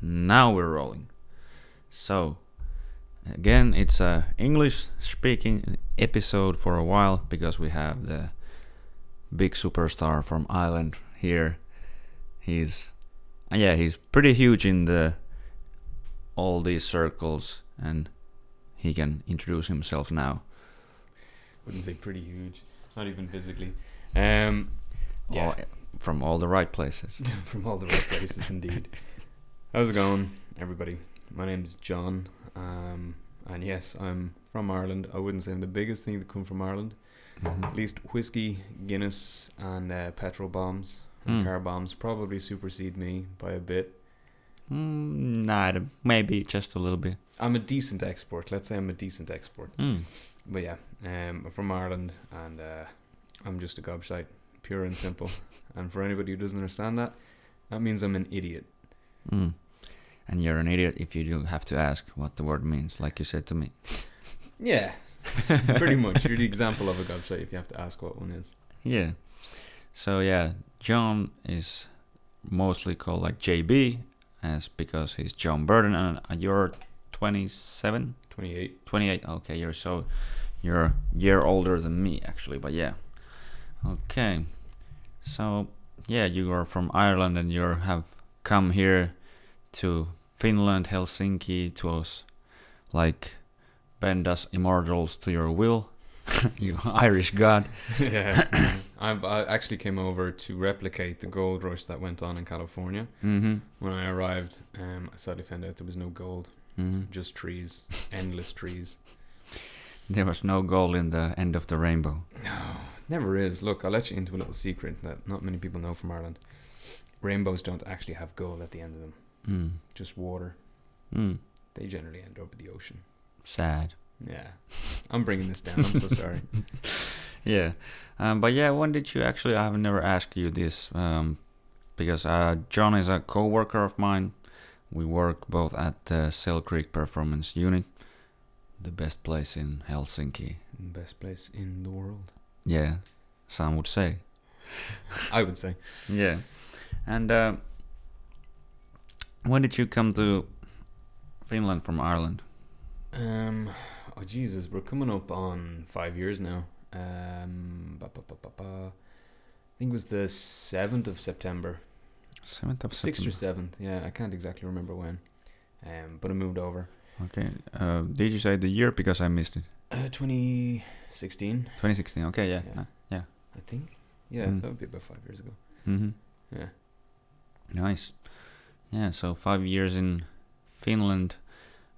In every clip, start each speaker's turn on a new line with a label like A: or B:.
A: Now we're rolling. So, again, it's a English speaking episode for a while because we have the big superstar from Ireland here. He's yeah, he's pretty huge in the all these circles and he can introduce himself now.
B: Wouldn't say pretty huge. Not even physically. Um, yeah,
A: All, from all the right places.
B: from all the right places, indeed. How's it going, everybody? My name's John, um, and yes, I'm from Ireland. I wouldn't say I'm the biggest thing to come from Ireland. At
A: Mhm.
B: least whiskey, Guinness, and uh, petrol bombs and
A: Mm.
B: car bombs probably supersede me by a bit.
A: Mm, nah, I'd- maybe just a little bit.
B: I'm a decent export. Let's say I'm a decent export.
A: Mm.
B: But yeah, um, I'm from Ireland, and uh, I'm just a gobshite, pure and simple. and for anybody who doesn't understand that, that means I'm an idiot.
A: Mm. And you're an idiot if you do have to ask what the word means, like you said to me.
B: Yeah, pretty much. You're the example of a gobshite if you have to ask what one is.
A: Yeah. So yeah, John is mostly called like JB, as because he's John Burden, and uh, you're 27,
B: 28.
A: 28. Okay, you're so you're a year older than me actually, but yeah. Okay. So yeah, you are from Ireland, and you have come here to Finland, Helsinki, to us, like bend us immortals to your will, you Irish god.
B: yeah. I've, I actually came over to replicate the gold rush that went on in California.
A: Mm-hmm.
B: When I arrived, um, I sadly found out there was no gold,
A: Mm-hmm.
B: just trees, endless trees.
A: There was no goal in the end of the rainbow.
B: No, never is. Look, I'll let you into a little secret that not many people know from Ireland. Rainbows don't actually have gold at the end of them,
A: Mm.
B: just water.
A: Mm.
B: They generally end up in the ocean.
A: Sad.
B: Yeah. I'm bringing this down. I'm so sorry.
A: Yeah. Um, but yeah, when did you actually? I have never asked you this um, because uh, John is a co worker of mine. We work both at the Sail Creek Performance Unit, the best place in Helsinki.
B: Best place in the world,
A: Yeah, some would say.
B: I would say.
A: Yeah. And uh, when did you come to Finland from Ireland?
B: Um, oh Jesus, we're coming up on five years now. Um, ba, ba, ba, ba, ba. I think it was the seventh of September,
A: 7th of
B: sixth or
A: September.
B: seventh. Yeah, I can't exactly remember when. Um, but I moved over.
A: Okay. Uh, did you say the year? Because I missed it.
B: Uh, twenty sixteen,
A: 2016. Okay, yeah.
B: Yeah. I think. Yeah,
A: Mm.
B: that would be about five years ago.
A: hmm
B: Yeah.
A: Nice. Yeah. So five years in Finland.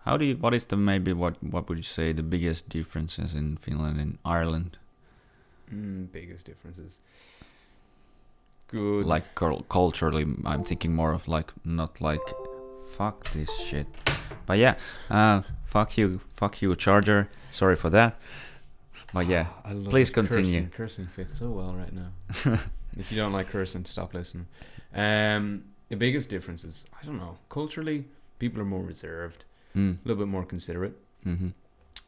A: How do you? What is the maybe? What What would you say the biggest differences in Finland and Ireland?
B: Mm, biggest differences. Good.
A: Like cul- culturally, I'm thinking more of like not like fuck this shit. But yeah, uh, fuck you, fuck you, Charger. Sorry for that. But yeah,
B: Ah, I love
A: Please
B: it.
A: continue.
B: Cursing, cursing fits so well right now. if you don't like cursing, stop listening. Um, the biggest difference is I don't know. Culturally, people are more reserved,
A: mm,
B: a little bit more considerate.
A: mm-hmm,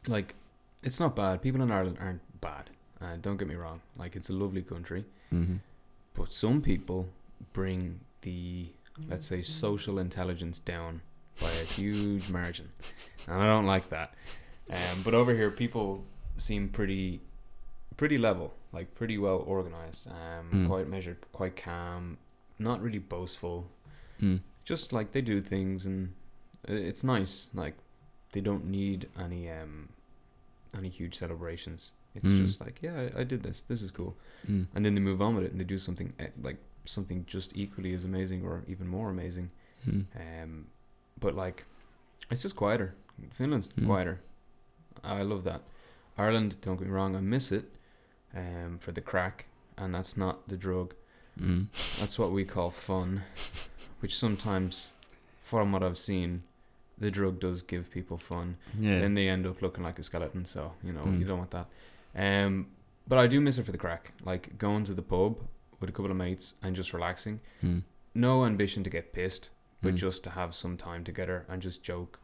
B: Like, it's not bad. People in Ireland aren't bad. Uh, don't get me wrong. Like, it's a lovely country,
A: mm-hmm.
B: but some people bring the let's say social intelligence down by a huge margin, and I don't like that. Um, but over here, people seem pretty, pretty level, like pretty well organized, um,
A: Mm.
B: quite measured, quite calm, not really boastful.
A: Mm.
B: Just like they do things, and i- it's nice. Like they don't need any um, any huge celebrations. It's
A: Mm.
B: just like, yeah, I, I did this. This is cool,
A: Mm.
B: and then they move on with it, and they do something eh, like something just equally as amazing or even more amazing.
A: Mm.
B: Um, but like, it's just quieter. Finland's
A: Mm.
B: quieter. I love that. Ireland, don't get me wrong, I miss it um, for the crack, and that's not the drug.
A: Mm.
B: That's what we call fun, which sometimes, from what I've seen, the drug does give people fun.
A: Yeah.
B: Then they end up looking like a skeleton, so you know
A: Mm.
B: you don't want that. Um, but I do miss it for the crack, like going to the pub with a couple of mates and just relaxing.
A: mm,
B: No ambition to get pissed but
A: mm,
B: just to have some time together and just joke,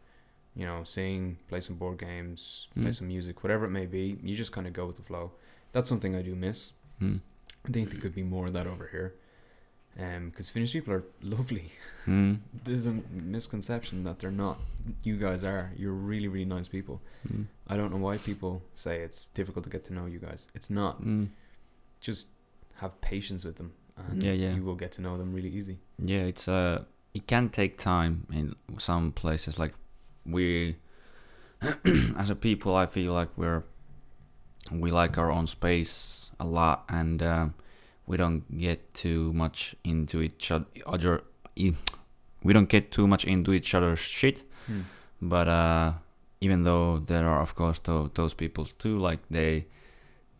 B: you know, sing, play some board games, play
A: Mm.
B: some music, whatever it may be. You just kind of go with the flow. That's something I do miss.
A: mm.
B: I think there could be more of that over here. because Finnish people are lovely.
A: Mm.
B: There's a misconception that they're not. You guys are. You're really, really nice people.
A: Mm.
B: I don't know why people say it's difficult to get to know you guys. It's not.
A: Mm.
B: Just have patience with them, and
A: Yeah, yeah.
B: you will get to know them really easy.
A: Yeah, it's uh, it can take time in some places. Like we, as a people, I feel like we're we like our own space a lot, and um, we don't get too much into each oth- other. e- We don't get too much into each other's shit. But uh, even though there are, of course, tho- those people too, like they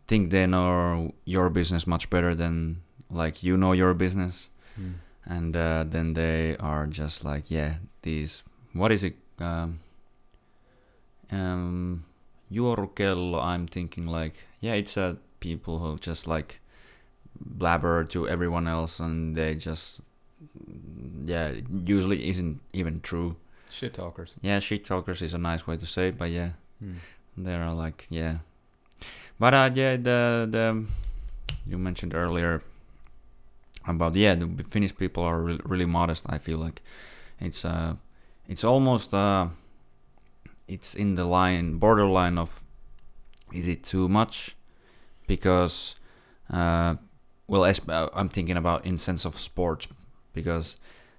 A: think they know your business much better than like you know your business
B: Hmm.
A: and uh, then they are just like yeah these what is it um um Juorukello, i'm thinking like yeah it's uh, people who just like blabber to everyone else and they just yeah it usually isn't even true
B: Shit talkers.
A: yeah shit talkers is a nice way to say it, but yeah
B: Hmm.
A: there are like yeah but uh yeah the the you mentioned earlier about yeah the finnish people are re- really modest i feel like it's uh it's almost uh it's in the line borderline of is it too much because uh well as i'm thinking about in sense of sports because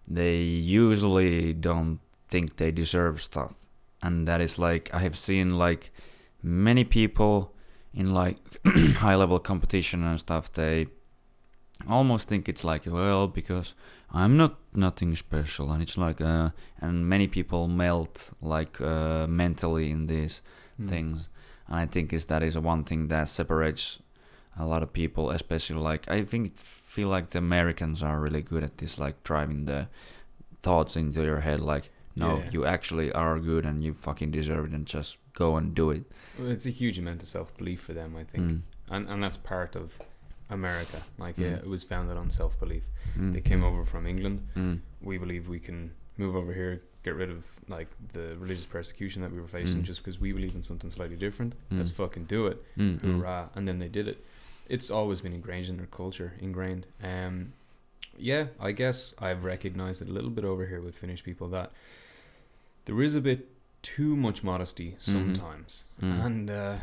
A: they usually don't think they deserve stuff and that is like i have seen like many people in like high level competition and stuff they almost think it's like well because i'm not nothing special and it's like uh and many people melt like uh mentally in these
B: Hmm.
A: Hmm. things and i think is that is one thing that separates a lot of people especially like i think feel like the americans are really good at this like driving the thoughts into your head like no
B: Yeah.
A: you actually are good and you fucking deserve it and just go and do it
B: Well, it's a huge amount of self belief for them, I think,
A: Mm.
B: and and that's part of America. Like,
A: Mm.
B: yeah, it was founded on self belief.
A: Mm.
B: They came over from England.
A: Mm.
B: we believe we can move over here, get rid of like the religious persecution that we were facing
A: Mm.
B: just because we believe in something slightly different.
A: Mm.
B: Let's fucking do it.
A: Mm, mm.
B: Hurrah. And then they did it. It's always been ingrained in their culture, ingrained. Um yeah, I guess I've recognized it a little bit over here with Finnish people that there is a bit too much modesty sometimes.
A: Mm-hmm. Mm.
B: And uh,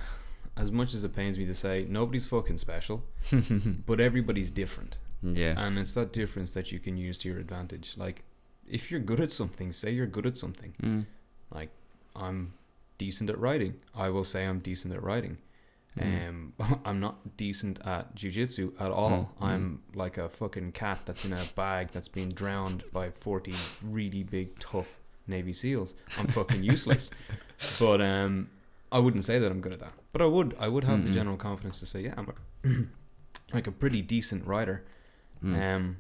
B: as much as it pains me to say, nobody's fucking special, but everybody's different.
A: yeah.
B: And it's that difference that you can use to your advantage. Like, if you're good at something, say you're good at something.
A: Mm.
B: I'm decent at writing. I will say I'm decent at writing.
A: Mm.
B: Um, I'm not decent at jujitsu at all.
A: Mm,
B: I'm like a fucking cat that's in a bag that's been drowned by 40 really big, tough Navy SEALs. I'm fucking useless. but um, I wouldn't say that I'm good at that. But I would. I would have the
A: Mm-mm.
B: general confidence to say, yeah, I'm a, like a pretty decent writer.
A: Mm.
B: Um,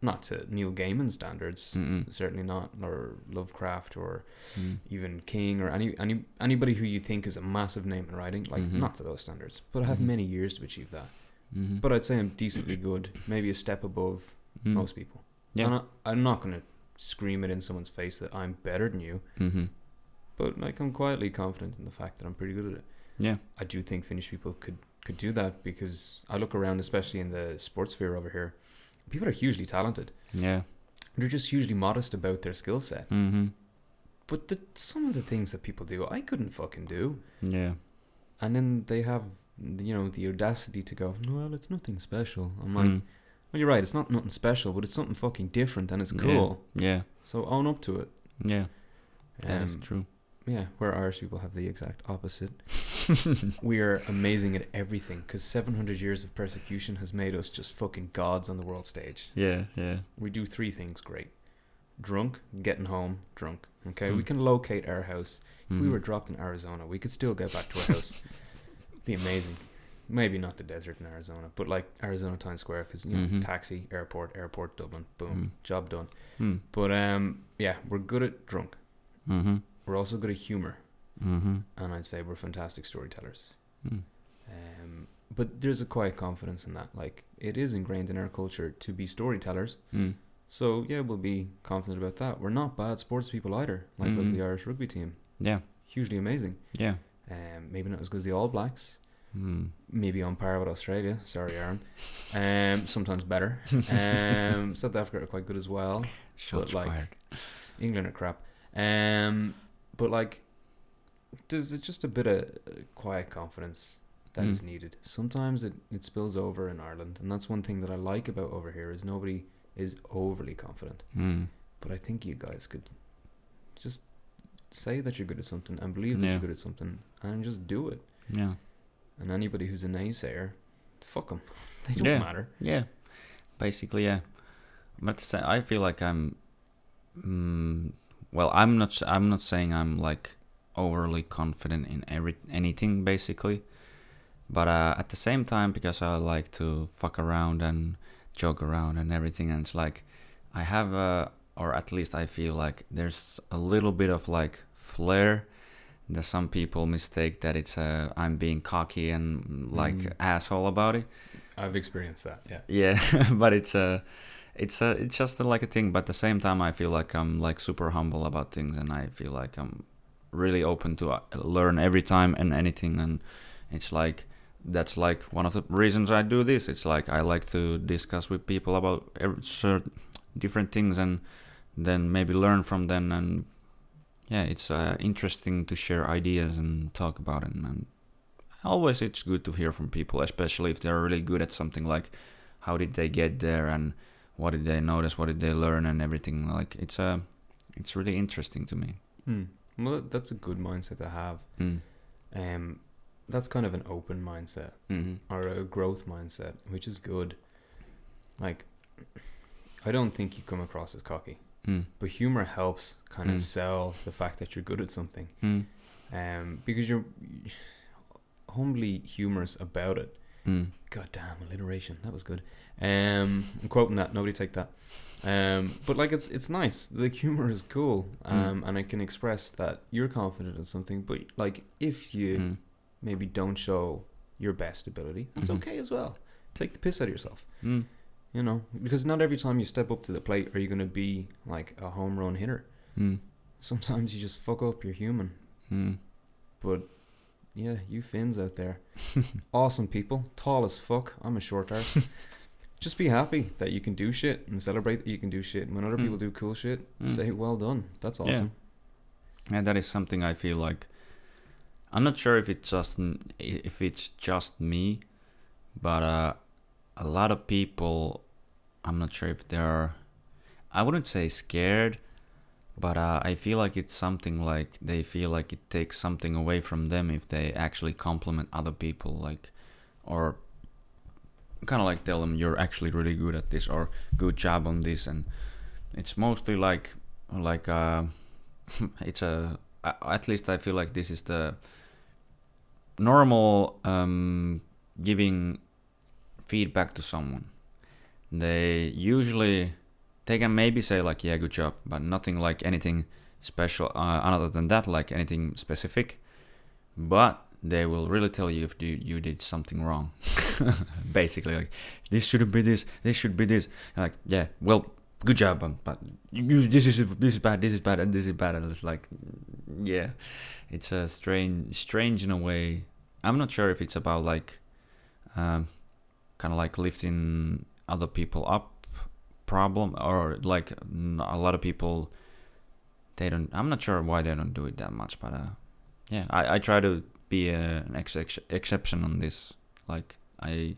B: not to Neil Gaiman standards,
A: Mm, mm,
B: certainly not, or Lovecraft, or
A: mm.
B: even King, or any any anybody who you think is a massive name in writing, like
A: Mhm.
B: not to those standards. But I have
A: Mhm.
B: many years to achieve that.
A: Mhm.
B: But I'd say I'm decently good, maybe a step above
A: Mm.
B: most people.
A: Yeah.
B: And I, I'm not gonna scream it in someone's face that I'm better than you,
A: Mhm.
B: but like I'm quietly confident in the fact that I'm pretty good at it.
A: Yeah.
B: I do think Finnish people could could do that because I look around, especially in the sports sphere over here, people are hugely talented
A: Yeah.
B: they're just hugely modest about their skill set.
A: Mhm.
B: But the, some of the things that people do, I couldn't fucking do.
A: Yeah.
B: And then they have, you know, the audacity to go, well, it's nothing special. I'm like,
A: Mm.
B: well, you're right, it's not nothing special, but it's something fucking different and it's
A: Yeah.
B: cool.
A: Yeah.
B: So own up to it.
A: Yeah. That is
B: Um,
A: true.
B: Yeah, where Irish people have the exact opposite. we are amazing at everything because 700 years of persecution has made us just fucking gods on the world stage.
A: Yeah. Yeah.
B: We do three things great drunk, getting home, drunk. Okay, we
A: Mm.
B: can locate our house. If we
A: Mhm.
B: were dropped in Arizona, we could still get back to our house. Be amazing. Maybe not the desert in Arizona, but like Arizona Town Square, because you know,
A: Mhm.
B: taxi, airport, airport, Dublin, boom,
A: Mm.
B: job done.
A: Mm.
B: But um, yeah, we're good at drunk.
A: Mhm.
B: We're also good at humor,
A: Mhm.
B: and I'd say we're fantastic storytellers.
A: Mm.
B: Um, but there's a quiet confidence in that. Like it is ingrained in our culture to be storytellers.
A: Mm.
B: So yeah, we'll be confident about that. We're not bad sports people either. Like look at
A: Mhm.
B: the Irish rugby team,
A: Yeah.
B: hugely amazing.
A: Yeah.
B: Um, maybe not as good as the All Blacks,
A: Hmm.
B: maybe on par with Australia. Sorry, Aaron. Um, sometimes better. Um, South Africa are quite good as well.
A: Shots
B: like,
A: fired.
B: England are crap. Um, but like, there's a- just a bit of uh, quiet confidence that is
A: Mm.
B: needed. Sometimes it, it spills over in Ireland, and that's one thing that I like about over here is nobody is overly confident.
A: Hmm.
B: But I think you guys could just say that you're good at something and believe that
A: Yeah.
B: you're good at something and just do it.
A: Yeah.
B: And anybody who's a naysayer, fuck them. They don't
A: Yeah.
B: matter.
A: Yeah, basically, yeah. But s- I feel like I'm. Mm, well, I'm not. s- I'm not saying I'm like overly confident in every anything, basically. But uh, at the same time, because I like to fuck around and joke around and everything, and it's like I have a, or at least I feel like there's a little bit of like flair that some people mistake that it's uh, I'm being cocky and like
B: Mm.
A: asshole about it.
B: I've experienced that. Yeah.
A: Yeah, but it's a, it's a, it's just like a thing. But at the same time, I feel like I'm like super humble about things, and I feel like I'm really open to uh, learn every time and anything. And it's like that's like one of the reasons I do this. It's like I like to discuss with people about every, certain different things, and then maybe learn from them. And yeah, it's uh, interesting to share ideas and talk about it. And always, it's good to hear from people, especially if they're really good at something like how did they get there and what did they notice what did they learn and everything like it's uh, it's really interesting to me
B: Hmm. Well, that's a good mindset to have.
A: mm.
B: Um, that's kind of an open mindset
A: hmm
B: or a growth mindset, which is good. Like, I don't think you come across as cocky,
A: Mm.
B: but humor helps kind of
A: Mm.
B: sell the fact that you're good at something,
A: Mm.
B: um, because you're humbly humorous about it.
A: Mm.
B: God damn alliteration, that was good. Um, I'm quoting that. Nobody take that. Um, but like it's it's nice. The humor is cool, um, and it can express that you're confident in something. But like if you
A: Mm.
B: maybe don't show your best ability, that's
A: Mhm.
B: okay as well. Take the piss out of yourself,
A: Mm.
B: you know, because not every time you step up to the plate are you gonna be like a home run hitter.
A: Mm.
B: Sometimes you just fuck up. You're human,
A: Mm.
B: but yeah, you Finns out there, awesome people, tall as fuck. I'm a short arse. Just be happy that you can do shit and celebrate that you can do shit. And when other
A: Mm.
B: people do cool shit,
A: Mm.
B: say well done. That's
A: Yeah.
B: awesome.
A: and that is something i feel like i'm not sure if it's just m- if it's just me but uh, a lot of people i'm not sure if they're i wouldn't say scared but uh, i feel like it's something like they feel like it takes something away from them if they actually compliment other people like or kind of like tell them you're actually really good at this or good job on this and it's mostly like like uh, it's a a- at least I feel like this is the normal um, giving feedback to someone. They usually they can maybe say like yeah good job, but nothing like anything special uh, other than that like anything specific. But they will really tell you if you, you did something wrong. Basically like this shouldn't be this, this should be this. And, like yeah well good job um, but you, this is this is bad, this is bad, and this is bad, and it's like, yeah, it's a strange, strange in a way. I'm not sure if it's about like, um, kind of like lifting other people up, problem, or like mm, a lot of people, they don't. I'm not sure why they don't do it that much, but uh, yeah, I I try to be uh, an ex- ex- exception on this. Like I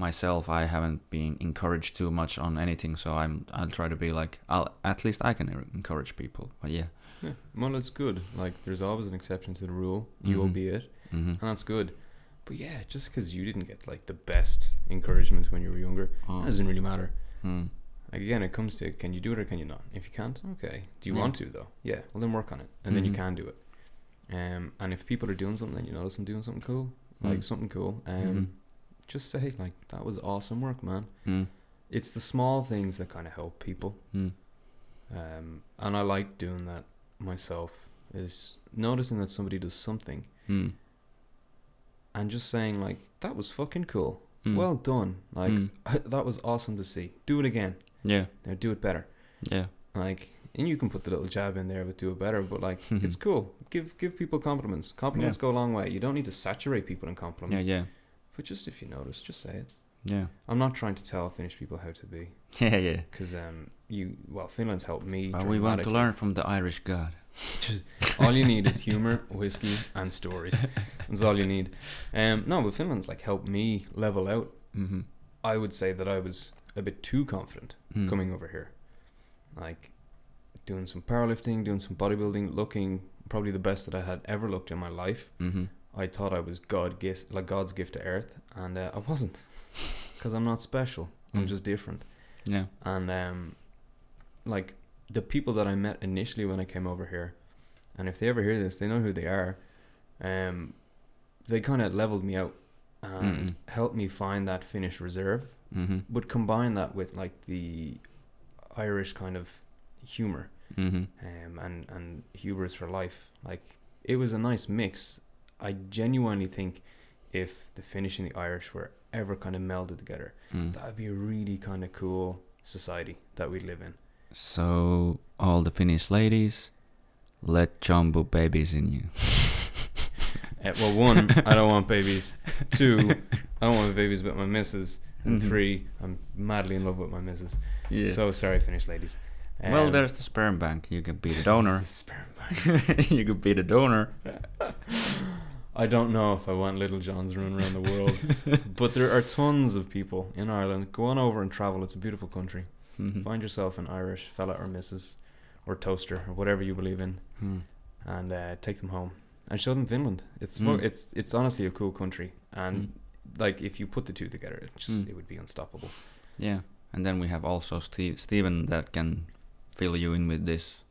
A: myself i haven't been encouraged too much on anything so i'm i'll try to be like i'll at least i can en- encourage people but yeah
B: Yeah. Well, it's good. Like there's always an exception to the rule. You
A: Mhm.
B: obey it,
A: hmm
B: and that's good. But yeah, just because you didn't get like the best encouragement when you were younger,
A: Oh.
B: that doesn't really matter.
A: mm.
B: Like again, it comes to can you do it or can you not? If you can't, okay. Do you
A: Yeah.
B: want to though? Yeah. Well, then work on it, and then you
A: Mhm.
B: can do it. Um, and if people are doing something, and you notice them doing something cool, like
A: Mm.
B: something cool, um,
A: Mhm.
B: just say like that was awesome work, man.
A: Mm.
B: It's the small things that kind of help people,
A: Mm.
B: um, and I like doing that myself. Is noticing that somebody does something
A: Mm.
B: and just saying like that was fucking cool,
A: Mm.
B: well done, like
A: Mm.
B: that was awesome to see. Do it again.
A: yeah
B: Now do it better.
A: yeah
B: Like and you can put the little jab in there, but do it better. But like, it's cool. Give give people compliments. Compliments go a long way. You don't need to saturate people in
A: Yeah,
B: compliments.
A: yeah,
B: But just if you notice, just say it.
A: yeah,
B: I'm not trying to tell Finnish people how to be,
A: yeah, yeah.
B: because um, you well, Finland's helped me.
A: But we want to
B: dramatically.
A: learn from the Irish God.
B: all you need is humor, whiskey, and stories. That's all you need. Um, no, but Finland's like helped me level out.
A: Mm-hmm.
B: I would say that I was a bit too confident
A: Mm.
B: coming over here, like doing some powerlifting, doing some bodybuilding, looking probably the best that I had ever looked in my life.
A: Mm-hmm.
B: I thought I was God gift, like God's gift to Earth, and uh, I wasn't, because I'm not special. I'm
A: Mm.
B: just different.
A: Yeah.
B: And um, like the people that I met initially when I came over here, and if they ever hear this, they know who they are. Um, they kind of leveled me out and
A: Mm.
B: helped me find that Finnish reserve,
A: Mm-hmm.
B: but combine that with like the Irish kind of humor
A: Mm-hmm.
B: um, and and hubris for life. Like it was a nice mix. I genuinely think if the Finnish and the Irish were ever kind of melded together,
A: Mm.
B: that would be a really kind of cool society that we live in.
A: So, all the Finnish ladies, let jumbo babies in you.
B: Uh, well, one, I don't want babies. Two, I don't want babies with my missus. And
A: Mhm.
B: three, I'm madly in love with my missus.
A: Yeah.
B: So sorry, Finnish ladies.
A: well,
B: Um,
A: there's the sperm bank. You can be the donor.
B: sperm bank.
A: you could be the donor.
B: I don't know if I want Little Johns running around the world, but there are tons of people in Ireland. Go on over and travel. It's a beautiful country.
A: Mhm.
B: Find yourself an Irish fella or missus or toaster or whatever you believe in
A: Mm.
B: and uh, take them home and show them Finland. It's fu-
A: Mm.
B: it's it's honestly a cool country and
A: Mm.
B: like if you put the two together, it just
A: Mm.
B: it would be unstoppable.
A: Yeah. And then we have also Steve, Steven that can fill you in with this.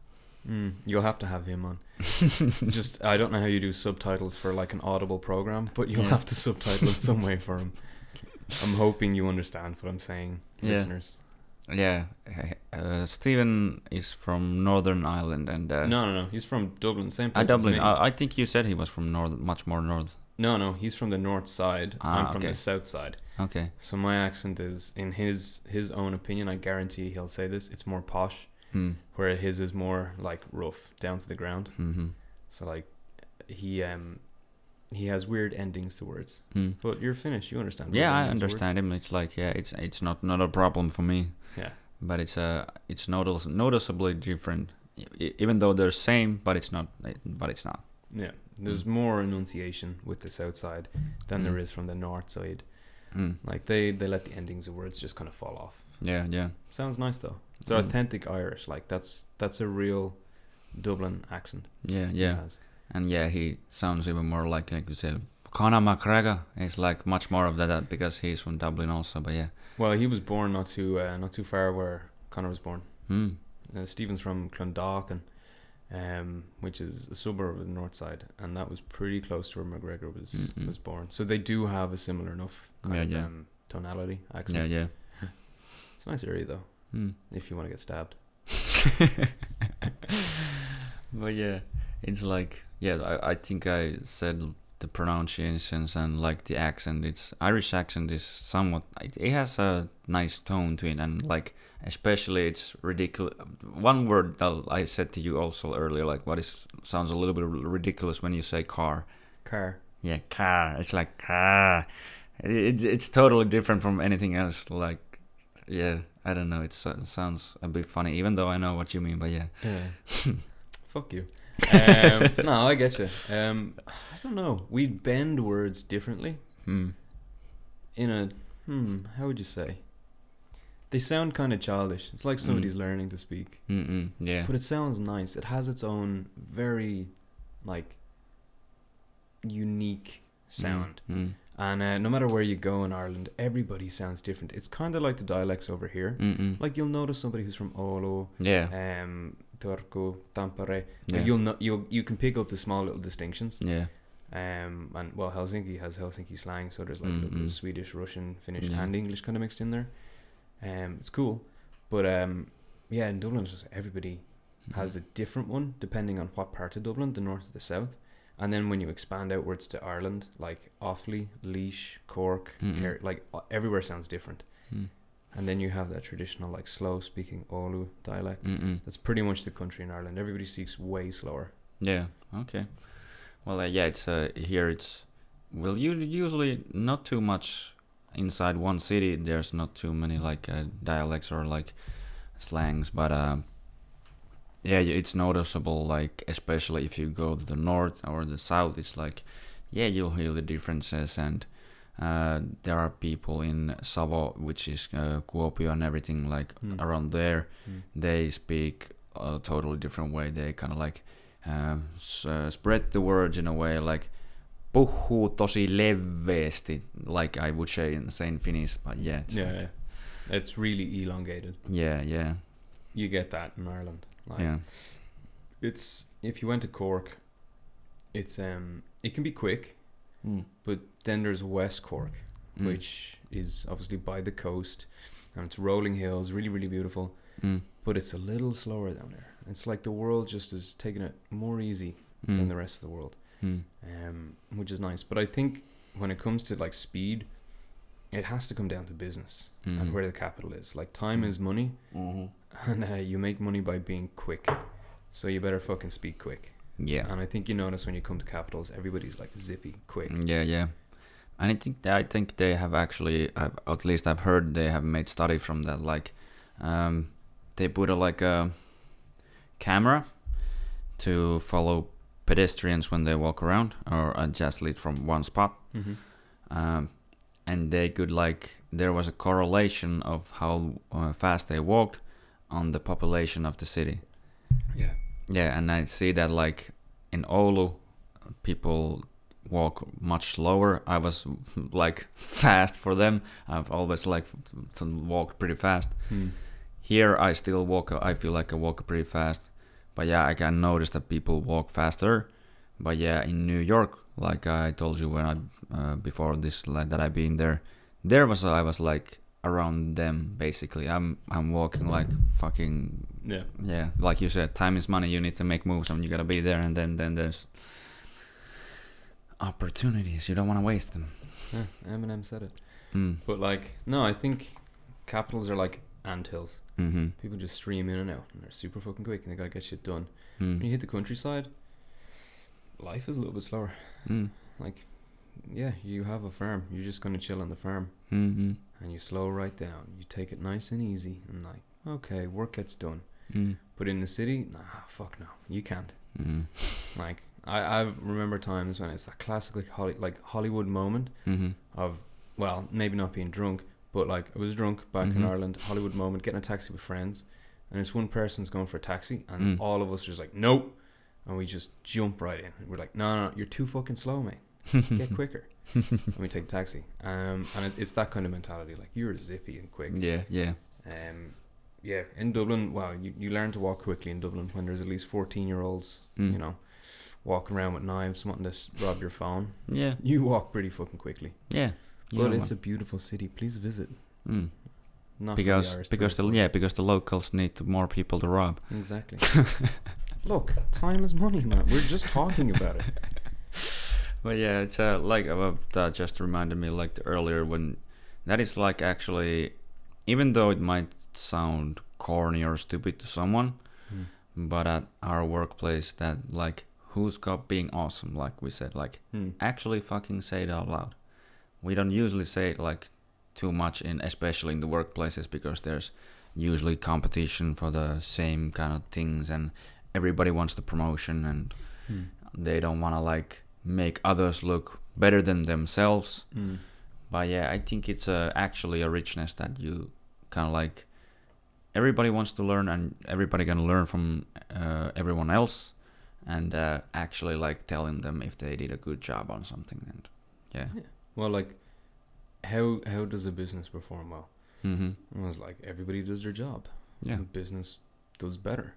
B: Mm. You'll have to have him on. just I don't know how you do subtitles for like an audible program, but you'll
A: Yeah.
B: have to subtitle in some way for him. I'm hoping you understand what I'm saying,
A: Yeah.
B: listeners.
A: Yeah. Uh, Steven is from Northern Ireland and. Uh,
B: no, no, no. He's from Dublin, same
A: Uh,
B: place.
A: Dublin.
B: As me.
A: I, I think you said he was from north, much more north.
B: no, no. He's from the north side.
A: Ah,
B: I'm from
A: okay.
B: the south side.
A: Okay.
B: So my accent is, in his his own opinion, I guarantee he'll say this. It's more posh.
A: Mm.
B: where his is more like rough down to the ground
A: Mm-hmm.
B: so like he um he has weird endings to words
A: Mm.
B: but you're finished you understand weird
A: Yeah, I
B: endings to words.
A: understand him. It's like yeah, it's it's not not a problem for me.
B: Yeah.
A: But it's uh, it's notice, noticeably different, E- e- even though they're same, but it's not. But it's not.
B: yeah there's
A: Mm.
B: more enunciation with the south side than there
A: Mm.
B: is from the north side
A: Mm.
B: like they they let the endings of words just kind of fall off
A: Yeah, yeah.
B: sounds nice though it's
A: Mm.
B: authentic irish like that's that's a real dublin accent
A: Yeah,
B: he
A: yeah,
B: has.
A: and yeah, he sounds even more like like you said, Conor McGregor. It's like much more of that, that because he's from Dublin also. But yeah,
B: well he was born not too uh, not too far where connor was born
A: mm.
B: Uh, Stephen's from Clondalkin, um, which is a suburb of the north side, and that was pretty close to where McGregor was
A: Mm-mm.
B: was born. So they do have a similar enough kind
A: Yeah,
B: of
A: yeah.
B: Um, tonality
A: yeah,
B: accent.
A: yeah.
B: It's a nice area though,
A: Mm.
B: if you want to get stabbed.
A: but yeah, it's like yeah. I, I think I said the pronunciations and like the accent. It's Irish accent is somewhat. It, it has a nice tone to it, and like especially it's ridiculous. One word that I said to you also earlier, like what is sounds a little bit ridiculous when you say car.
B: Car.
A: Yeah, car. It's like car. It, it's it's totally different from anything else. Like yeah, I don't know. It so- sounds a bit funny, even though I know what you mean. But yeah.
B: Yeah. Fuck you. Um, no, I get you. Um, I don't know. We bend words differently.
A: Hmm.
B: in a hmm, how would you say? They sound kind of childish. It's like
A: Mm.
B: somebody's learning to speak,
A: Mm-mm, yeah.
B: but it sounds nice. It has its own very, like, unique sound.
A: Mm.
B: And uh, no matter where you go in Ireland, everybody sounds different. It's kind of like the dialects over here.
A: Mm-mm.
B: Like you'll notice somebody who's from Olo,
A: Mm-hmm. Yeah.
B: um, Turku, Tampere.
A: Yeah.
B: You'll know you'll you can pick up the small little distinctions.
A: yeah.
B: Um, and well, Helsinki has Helsinki slang, so there's like a little bit
A: Mm-mm.
B: of Swedish, Russian, Finnish,
A: Yeah.
B: and English kind of mixed in there. Um, it's cool, but um, yeah, in Dublin, it's just everybody has a different one depending on what part of Dublin, the north or the south. And then when you expand outwards to Ireland, like Offaly, Leash, Cork,
A: Mm-mm.
B: Ker- like uh, everywhere sounds different.
A: Mm.
B: and then you have that traditional like slow speaking Olu dialect.
A: Mm-mm.
B: That's pretty much the country in Ireland. Everybody speaks way slower.
A: Yeah. Okay. Well, uh, yeah. It's uh, here. It's well, you usually not too much inside one city. There's not too many like uh, dialects or like slangs, but uh, yeah, y- it's noticeable. Like especially if you go to the north or the south, it's like yeah, you'll hear the differences and. Uh, there are people in Savo, which is uh, Kuopio and everything like
B: Mm.
A: around there, they speak a totally different way. They kind of like um, s- uh, spread the words in a way like puhuu tosi leveesti, like I would say in, say in Finnish. But yeah, it's
B: yeah,
A: like-
B: yeah. it's really elongated.
A: yeah, yeah,
B: You get that in Ireland. Like,
A: yeah,
B: It's if you went to Cork, it's um it can be quick, but then there's West Cork,
A: Mm,
B: mm, which is obviously by the coast, and it's rolling hills, really really beautiful.
A: mm,
B: But it's a little slower down there. It's like the world just is taking it more easy than
A: mm,
B: the rest of the world.
A: mm,
B: um, which is nice. But I think when it comes to like speed, it has to come down to business
A: mm,
B: and where the capital is. Like time is money, and uh, you make money by being quick. So you better fucking speak quick.
A: yeah,
B: And I think you notice when you come to capitals, everybody's like zippy, quick.
A: Mm, yeah, yeah. And I think I think they have actually, i at least I've heard they have made study from that. Like, um, they put a like a camera to follow pedestrians when they walk around or adjust it from one spot.
B: Mm-hmm.
A: Um, and they could like there was a correlation of how uh, fast they walked on the population of the city.
B: Yeah.
A: Yeah, and I see that like in Oulu, people walk much slower. I was like fast for them. I've always like f- walked pretty fast.
B: Mm.
A: Here I still walk. I feel like I walk pretty fast, but yeah, I can notice that people walk faster. But yeah, in New York, like I told you when I uh, before this like, that I've been there, there was I was like around them basically. I'm I'm walking like fucking
B: Yeah.
A: yeah, like you said, time is money. You need to make moves, and you gotta be there. And then then there's opportunities. You don't want to waste them.
B: yeah. Eminem said it.
A: Mm.
B: But like, no, I think capitals are like anthills.
A: Mm-hmm.
B: People just stream in and out, and they're super fucking quick, and they gotta get shit done. When you
A: Mm.
B: hit the countryside, life is a little bit slower.
A: Mm.
B: Like, yeah, you have a farm. You're just gonna chill on the farm,
A: Mm-hmm.
B: and you slow right down. You take it nice and easy, and like, okay, work gets done.
A: Mm.
B: But in the city, nah, fuck no, you can't.
A: Mm.
B: Like, I I remember times when it's that classic like Holly, like Hollywood moment
A: Mm-hmm.
B: of, well, maybe not being drunk, but like I was drunk back in
A: Mhm.
B: Ireland. Hollywood moment, getting a taxi with friends, and this one person's going for a taxi,
A: Mm.
B: and all of us are just like, nope, and we just jump right in. We're like, no, no, no you're too fucking slow, mate get quicker. and we take the taxi. Um, and it, it's that kind of mentality. Like you're zippy and quick.
A: Yeah, yeah.
B: Um, yeah. In Dublin, well, you, you learn to walk quickly in Dublin when there's at least 14 year olds,
A: Mm.
B: you know, walking around with knives wanting to s- rob your phone.
A: Yeah,
B: You walk pretty fucking quickly.
A: yeah. You
B: But
A: know
B: it's a
A: what?
B: beautiful city. Please visit.
A: mm.
B: Not for the
A: because
B: Irish
A: because the
B: people.
A: yeah because the locals need more people to rob.
B: exactly. Look, time is money, man. We're just talking about it.
A: But yeah, it's uh, like uh, that just reminded me like the earlier when that is like actually, even though it might sound corny or stupid to someone,
B: Mm.
A: but at our workplace, that like who's got being awesome, like we said, like
B: Hmm.
A: actually fucking say it out loud. We don't usually say it like too much in, especially in the workplaces, because there's usually competition for the same kind of things, and everybody wants the promotion and
B: Hmm.
A: they don't want to like make others look better than themselves
B: Hmm.
A: but yeah i think it's uh, actually a richness that you kind of like everybody wants to learn and everybody can learn from uh, everyone else and uh, actually like telling them if they did a good job on something and yeah
B: Well, like, how how does a business perform well?
A: mm-hmm.
B: It was like everybody does their job.
A: yeah
B: The business does better.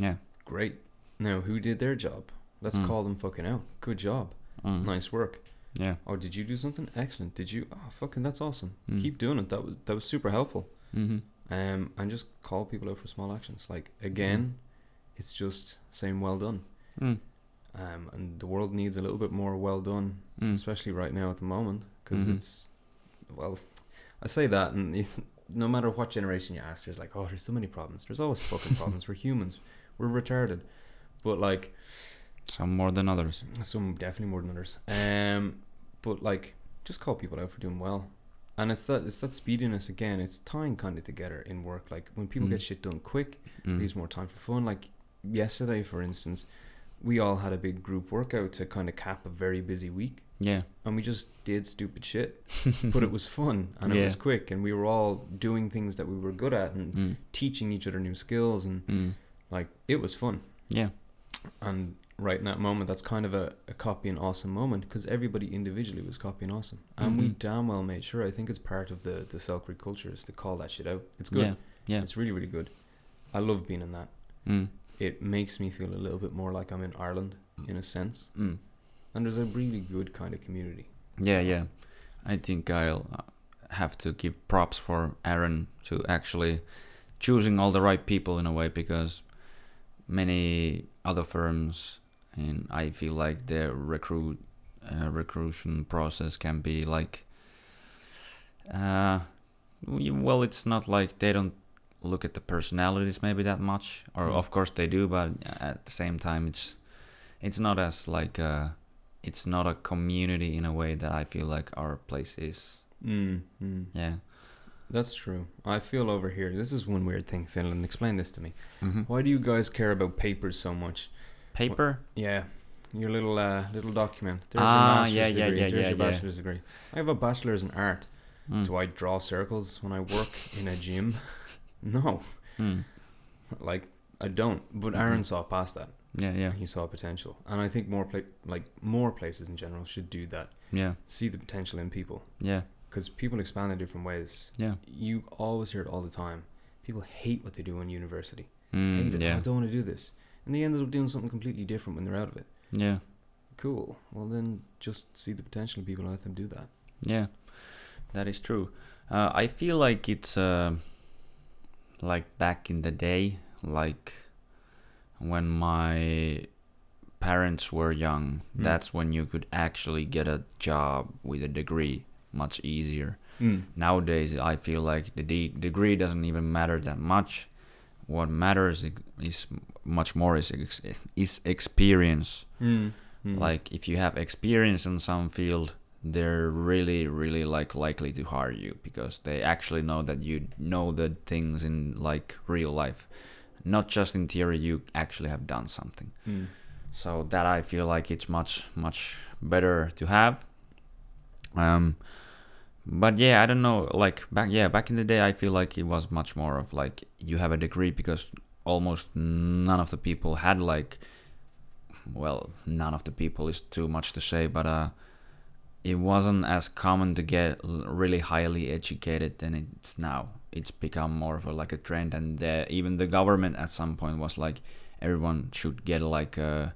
A: yeah
B: Great. Now, who did their job? Let's
A: Mm.
B: call them fucking out. Good job.
A: mm.
B: Nice work.
A: yeah
B: Oh, did you do something? Excellent. Did you? Oh, fucking, that's awesome.
A: Mm.
B: Keep doing it. That was that was super helpful.
A: mm-hmm.
B: Um, and just call people out for small actions. Like again,
A: Mm-hmm.
B: it's just saying well done.
A: Mm.
B: Um, and the world needs a little bit more well done,
A: Mm. Mm-hmm.
B: especially right now at the moment, because
A: Mhm.
B: it's well, I say that and no matter what generation you ask, there's like, oh, there's so many problems. There's always fucking problems. We're humans. We're retarded. But like,
A: Some more than others.
B: some definitely more than others. Um, but like, just call people out for doing well, and it's that it's that speediness again. It's tying kind of together in work. Like when people
A: Mm.
B: get shit done quick,
A: Mm.
B: leaves more time for fun. Like yesterday, for instance, we all had a big group workout to kind of cap a very busy week,
A: Yeah.
B: and we just did stupid shit, but it was fun and it
A: Mm-hmm. Yeah.
B: was quick, and we were all doing things that we were good at and
A: Mm.
B: teaching each other new skills, and
A: Mm.
B: like it was fun.
A: Yeah.
B: And right in that moment, that's kind of a, a copy and awesome moment because everybody individually was copying awesome. And we
A: Mhm.
B: damn well made sure. I think it's part of the, the Selk Creek culture is to call that shit out. It's good.
A: Yeah. Yeah.
B: It's really, really good. I love being in that.
A: Mm.
B: It makes me feel a little bit more like I'm in Ireland in a sense.
A: Mm.
B: And there's a really good kind of community.
A: Yeah, yeah. I think I'll uh, have to give props for Aaron to actually choosing all the right people in a way because many other firms and I feel like their recruit uh, recruitment process can be like uh we- well it's not like they don't look at the personalities maybe that much or
B: Mm.
A: of course they do but at the same time it's it's not as like uh it's not a community in a way that I feel like our place is.
B: Mm, mm.
A: Yeah.
B: That's true. I feel over here. This is one weird thing, Finland. Explain this to me.
A: Mm-hmm.
B: Why do you guys care about papers so much?
A: Paper?
B: Yeah, your little uh, little document. There's
A: Ah,
B: your master's
A: yeah, yeah,
B: degree.
A: yeah,
B: There's
A: yeah,
B: your
A: yeah.
B: bachelor's degree. I have a bachelor's in art.
A: Mm.
B: Do I draw circles when I work in a gym? No,
A: Mm.
B: like I don't. But
A: Mhm.
B: Aaron saw past that.
A: Yeah, yeah,
B: He saw potential, and I think more pla- like more places in general should do that.
A: yeah,
B: See the potential in people,
A: yeah,
B: because people expand in different ways.
A: yeah.
B: You always hear it all the time. People hate what they do in university. Hate
A: Mm,
B: it.
A: yeah,
B: I don't want to do this, and they ended up doing something completely different when they're out of it.
A: yeah,
B: Cool. Well, then just see the potential in people and let them do that.
A: yeah. That is true. Uh, I feel like it's uh, like back in the day, like when my parents were young.
B: Mm.
A: That's when you could actually get a job with a degree much easier.
B: Mm.
A: nowadays i feel like the de- degree doesn't even matter that much what matters i- is much more is ex- is experience
B: Mm. Mm.
A: like if you have experience in some field they're really really like likely to hire you because they actually know that you know the things in like real life not just in theory you actually have done something
B: Mm.
A: so that I feel like it's much much better to have. Um, but yeah, I don't know. Like back yeah back in the day, I feel like it was much more of like you have a degree because almost none of the people had like well none of the people is too much to say, but uh. It wasn't as common to get l- really highly educated than it's now. It's become more of a, like a trend, and the, even the government at some point was like, everyone should get like uh, a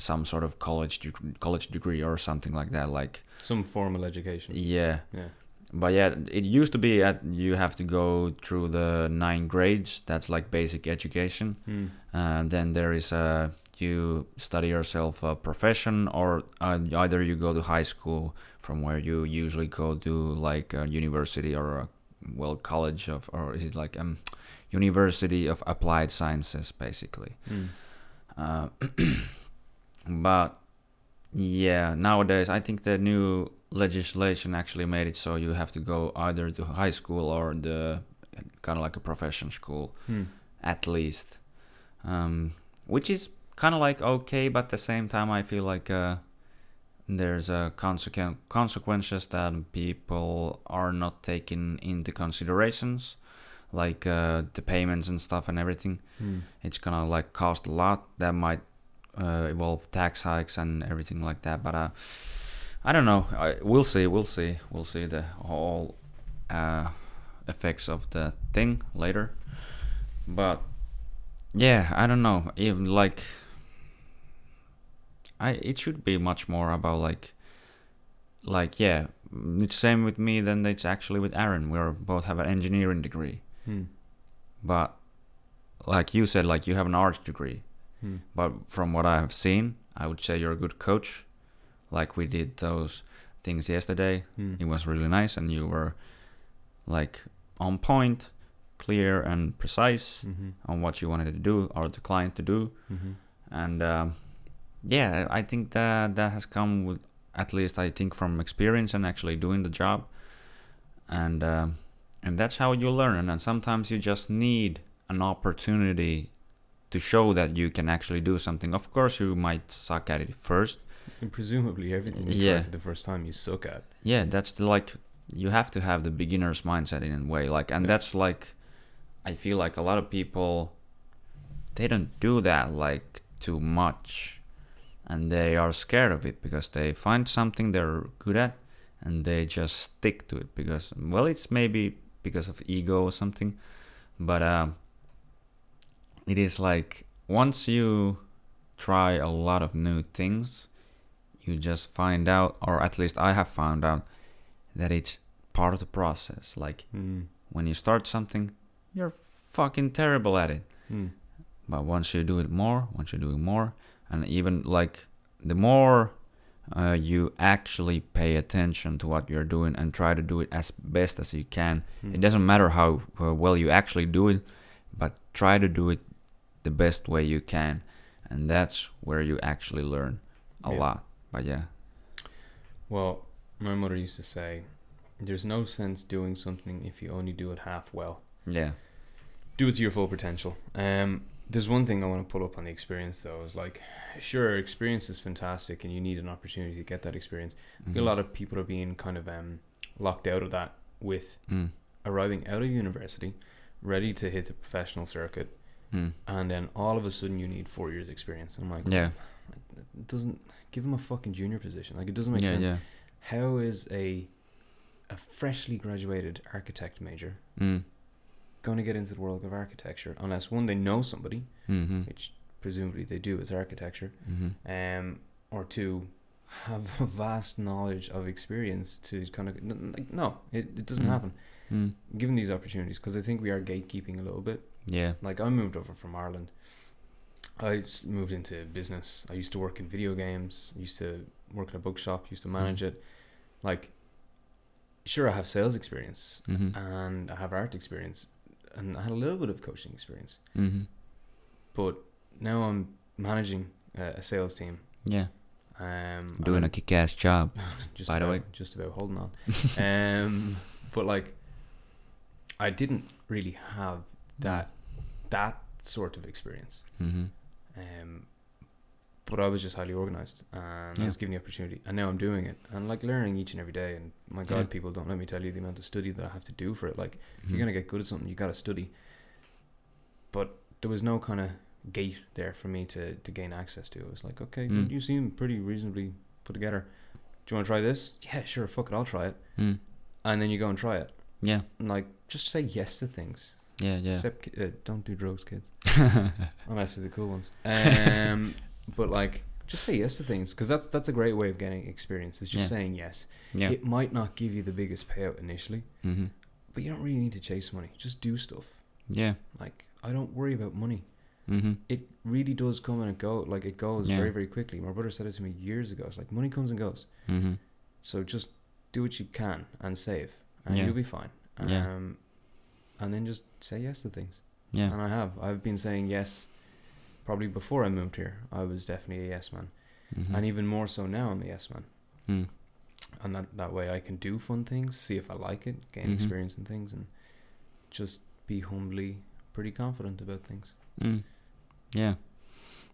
A: some sort of college deg- college degree or something like that like
B: Some formal education.
A: yeah
B: Yeah.
A: but yeah it used to be at you have to go through the nine grades that's like basic education
B: Mm.
A: and then there is a you study yourself a profession or uh, either you go to high school from where you usually go to like a university or a well college of or is it like um university of applied sciences basically
B: Mm.
A: uh, but yeah, nowadays I think the new legislation actually made it so you have to go either to high school or the kind of like a profession school
B: Mm.
A: at least, um, which is kind of like okay, but at the same time I feel like uh, there's a consequen- consequences that people are not taking into considerations, like uh, the payments and stuff and everything
B: Mm.
A: it's gonna like cost a lot that might uh, involve tax hikes and everything like that but uh, i don't know I, we'll see we'll see we'll see the whole uh, effects of the thing later but yeah i don't know even like i it should be much more about like like yeah mm, it's same with me than it's actually with aaron we are both have an engineering degree
B: Mm.
A: but like you said like you have an arts degree
B: Mm.
A: but from what i have seen i would say you're a good coach like we did those things yesterday
B: Mm.
A: it was really nice and you were like on point, clear and precise
B: Mm-hmm.
A: on what you wanted to do or the client to do.
B: Mm-hmm.
A: And um, yeah, I think that that has come with at least I think from experience and actually doing the job. And um and that's how you learn. And sometimes you just need an opportunity to show that you can actually do something. Of course, you might suck at it first.
B: And presumably everything you
A: Yeah.
B: try for the first time you suck at.
A: Yeah, that's the, like you have to have the beginner's mindset in a way. Like, and
B: Yeah.
A: that's like I feel like a lot of people they don't do that like too much, and they are scared of it because they find something they're good at and they just stick to it because well, it's maybe because of ego or something, but um, it is like once you try a lot of new things you just find out or at least i have found out that it's part of the process like
B: Mm.
A: when you start something you're fucking terrible at it
B: Mm.
A: but once you do it more once you do it more and even like the more uh, you actually pay attention to what you're doing and try to do it as best as you can
B: Mm.
A: it doesn't matter how uh, well you actually do it but try to do it the best way you can and that's where you actually learn a
B: Yeah.
A: lot but yeah
B: Well, my mother used to say, "There's no sense doing something if you only do it half well.
A: yeah
B: Do it to your full potential." Um, there's one thing I want to pull up on the experience though. Is like, sure, experience is fantastic, and you need an opportunity to get that experience.
A: Mm-hmm.
B: I feel a lot of people are being kind of um, locked out of that with
A: Mm.
B: arriving out of university, ready to hit the professional circuit,
A: Mm.
B: and then all of a sudden you need four years experience. I'm like,
A: Yeah.
B: it doesn't give him a fucking junior position. Like, it doesn't make
A: yeah.
B: sense.
A: Yeah.
B: How is a a freshly graduated architect major
A: Mm.
B: going to get into the world of architecture unless one they know somebody,
A: Mm-hmm.
B: which presumably they do as architecture,
A: Mm-hmm.
B: um, or two have a vast knowledge of experience to kind of like no, it, it doesn't
A: Mm.
B: happen.
A: Mm.
B: Given these opportunities, because I think we are gatekeeping a little bit.
A: Yeah.
B: Like I moved over from Ireland. I s- moved into business. I used to work in video games. Used to work in a bookshop. Used to manage
A: Mm-hmm.
B: it. Like, sure, I have sales experience
A: Mm-hmm.
B: and I have art experience, and I had a little bit of coaching experience.
A: Mm-hmm.
B: But now I'm managing uh, a sales team.
A: Yeah.
B: Um, and
A: Doing
B: I'm
A: a kick-ass job.
B: just
A: by the
B: about,
A: way.
B: just about holding on. um, but like, I didn't really have that that sort of experience.
A: Mm-hmm.
B: Um, but I was just highly organized and
A: Yeah.
B: I was given the opportunity. And now I'm doing it and like learning each and every day. And my God,
A: Yeah.
B: people don't let me tell you the amount of study that I have to do for it. Like,
A: Mm-hmm.
B: if you're going to get good at something, you got to study. But there was no kind of gate there for me to, to gain access to. It was like, okay,
A: Mm.
B: you seem pretty reasonably put together. Do you want to try this? Yeah, sure. Fuck it. I'll try it.
A: Mm.
B: And then you go and try it.
A: Yeah.
B: And like, just say yes to things.
A: Yeah. Yeah.
B: Except, ki- uh, don't do drugs, kids. Unless they're the cool ones. Um, but like, just say yes to things because that's that's a great way of getting experience. Is just
A: Yeah.
B: saying yes.
A: yeah.
B: It might not give you the biggest payout initially,
A: Mm-hmm.
B: but you don't really need to chase money. Just do stuff.
A: Yeah.
B: Like, I don't worry about money.
A: Mm-hmm.
B: It really does come and it go. Like it goes
A: Yeah.
B: very very quickly. My brother said it to me years ago. It's like money comes and goes.
A: Mm-hmm.
B: So just do what you can and save, and
A: Yeah.
B: you'll be fine. Um,
A: Yeah.
B: And then just say yes to things.
A: Yeah.
B: And I have. I've been saying yes probably before I moved here. I was definitely a yes man.
A: Mm-hmm.
B: And even more so now, I'm a yes man.
A: Mm.
B: And that, that way I can do fun things, see if I like it, gain
A: Mhm.
B: experience in things, and just be humbly pretty confident about things.
A: Mm. Yeah.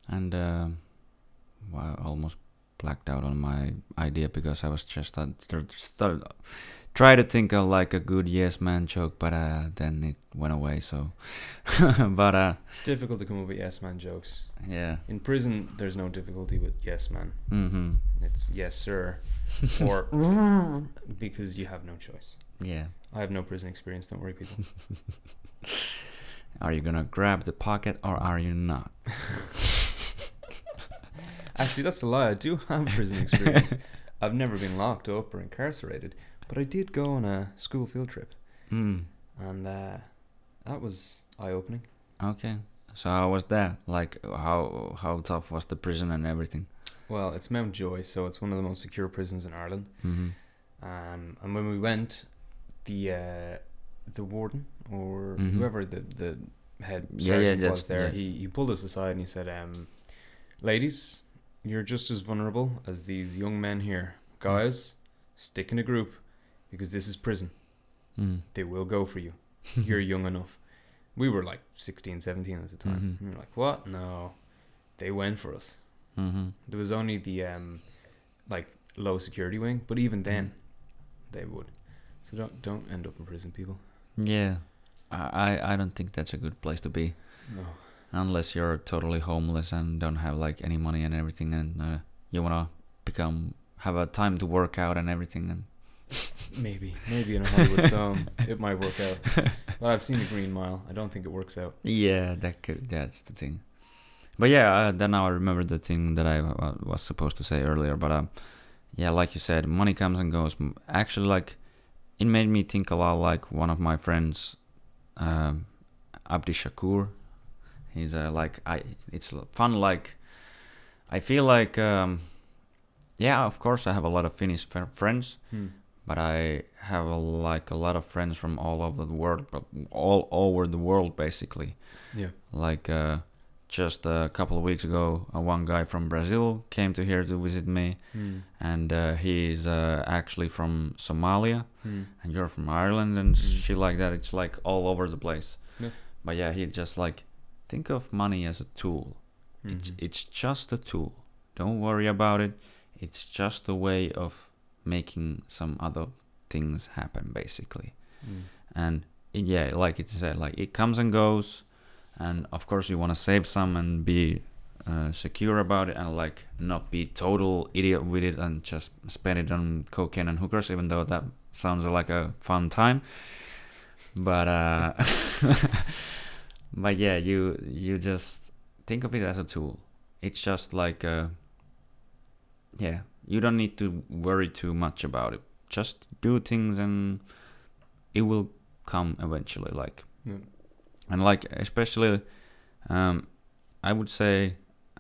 A: And um, well, I almost blacked out on my idea because I was just uh, th- st- try to think of like a good yes man joke, but uh, then it went away. So, but uh,
B: It's difficult to come up with yes man jokes.
A: yeah.
B: In prison, there's no difficulty with yes man.
A: Mm-hmm.
B: It's yes sir, or because you have no choice.
A: Yeah.
B: I have no prison experience. Don't worry, people.
A: Are you gonna grab the pocket or are you not?
B: Actually, that's a lie. I do have prison experience. I've never been locked up or incarcerated, but I did go on a school field trip,
A: Mm.
B: and uh, that was eye opening.
A: Okay. So how was that? Like how how tough was the prison and everything?
B: Well, it's Mountjoy, so it's one of the most secure prisons in Ireland.
A: Mm-hmm.
B: Um, and when we went, the uh, the warden or
A: Mhm.
B: whoever the the head
A: Yeah, yeah,
B: surgeon
A: that's-
B: was there,
A: yeah.
B: he he pulled us aside and he said, um, "Ladies, you're just as vulnerable as these young men here.
A: Mm.
B: Guys, stick in a group because this is prison.
A: Mm.
B: They will go for you. You're young enough." We were like 16, 17 at the time.
A: Mhm.
B: And we were like, "What? No, they went for us."
A: Mm-hmm.
B: There was only the um, like low security wing, but even then, they would. So don't don't end up in prison, people.
A: Yeah, I I- I don't think that's a good place to be
B: No.
A: unless you're totally homeless and don't have like any money and everything, and uh, you wanna become have a time to work out and everything. And
B: Maybe maybe in a Hollywood film it might work out. But I've seen the Green Mile. I don't think it works out.
A: yeah, that could, that's the thing. But yeah, uh, then now I remember the thing that I uh, was supposed to say earlier. But um, yeah, like you said, money comes and goes. M- Actually, like it made me think a lot. Like one of my friends, um, Abdi Shakur, he's uh, like I. It's l- fun. Like I feel like um, yeah, of course I have a lot of Finnish fr- friends,
B: Hmm.
A: but I have a, like a lot of friends from all over the world, but all over the world basically.
B: Yeah.
A: Like uh, just a couple of weeks ago, uh, one guy from Brazil came to here to visit me,
B: Hmm.
A: and uh, he's uh, actually from Somalia,
B: Hmm.
A: and you're from Ireland and
B: Mm.
A: shit like that. It's like all over the place.
B: Yeah.
A: But yeah, he just like think of money as a tool. It's,
B: Mhm.
A: it's just a tool. Don't worry about it. It's just a way of making some other things happen, basically.
B: Hmm.
A: And it- yeah, like it said, like it comes and goes. And of course, you want to save some and be uh, secure about it, and like not be total idiot with it and just spend it on cocaine and hookers, even though that sounds like a fun time. But uh, but yeah, you you just think of it as a tool. It's just like uh, yeah, you don't need to worry too much about it. Just do things and it will come eventually. Like
B: Yeah.
A: and like especially, um, I would say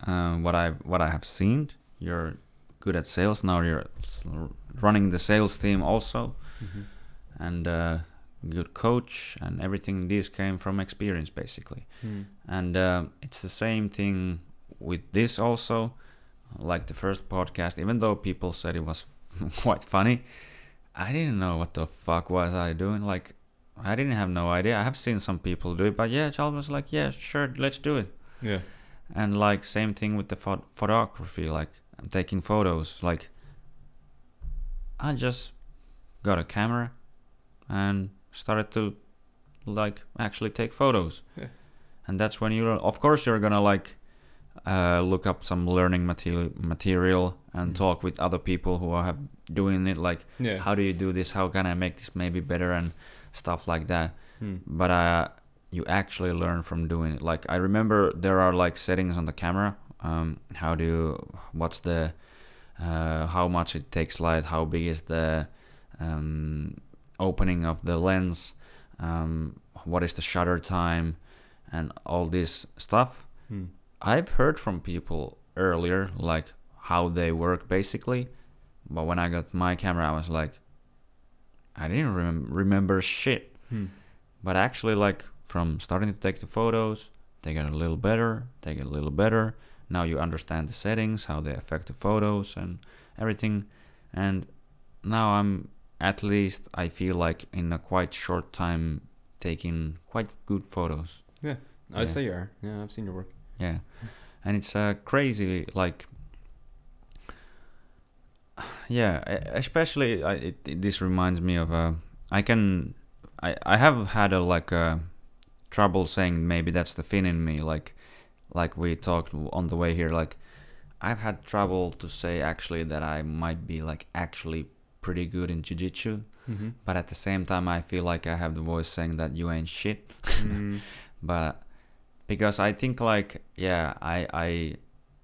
A: um, what I what I have seen. You're good at sales now. You're s- running the sales team also,
B: Mhm.
A: and uh, good coach and everything. This came from experience basically.
B: Hmm.
A: And uh, it's the same thing with this also. Like the first podcast, even though people said it was quite funny, I didn't know what the fuck was I doing. Like, I didn't have no idea. I have seen some people do it, but yeah, Charles was like, yeah, sure, let's do it.
B: Yeah.
A: And like, same thing with the phot- photography, like I'm taking photos. Like, I just got a camera and started to like actually take photos.
B: Yeah.
A: And that's when you're, of course, you're gonna like uh, look up some learning material, material and
B: Mhm.
A: talk with other people who are have doing it. Like,
B: Yeah.
A: how do you do this? How can I make this maybe better and stuff like that
B: Hmm.
A: but uh, you actually learn from doing it. Like I remember there are like settings on the camera. Um, how do you, what's the uh, how much it takes light? How big is the um, opening of the lens? Um, what is the shutter time? And all this stuff.
B: Hmm.
A: I've heard from people earlier, like how they work basically, but when I got my camera, I was like, I didn't rem- remember shit
B: Hmm.
A: but actually like from starting to take the photos they get a little better they get a little better now you understand the settings how they affect the photos and everything and now i'm at least i feel like in a quite short time taking quite good photos Yeah.
B: I'd say you are. Yeah, I've seen your work.
A: yeah and it's uh, crazy like yeah e- especially I, it, it- this reminds me of uh, i can I, I have had a like a trouble saying maybe that's the fin in me like like we talked on the way here like i've had trouble to say actually that i might be like actually pretty good in jiu-jitsu
B: Mm-hmm.
A: but at the same time i feel like i have the voice saying that you ain't shit
B: Mm-hmm.
A: Mm. but because I think like yeah, I I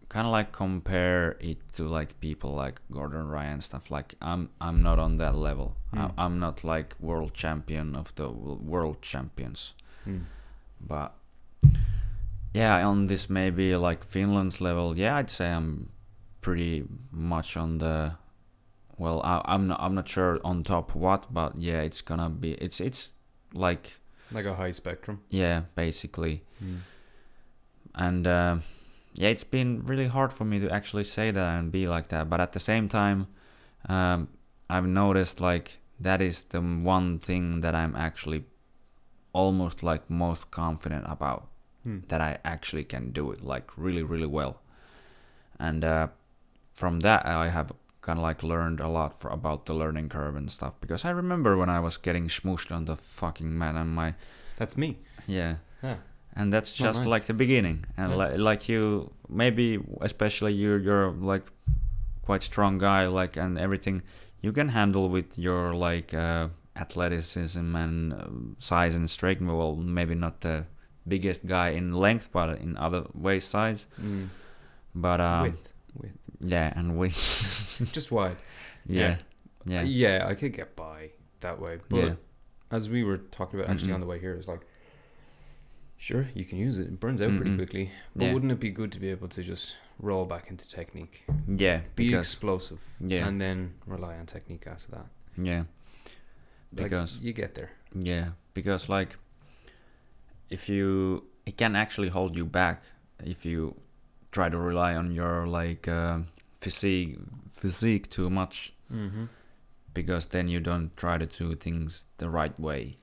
A: kind of like compare it to like people like Gordon Ryan stuff. Like I'm I'm not on that level.
B: Mm.
A: I, I'm not like world champion of the w- world champions.
B: Mm.
A: But yeah, on this maybe like Finland's level, yeah, I'd say I'm pretty much on the well. I, I'm not I'm not sure on top what, but yeah, it's gonna be it's it's like
B: like a high spectrum.
A: yeah, basically. And uh, yeah, it's been really hard for me to actually say that and be like that. But at the same time, um, I've noticed like that is the one thing that I'm actually almost like most confident about
B: Hmm.
A: that I actually can do it like really really well. And uh, from that, I have kind of like learned a lot for about the learning curve and stuff because I remember when I was getting smooshed on the fucking mat and my
B: That's me.
A: yeah
B: Yeah.
A: and that's
B: Oh,
A: just
B: nice.
A: like the beginning and
B: Yeah.
A: li- like you maybe especially you you're like quite strong guy like and everything you can handle with your like uh, athleticism and um, size and strength well maybe not the biggest guy in length but in other ways size
B: Mm.
A: but um
B: Width.
A: yeah and with
B: Just wide.
A: yeah
B: Yeah.
A: yeah
B: Uh, yeah, I could get by that way. But
A: Yeah. Mm-hmm.
B: as we were talking about actually
A: Mm-mm.
B: on the way here, it's like, sure, you can use it. It burns out pretty
A: Mm-mm.
B: quickly. But
A: Mm-hmm. Yeah.
B: wouldn't it be good to be able to just roll back into technique?
A: yeah
B: Be
A: because
B: explosive.
A: yeah.
B: And then rely on technique after that.
A: yeah
B: Like,
A: Because-
B: you get there.
A: Yeah, because like if you it can actually hold you back if you try to rely on your like uh, physique physique too much
B: Mm-hmm.
A: because then you don't try to do things the right way.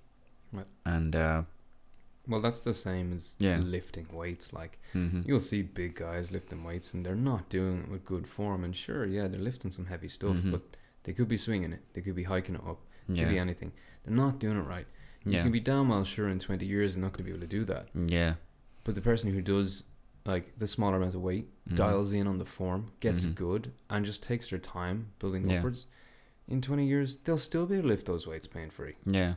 B: Right.
A: And uh
B: Well, that's the same as
A: Yeah.
B: lifting weights. Like,
A: mhm.
B: you'll see big guys lifting weights and they're not doing it with good form. And sure, yeah, they're lifting some heavy stuff,
A: Mhm.
B: but they could be swinging it, they could be hiking it up,
A: yeah.
B: could be anything. They're not doing it right. You
A: yeah.
B: can be damn well sure in 20 years they're not going to be able to do that.
A: yeah.
B: But the person who does, like, the smaller amount of weight,
A: mhm.
B: dials in on the form, gets
A: Mhm.
B: it good, and just takes their time building
A: Yeah.
B: upwards, in 20 years, they'll still be able to lift those weights pain free.
A: Yeah.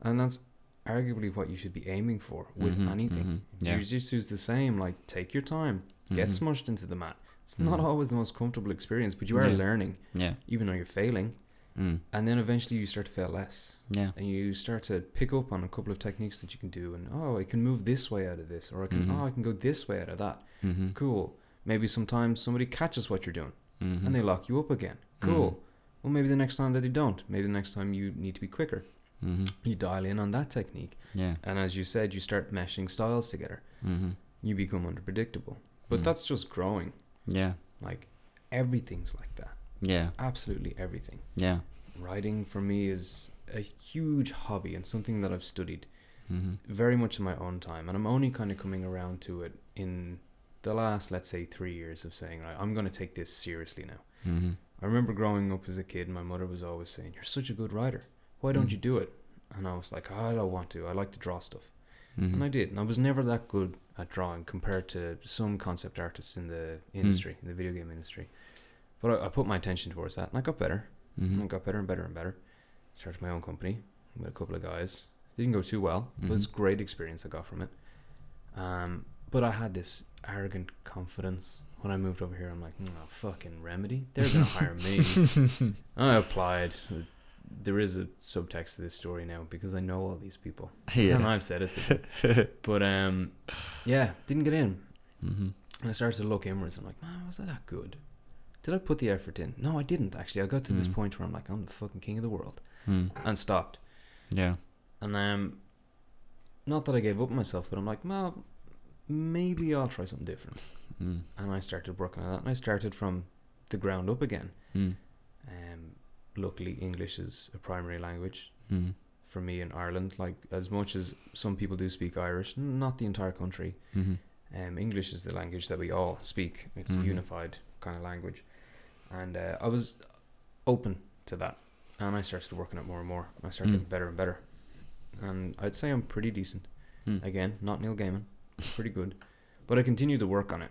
B: And that's arguably what you should be aiming for with
A: Mhm,
B: anything.
A: mhm, yeah.
B: Jujitsu is the same. Like, take your time, get
A: mhm,
B: smushed into the mat. It's not
A: Mhm.
B: always the most comfortable experience, but you are
A: Yeah.
B: learning,
A: Yeah.
B: even though you're failing.
A: Mm.
B: And then eventually you start to fail less.
A: Yeah.
B: And you start to pick up on a couple of techniques that you can do. And, oh, I can move this way out of this. Or I can,
A: Mhm.
B: oh, I can go this way out of that.
A: Mm-hmm.
B: Cool. Maybe sometimes somebody catches what you're doing
A: Mm-hmm.
B: and they lock you up again. Cool. Well, maybe the next time that they don't. Maybe the next time you need to be quicker.
A: mm-hmm.
B: You dial in on that technique.
A: Yeah.
B: And as you said, you start meshing styles together.
A: Mm-hmm.
B: You become unpredictable. But
A: Mm.
B: that's just growing.
A: Yeah.
B: Like everything's like that.
A: Yeah.
B: Absolutely everything.
A: Yeah.
B: Writing for me is a huge hobby and something that I've studied
A: Mm-hmm.
B: very much in my own time. And I'm only kind of coming around to it in the last, let's say, three years of saying, right, I'm going to take this seriously now.
A: Mm-hmm.
B: I remember growing up as a kid, my mother was always saying, You're such a good writer. Why don't
A: Mm.
B: you do it? And I was like, I don't want to. I like to draw stuff.
A: Mm-hmm.
B: and I did, and I was never that good at drawing compared to some concept artists in the industry, in the video game industry. But I, I put my attention towards that, and I got better, and I
A: Mm-hmm.
B: got better and better and better. Started my own company with a couple of guys. Didn't go too well, but it's
A: Mhm.
B: great experience I got from it. Um, but I had this arrogant confidence when I moved over here. I'm like, oh, fucking remedy, they're gonna hire me. I applied. There is a subtext to this story now because I know all these people. And
A: Yeah.
B: I've said it to them. but um, yeah, didn't get in.
A: Mm-hmm.
B: And I started to look inwards. I'm like, man, was I that good? Did I put the effort in? No, I didn't actually. I got to this
A: Mm.
B: point where I'm like, I'm the fucking king of the world,
A: Mm.
B: and stopped.
A: Yeah.
B: And um, not that I gave up on myself, but I'm like, well, maybe I'll try something different.
A: Mm.
B: And I started working on that, and I started from the ground up again.
A: Mm.
B: Um, luckily, English is a primary language
A: Mm.
B: for me in Ireland. Like as much as some people do speak Irish, n- not the entire country.
A: Mm-hmm.
B: Um, English is the language that we all speak. It's
A: Mhm.
B: a unified kind of language, and uh, I was open to that, and I started working it more and more. I started
A: Mm.
B: getting better and better, and I'd say I'm pretty decent.
A: Mm.
B: Again, not Neil Gaiman, pretty good, but I continue to work on it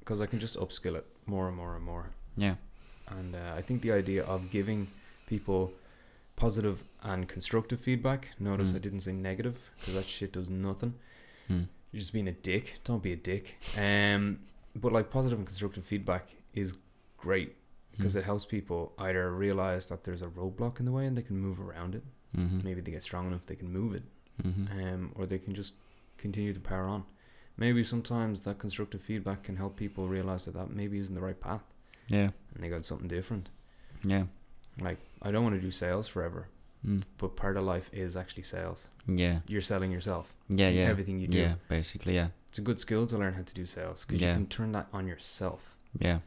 B: because I can just upskill it more and more and more.
A: Yeah.
B: And uh, I think the idea of giving people positive and constructive feedback. Notice
A: Mm.
B: I didn't say negative because that shit does nothing.
A: Mm.
B: You're just being a dick. Don't be a dick. Um, but like positive and constructive feedback is great
A: Hmm.
B: because it helps people either realize that there's a roadblock in the way and they can move around it.
A: Mm-hmm.
B: Maybe they get strong enough they can move it,
A: Mm-hmm.
B: um, or they can just continue to power on. Maybe sometimes that constructive feedback can help people realize that that maybe isn't the right path
A: Yeah.
B: and they got something different.
A: Yeah.
B: Like I don't want to do sales forever,
A: Mm.
B: but part of life is actually sales.
A: Yeah.
B: You're selling yourself.
A: Yeah.
B: in
A: Yeah.
B: Everything you do.
A: Yeah. Basically. Yeah.
B: It's a good skill to learn how to do sales because
A: Yeah.
B: you can turn that on yourself.
A: Yeah.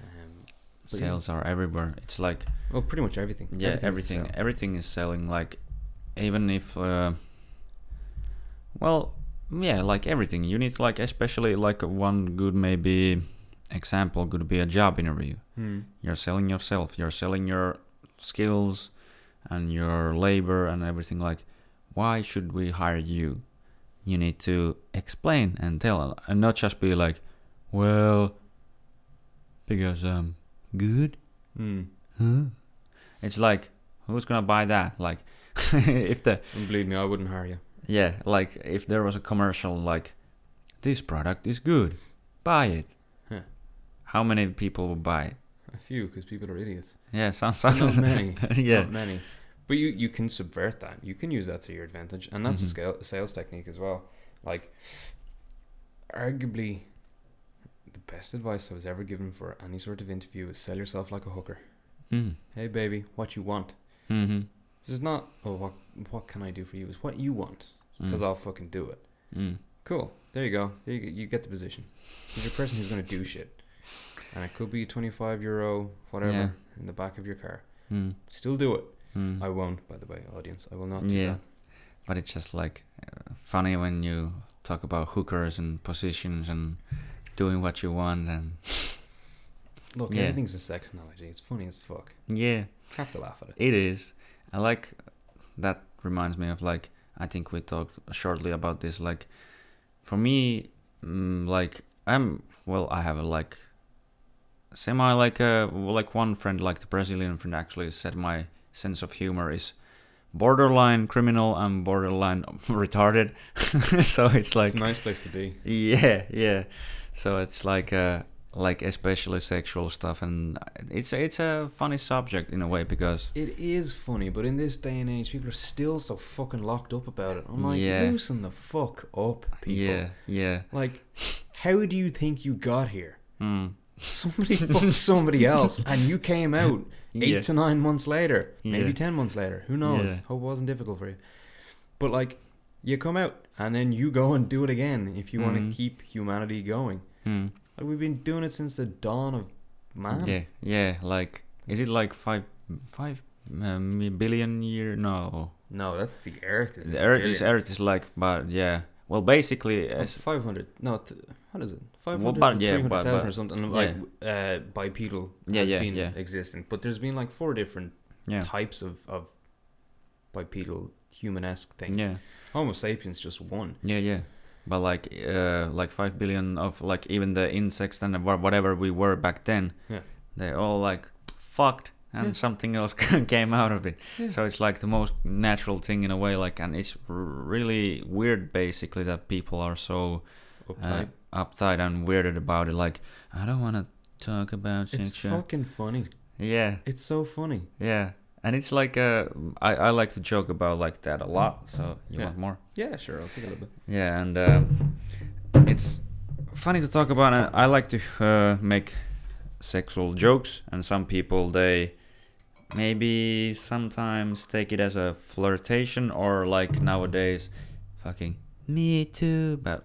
B: Um, but yeah.
A: Sales are everywhere. It's like
B: Well, pretty much everything.
A: yeah,
B: Everything is a
A: everything.
B: sale.
A: everything is selling. Like even if uh, well, yeah, like everything. You need like especially like one good maybe example could be a job interview.
B: Hmm.
A: You're selling yourself. You're selling your skills and your labor and everything. Like, why should we hire you? You need to explain and tell, and not just be like, "Well, because I'm good."
B: Hmm.
A: Huh? It's like, who's gonna buy that? Like, if the
B: And believe me, I wouldn't hire you.
A: yeah, like if there was a commercial like, this product is good, buy it.
B: Huh.
A: How many people would buy it?
B: A few, because people are idiots.
A: Yeah, sounds
B: Not
A: sounds
B: many.
A: yeah.
B: Not many. But you, you can subvert that. You can use that to your advantage. And that's
A: Mhm.
B: a scale, sales technique as well. Like, arguably, the best advice I was ever given for any sort of interview is sell yourself like a hooker.
A: Mm.
B: Hey, baby, what you want?
A: Mm-hmm.
B: This is not, oh, what, what can I do for you? It's what you want, because I'll fucking do it.
A: Mm.
B: Cool. There you go. There you, go. you get the position. You're a person who's going to do shit. And it could be 25 euro, whatever,
A: Yeah.
B: in the back of your car.
A: Mm.
B: Still do it.
A: Mm.
B: I won't, by the way, audience. I will not do
A: Yeah.
B: that.
A: But it's just like uh, funny when you talk about hookers and positions and doing what you want and
B: Look,
A: Yeah.
B: everything's a sex analogy. It's funny as fuck.
A: yeah,
B: Have to laugh at it.
A: it is. I like that reminds me of like I think we talked shortly about this. Like for me, mm, like I'm well, I have a like semi like a like one friend, like the Brazilian friend, actually said my sense of humor is borderline criminal and borderline retarded. so it's like
B: it's a nice place to be.
A: Yeah, yeah. So it's like uh like especially sexual stuff and it's it's a funny subject in a way because
B: It is funny, but in this day and age, people are still so fucking locked up about it. I'm like,
A: Yeah.
B: loosen the fuck up, people.
A: yeah, yeah.
B: Like, how do you think you got here?
A: Mm.
B: Somebody fucked somebody else, and you came out eight
A: Yeah.
B: to nine months later, maybe
A: Yeah.
B: ten months later. Who knows?
A: Yeah.
B: Hope it wasn't difficult for you. But like, you come out, and then you go and do it again if you want
A: Mhm.
B: to keep humanity going.
A: Mm.
B: Like we've been doing it since the dawn of man.
A: Yeah, yeah, like is it like 5 5 uh, mi- billion year no.
B: No, that's the Earth.
A: The Earth is Earth is like but yeah. Well basically as
B: Oh, Five hundred. No, th- what is it? Five
A: Well,
B: hundred,
A: but- yeah,
B: three hundred
A: but-
B: thousand
A: but-
B: or something.
A: yeah.
B: Like uh, bipedal
A: Yeah,
B: has
A: yeah,
B: been
A: yeah.
B: existent, but there's been like four different
A: yeah.
B: types of, of bipedal humanesque things.
A: Yeah.
B: Homo sapiens just one.
A: Yeah, yeah. But like, uh, like five billion of like even the insects and wha- whatever we were back then,
B: Yeah.
A: they all like fucked, and
B: Yeah.
A: something else came out of it.
B: Yeah.
A: So it's like the most natural thing in a way. Like, and it's r- really weird, basically, that people are so uh,
B: Uptight.
A: uptight and weirded about it. Like, I don't want to talk about
B: it's
A: sexual.
B: fucking funny.
A: Yeah,
B: It's so funny.
A: yeah. And it's like, uh, I I like to joke about like that a lot. So you
B: Mm. Yeah.
A: want more?
B: Yeah, sure. I'll take a little bit.
A: Yeah, and uh, it's funny to talk about. And I like to uh, make sexual jokes, and some people they maybe sometimes take it as a flirtation, or like nowadays, fucking me too. But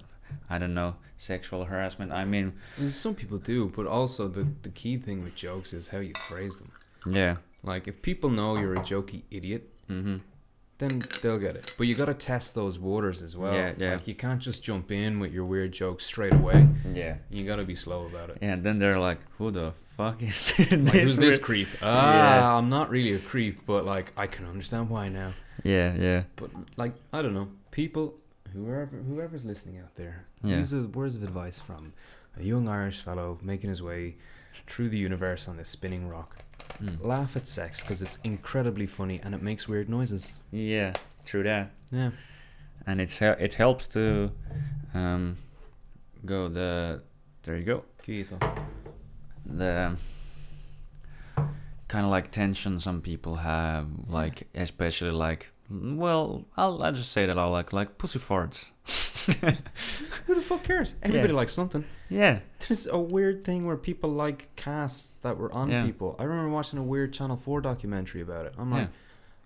A: I don't know, sexual harassment. I mean,
B: And some people do, but also the the key thing with jokes is how you phrase them.
A: yeah,
B: Like if people know you're a jokey idiot,
A: mm-hmm.
B: then they'll get it. But you gotta test those waters as well.
A: Yeah, yeah.
B: Like you can't just jump in with your weird jokes straight away.
A: yeah,
B: You gotta be slow about it.
A: yeah. And then they're like, "Who the fuck is this?"
B: Like who's this
A: weird-"
B: creep? Ah,
A: Yeah.
B: I'm not really a creep, but like I can understand why now.
A: Yeah, yeah,
B: But like I don't know, people, whoever whoever's listening out there,
A: Yeah.
B: these are words of advice from a young Irish fellow making his way through the universe on this spinning rock.
A: Mm.
B: Laugh at sex because it's incredibly funny and it makes weird noises.
A: yeah. True that.
B: Yeah.
A: and it's hel- it helps to um, go the there you go the kind of like tension some people have like especially like mm, well I'll, I'll just say that I like like pussy farts
B: Who the fuck cares? Everybody likes something.
A: yeah
B: There's a weird thing where people like casts that were on
A: Yeah.
B: people. I remember watching a weird Channel 4 documentary about it. I'm like,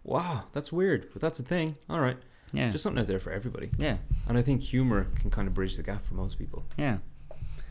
B: wow, that's weird, but that's a thing. All right.
A: Yeah.
B: Just something out there for everybody.
A: yeah.
B: And I think humor can kind of bridge the gap for most people.
A: Yeah.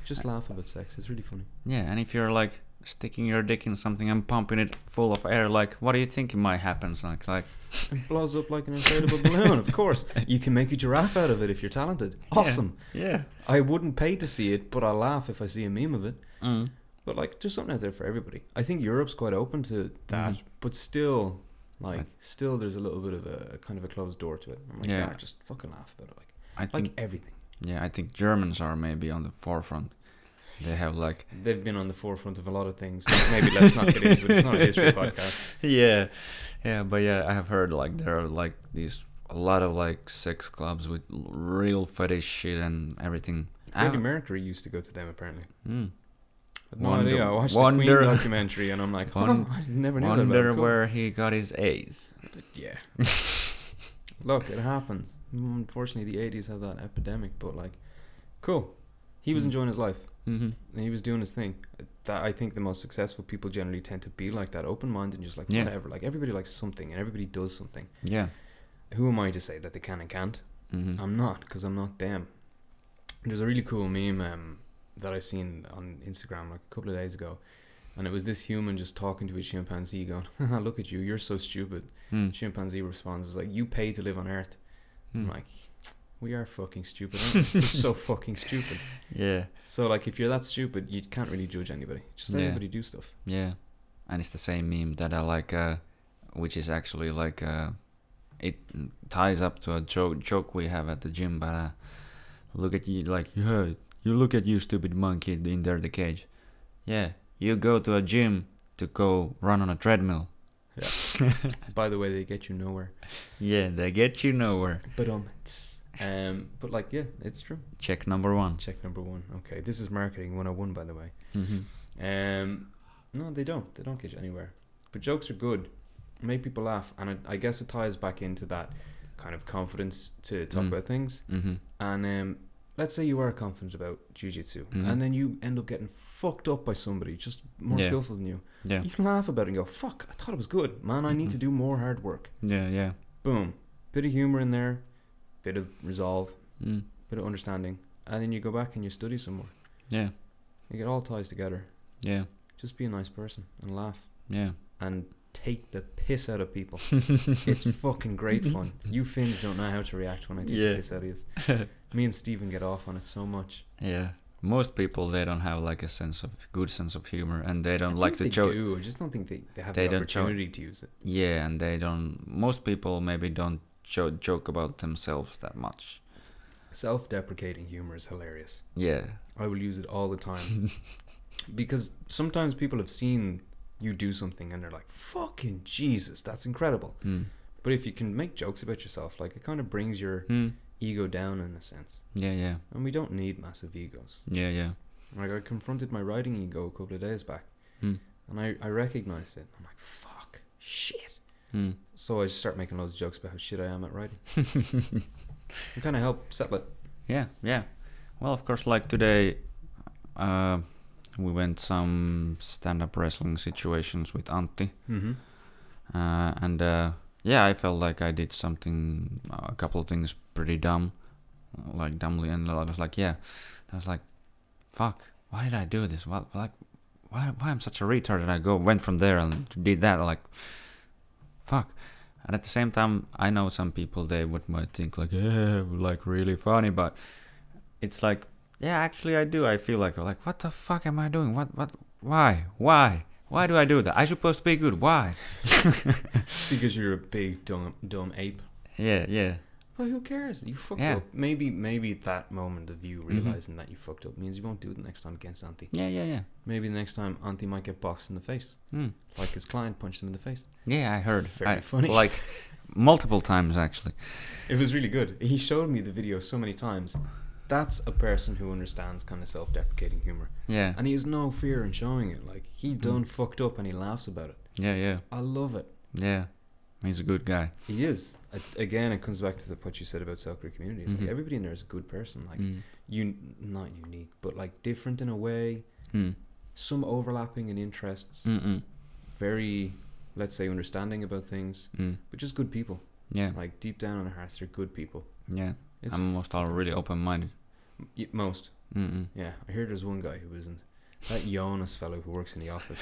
B: Just laugh about sex. It's really funny.
A: Yeah. And if you're like sticking your dick in something and pumping it full of air, like, what do you think it might happen? Like, like
B: It blows up like an inflatable balloon, of course. You can make a giraffe out of it if you're talented.
A: Yeah.
B: Awesome.
A: yeah.
B: I wouldn't pay to see it, but I'll laugh if I see a meme of it.
A: Mm.
B: But like, just something out there for everybody. I think Europe's quite open to that,
A: Mhm.
B: but still, like,
A: Right.
B: still there's a little bit of a kind of a closed door to it. I'm like,
A: Yeah.
B: yeah, just fucking laugh about it, like,
A: I
B: like
A: think.
B: everything.
A: Yeah, I think Germans are maybe on the forefront. They have like.
B: They've been on the forefront of a lot of things. Maybe let's not get into it. It's not a history podcast.
A: Yeah, yeah, but yeah, I have heard like there are like these a lot of like sex clubs with l- real fetish shit and everything. I
B: Freddie
A: have-
B: Mercury used to go to them apparently.
A: Mm.
B: Had no
A: Wonder-
B: idea. I watched the
A: wonder-
B: Queen documentary and I'm like, huh,
A: Won-
B: I never knew that.
A: Wonder
B: About it. Cool.
A: where he got his A's.
B: Yeah. Look, it happens. Mm, Unfortunately, the 80s had that epidemic, but like, cool. He was
A: Mm.
B: enjoying his life.
A: Mm-hmm.
B: and he was doing his thing. That I think the most successful people generally tend to be like that, open minded, and just like
A: Yeah.
B: whatever. Like everybody likes something, and everybody does something.
A: Yeah.
B: Who am I to say that they can and can't?
A: Mm-hmm.
B: I'm not, because I'm not them. There's a really cool meme um, that I seen on Instagram like a couple of days ago, and it was this human just talking to a chimpanzee, going, "Look at you, you're so stupid." The
A: mm
B: chimpanzee responds, "Is like you pay to live on Earth."
A: Mm.
B: I'm like, "We are fucking stupid. Aren't we? We're so fucking stupid."
A: Yeah.
B: So like, if you're that stupid, you can't really judge anybody. Just let
A: Yeah.
B: everybody do stuff.
A: Yeah, and it's the same meme that I like, uh, which is actually like uh, it ties up to a joke joke we have at the gym. But uh, look at you, like yeah, you look at you stupid monkey in there the cage. Yeah, you go to a gym to go run on a treadmill.
B: By the way, they get you nowhere.
A: Yeah, they get you nowhere.
B: But um, it's- um, but like, yeah, it's true.
A: Check number one.
B: Check number one. Okay, this is marketing 101, by the way.
A: Mm-hmm.
B: Um, no, they don't. They don't get you anywhere. But jokes are good. Make people laugh, and it, I guess it ties back into that kind of confidence to talk
A: Mm.
B: about things.
A: Mm-hmm.
B: And um, let's say you are confident about jujitsu,
A: Mhm.
B: and then you end up getting fucked up by somebody just more
A: Yeah.
B: skillful than you.
A: Yeah,
B: You can laugh about it and go, "Fuck, I thought it was good, man. I need
A: Mhm.
B: to do more hard work."
A: yeah, yeah.
B: boom, bit of humor in there, bit of resolve,
A: Mm.
B: bit of understanding, and then you go back and you study some more.
A: Yeah,
B: Like it all ties together.
A: yeah,
B: Just be a nice person and laugh
A: yeah.
B: and take the piss out of people. it's fucking great fun. You Finns don't know how to react when I take
A: Yeah.
B: the piss out of you. Me and Steven get off on it so much.
A: Yeah. Most people they don't have like a sense of good sense of humor and they
B: I
A: don't like
B: think
A: the
B: they
A: joke.
B: do. I just don't think they, they have
A: They
B: the
A: don't joke.
B: opportunity to use it.
A: Yeah, and they don't most people maybe don't jo- joke about themselves that much.
B: Self-deprecating humor is hilarious.
A: Yeah.
B: I will use it all the time. because sometimes people have seen you do something and they're like, fucking Jesus, that's incredible.
A: Mm.
B: But if you can make jokes about yourself, like it kind of brings your
A: Mm.
B: ego down in a sense.
A: Yeah, yeah.
B: And we don't need massive egos.
A: Yeah, yeah.
B: Like I confronted my writing ego a couple of days back
A: Mm.
B: and I, I recognized it. I'm like, fuck, shit.
A: Mm.
B: So I just start making loads of jokes about how shit I am at writing. it kind of help settle it.
A: Yeah, yeah. Well, of course like today uh we went some stand-up wrestling situations with Antti.
B: Mm-hmm.
A: uh, and uh, yeah, I felt like I did something, uh, a couple of things pretty dumb, like dumbly, and I was like, yeah, I was like, fuck, why did I do this? What, like, why, why I'm such a retard? And I go went from there and did that, like, fuck. And at the same time, I know some people they would might think like, yeah, like really funny, but it's like, yeah, actually I do. I feel like like what the fuck am I doing? What what why why why do I do that? I supposed to be good. Why?
B: Because you're a big dumb dumb ape.
A: Yeah, yeah,
B: Well, who cares? You fucked
A: Yeah.
B: up. Maybe, maybe that moment of you realizing that you fucked up means you won't do it the next time against Auntie.
A: yeah, yeah, yeah.
B: Maybe the next time Auntie might get boxed in the face,
A: Hmm.
B: like his client punched him in the face.
A: Yeah, I heard.
B: Very
A: I-
B: funny.
A: Like multiple times actually.
B: It was really good. He showed me the video so many times. That's a person who understands kind of self-deprecating humor,
A: Yeah,
B: and he has no fear in showing it. Like he done fucked up, and he laughs about it.
A: yeah, yeah,
B: I love it.
A: yeah. He's a good guy.
B: He is. Mm-hmm. I- Again, it comes back to the, what you said about self-care communities.
A: Mhm.
B: Like everybody in there is a good person. Like
A: Mm.
B: you, not unique, but like different in a way.
A: Mm.
B: Mm. some overlapping in interests,
A: Mm-mm.
B: very let's say, understanding about things,
A: Mm.
B: but just good people.
A: Yeah.
B: Like deep down in our hearts, they're good people.
A: Yeah.
B: It's
A: I'm most all really open minded.
B: y- most.
A: Mm-mm.
B: Yeah, I hear there's one guy who isn't. That Jonas fellow who works in the office.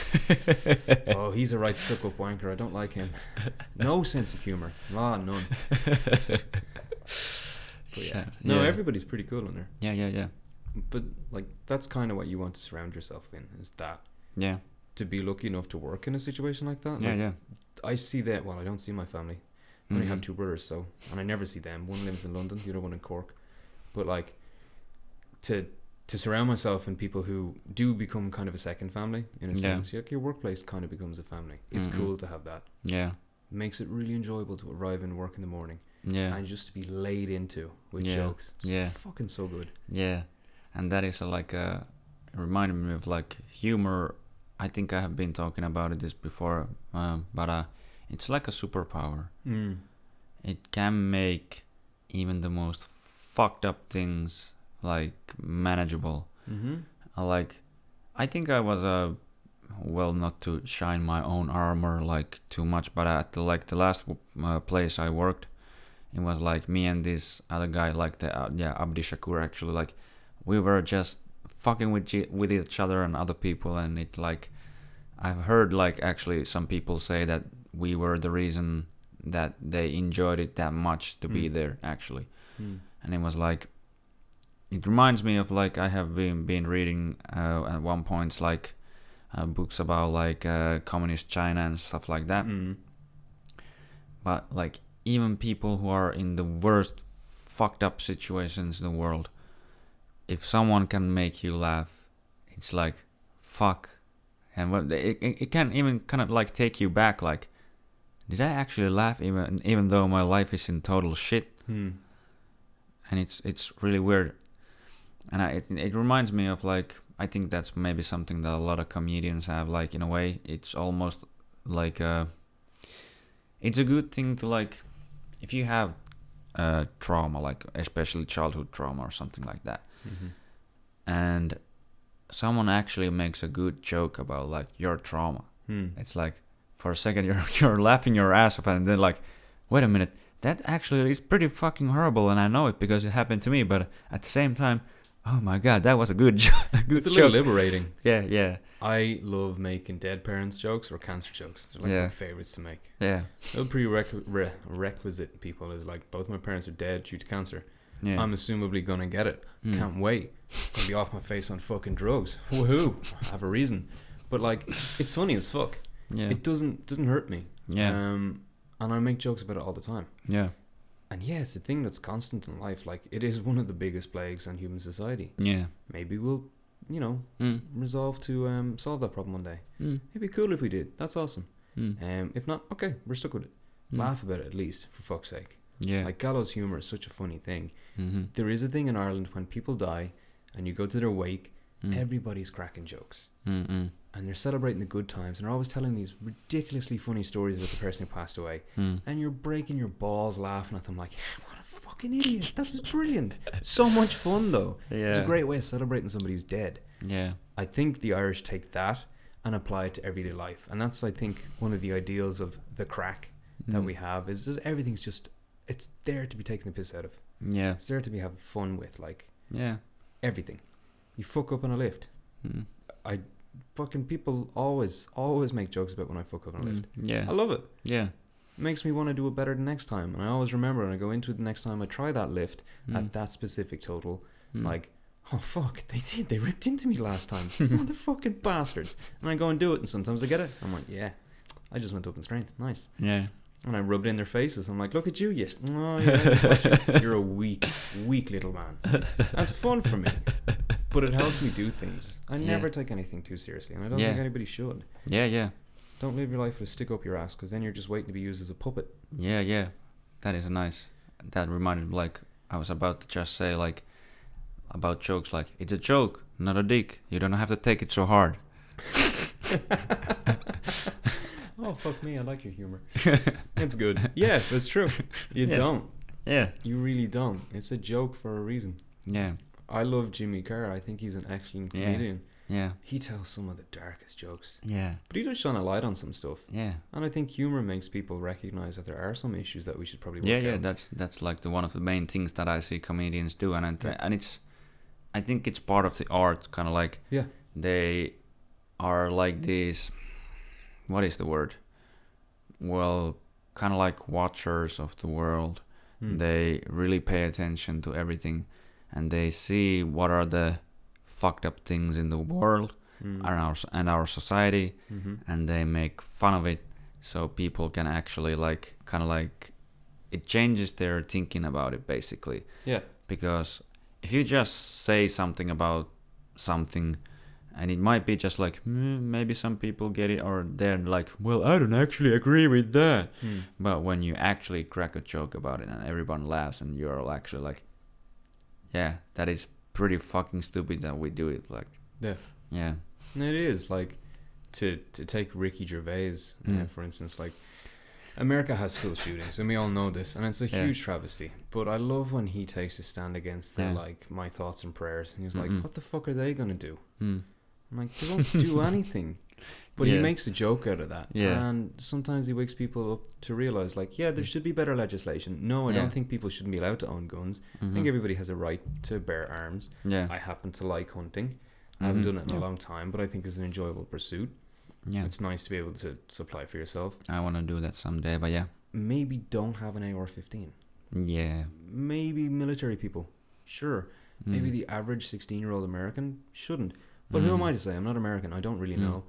B: oh, he's a right stuck up wanker. I don't like him. No sense of humor. Ah, none. But yeah. No,
A: yeah.
B: everybody's pretty cool in there.
A: yeah, yeah, yeah.
B: But like that's kind of what you want to surround yourself in is that
A: Yeah,
B: to be lucky enough to work in a situation like that.
A: yeah,
B: Uh, like,
A: yeah.
B: I see that. Well, I don't see my family. I only have
A: Mhm.
B: two brothers, so and I never see them. One lives in London, the other one in Cork. But like, to to surround myself in people who do become kind of a second family in a
A: Yeah.
B: sense, like your workplace kind of becomes a family. It's
A: Mhm.
B: cool to have that.
A: Yeah,
B: Makes it really enjoyable to arrive and work in the morning
A: yeah,
B: and just to be laid into with
A: Yeah.
B: jokes. It's
A: Yeah.
B: fucking so good.
A: yeah. And that is uh, like a it reminded me of like humor. I think I have been talking about it this before, um, but uh, it's like a superpower.
B: Mm.
A: It can make even the most fucked up things like manageable.
B: Mm-hmm.
A: I like I think I was uh, well not to shine my own armor like too much but at the, like the last w- uh, place I worked it was like me and this other guy like the uh, yeah Abdi Shakur actually like we were just fucking with ge- with each other and other people and it like I've heard like actually some people say that we were the reason that they enjoyed it that much to be
B: Mm.
A: there actually
B: Mm.
A: and it was like it reminds me of like I have been been reading uh, at one point like uh, books about like uh, communist China and stuff like that.
B: Mm.
A: But like even people who are in the worst fucked up situations in the world, if someone can make you laugh, it's like fuck, and what it it it can even kind of like take you back like. Did I actually laugh even even though my life is in total shit?
B: Mm.
A: and it's it's really weird and I, it, it reminds me of like i think that's maybe something that a lot of comedians have like in a way it's almost like a it's a good thing to like if you have uh, trauma like especially childhood trauma or something like that
B: Mm-hmm.
A: and someone actually makes a good joke about like your trauma
B: Mm.
A: it's like for a second you're you're laughing your ass off and then like, wait a minute, that actually is pretty fucking horrible and I know it because it happened to me, but at the same time, oh my god, that was a good jo- a good
B: It's a little
A: joke.
B: liberating.
A: yeah, yeah.
B: I love making dead parents jokes or cancer jokes. They're like
A: Yeah.
B: my favorites to make.
A: Yeah.
B: Little prerequisite re- requisite people is like both my parents are dead due to cancer.
A: Yeah.
B: I'm assumably gonna get it.
A: Mm.
B: Can't wait. Gonna be off my face on fucking drugs. Woohoo! I have a reason. But like, it's funny as fuck.
A: yeah.
B: It doesn't doesn't hurt me.
A: yeah.
B: Um, and I make jokes about it all the time.
A: yeah.
B: And yeah, it's a thing that's constant in life. Like, it is one of the biggest plagues on human society.
A: Yeah.
B: Maybe we'll, you know,
A: Mm.
B: resolve to um, solve that problem one day.
A: Mm.
B: It'd be cool if we did. That's awesome.
A: Mm.
B: Um, if not, okay, we're stuck with it.
A: Mm.
B: Laugh about it at least, for fuck's sake.
A: Yeah.
B: Like gallows humor is such a funny thing.
A: mm-hmm.
B: There is a thing in Ireland when people die, and you go to their wake,
A: mm.
B: everybody's cracking jokes,
A: mm, mm,
B: and they're celebrating the good times, and they're always telling these ridiculously funny stories about the person who passed away,
A: mm.
B: and you're breaking your balls laughing at them like, what a fucking idiot! That's brilliant. so much fun though.
A: Yeah.
B: It's a great way of celebrating somebody who's dead.
A: Yeah.
B: I think the Irish take that and apply it to everyday life. And that's, I think, one of the ideals of the crack that
A: Mm.
B: we have is that everything's just, it's there to be taken the piss out of.
A: Mm, Yeah.
B: It's there to be having fun with, like
A: Yeah.
B: everything. You fuck up on a lift.
A: Mm.
B: Fucking people always, always make jokes about when I fuck up on a
A: Mm.
B: lift.
A: Yeah.
B: I love it.
A: Yeah.
B: It makes me want to do it better the next time. And I always remember when I go into it the next time I try that lift
A: Mm.
B: at that specific total,
A: Mm.
B: like, oh fuck, they did. They ripped into me last time. Motherfucking bastards. And I go and do it, and sometimes they get it. I'm like, yeah, I just went up in strength. Nice.
A: Yeah.
B: And I rub it in their faces. I'm like, look at you. Yes. Oh, yeah, You're a weak, weak little man. That's fun for me. But it helps me do things. I
A: Yeah.
B: never take anything too seriously, and I don't
A: Yeah.
B: think anybody should.
A: Yeah. Yeah.
B: Don't live your life with a stick up your ass, because then you're just waiting to be used as a puppet.
A: Yeah, yeah, that is nice. That reminded me, like, I was about to just say, like, about jokes, like, it's a joke, not a dick. You don't have to take it so hard.
B: Oh, fuck me. I like your humor. it's good. Yeah, that's true. You
A: Yeah.
B: don't.
A: Yeah,
B: You really don't. It's a joke for a reason.
A: yeah,
B: I love Jimmy Carr. I think he's an excellent
A: Yeah.
B: comedian.
A: Yeah.
B: He tells some of the darkest jokes,
A: Yeah.
B: but he does shine a light on some stuff.
A: Yeah.
B: And I think humor makes people recognize that there are some issues that we should probably work
A: Yeah, yeah,
B: out.
A: that's that's like the one of the main things that I see comedians do, and it,
B: Yeah.
A: and it's, I think it's part of the art, kind of like
B: Yeah.
A: they are like these, what is the word? Well, kind of like watchers of the world.
B: Hmm.
A: They really pay attention to everything, and they see what are the fucked up things in the world
B: Hmm.
A: and our s- and our society,
B: Mhm.
A: and they make fun of it so people can actually like kind of like it changes their thinking about it basically
B: Yeah.
A: because if you just say something about something and it might be just like "Hmm, maybe some people get it or they're like well i don't actually agree with that
B: Hmm.
A: but when you actually crack a joke about it and everyone laughs and you're all actually like yeah that is pretty fucking stupid that we do it like
B: Yeah.
A: yeah
B: No, Hmm. It is like to to take Ricky Gervais uh,
A: Mm.
B: for instance, like America has school shootings, and we all know this, and it's a
A: Yeah.
B: huge travesty. But I love when he takes a stand against the
A: Yeah. Mm-hmm.
B: like my thoughts and prayers, and he's
A: Mm-mm.
B: like, "What the fuck are they gonna do?"
A: Mm.
B: I'm like, "They won't do anything." But he
A: Yeah.
B: makes a joke out of that,
A: Yeah.
B: and sometimes he wakes people up to realize, like, yeah, there should be better legislation. No, I
A: Yeah.
B: don't think people shouldn't be allowed to own guns. I think
A: Mhm.
B: everybody has a right to bear arms.
A: yeah
B: I happen to like hunting. I haven't
A: Mhm.
B: done it in a
A: Yeah.
B: long time, but I think it's an enjoyable pursuit.
A: yeah
B: It's nice to be able to supply for yourself.
A: I want to do that someday, but yeah.
B: Maybe don't have an AR 15.
A: Yeah. Mm,
B: Maybe military people. Sure. Maybe
A: Hmm.
B: the average 16 year old American shouldn't. But who am I to say? I'm not American. I don't really
A: Mm.
B: know.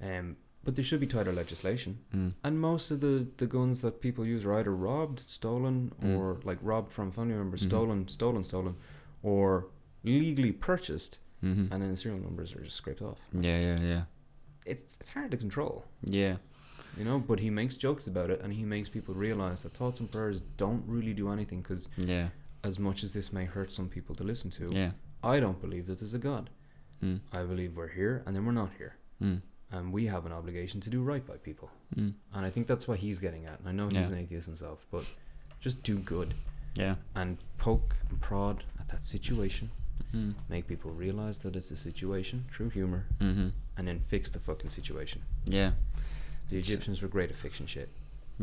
B: Um, but there should be tighter legislation.
A: Mm.
B: And most of the, the guns that people use are either robbed, stolen,
A: Mm.
B: or like robbed from family members,
A: Mhm.
B: stolen, stolen, stolen, or legally purchased.
A: Mm-hmm.
B: And then the serial numbers are just scraped off.
A: yeah, yeah, yeah.
B: It's, it's hard to control.
A: Yeah.
B: you know but he makes jokes about it and he makes people realize that thoughts and prayers don't really do anything because
A: Yeah.
B: as much as this may hurt some people to listen to
A: Yeah.
B: i don't believe that there's a god
A: Mm.
B: i believe we're here and then we're not here
A: Mm.
B: and we have an obligation to do right by people
A: Mm.
B: and i think that's what he's getting at and i know he's
A: Yeah.
B: an atheist himself but just do good
A: Yeah.
B: and poke and prod at that situation
A: Mm.
B: make people realize that it's a situation true humor
A: Mm-hmm.
B: and then fix the fucking situation
A: Yeah.
B: the
A: It's-
B: egyptians were great at fixing shit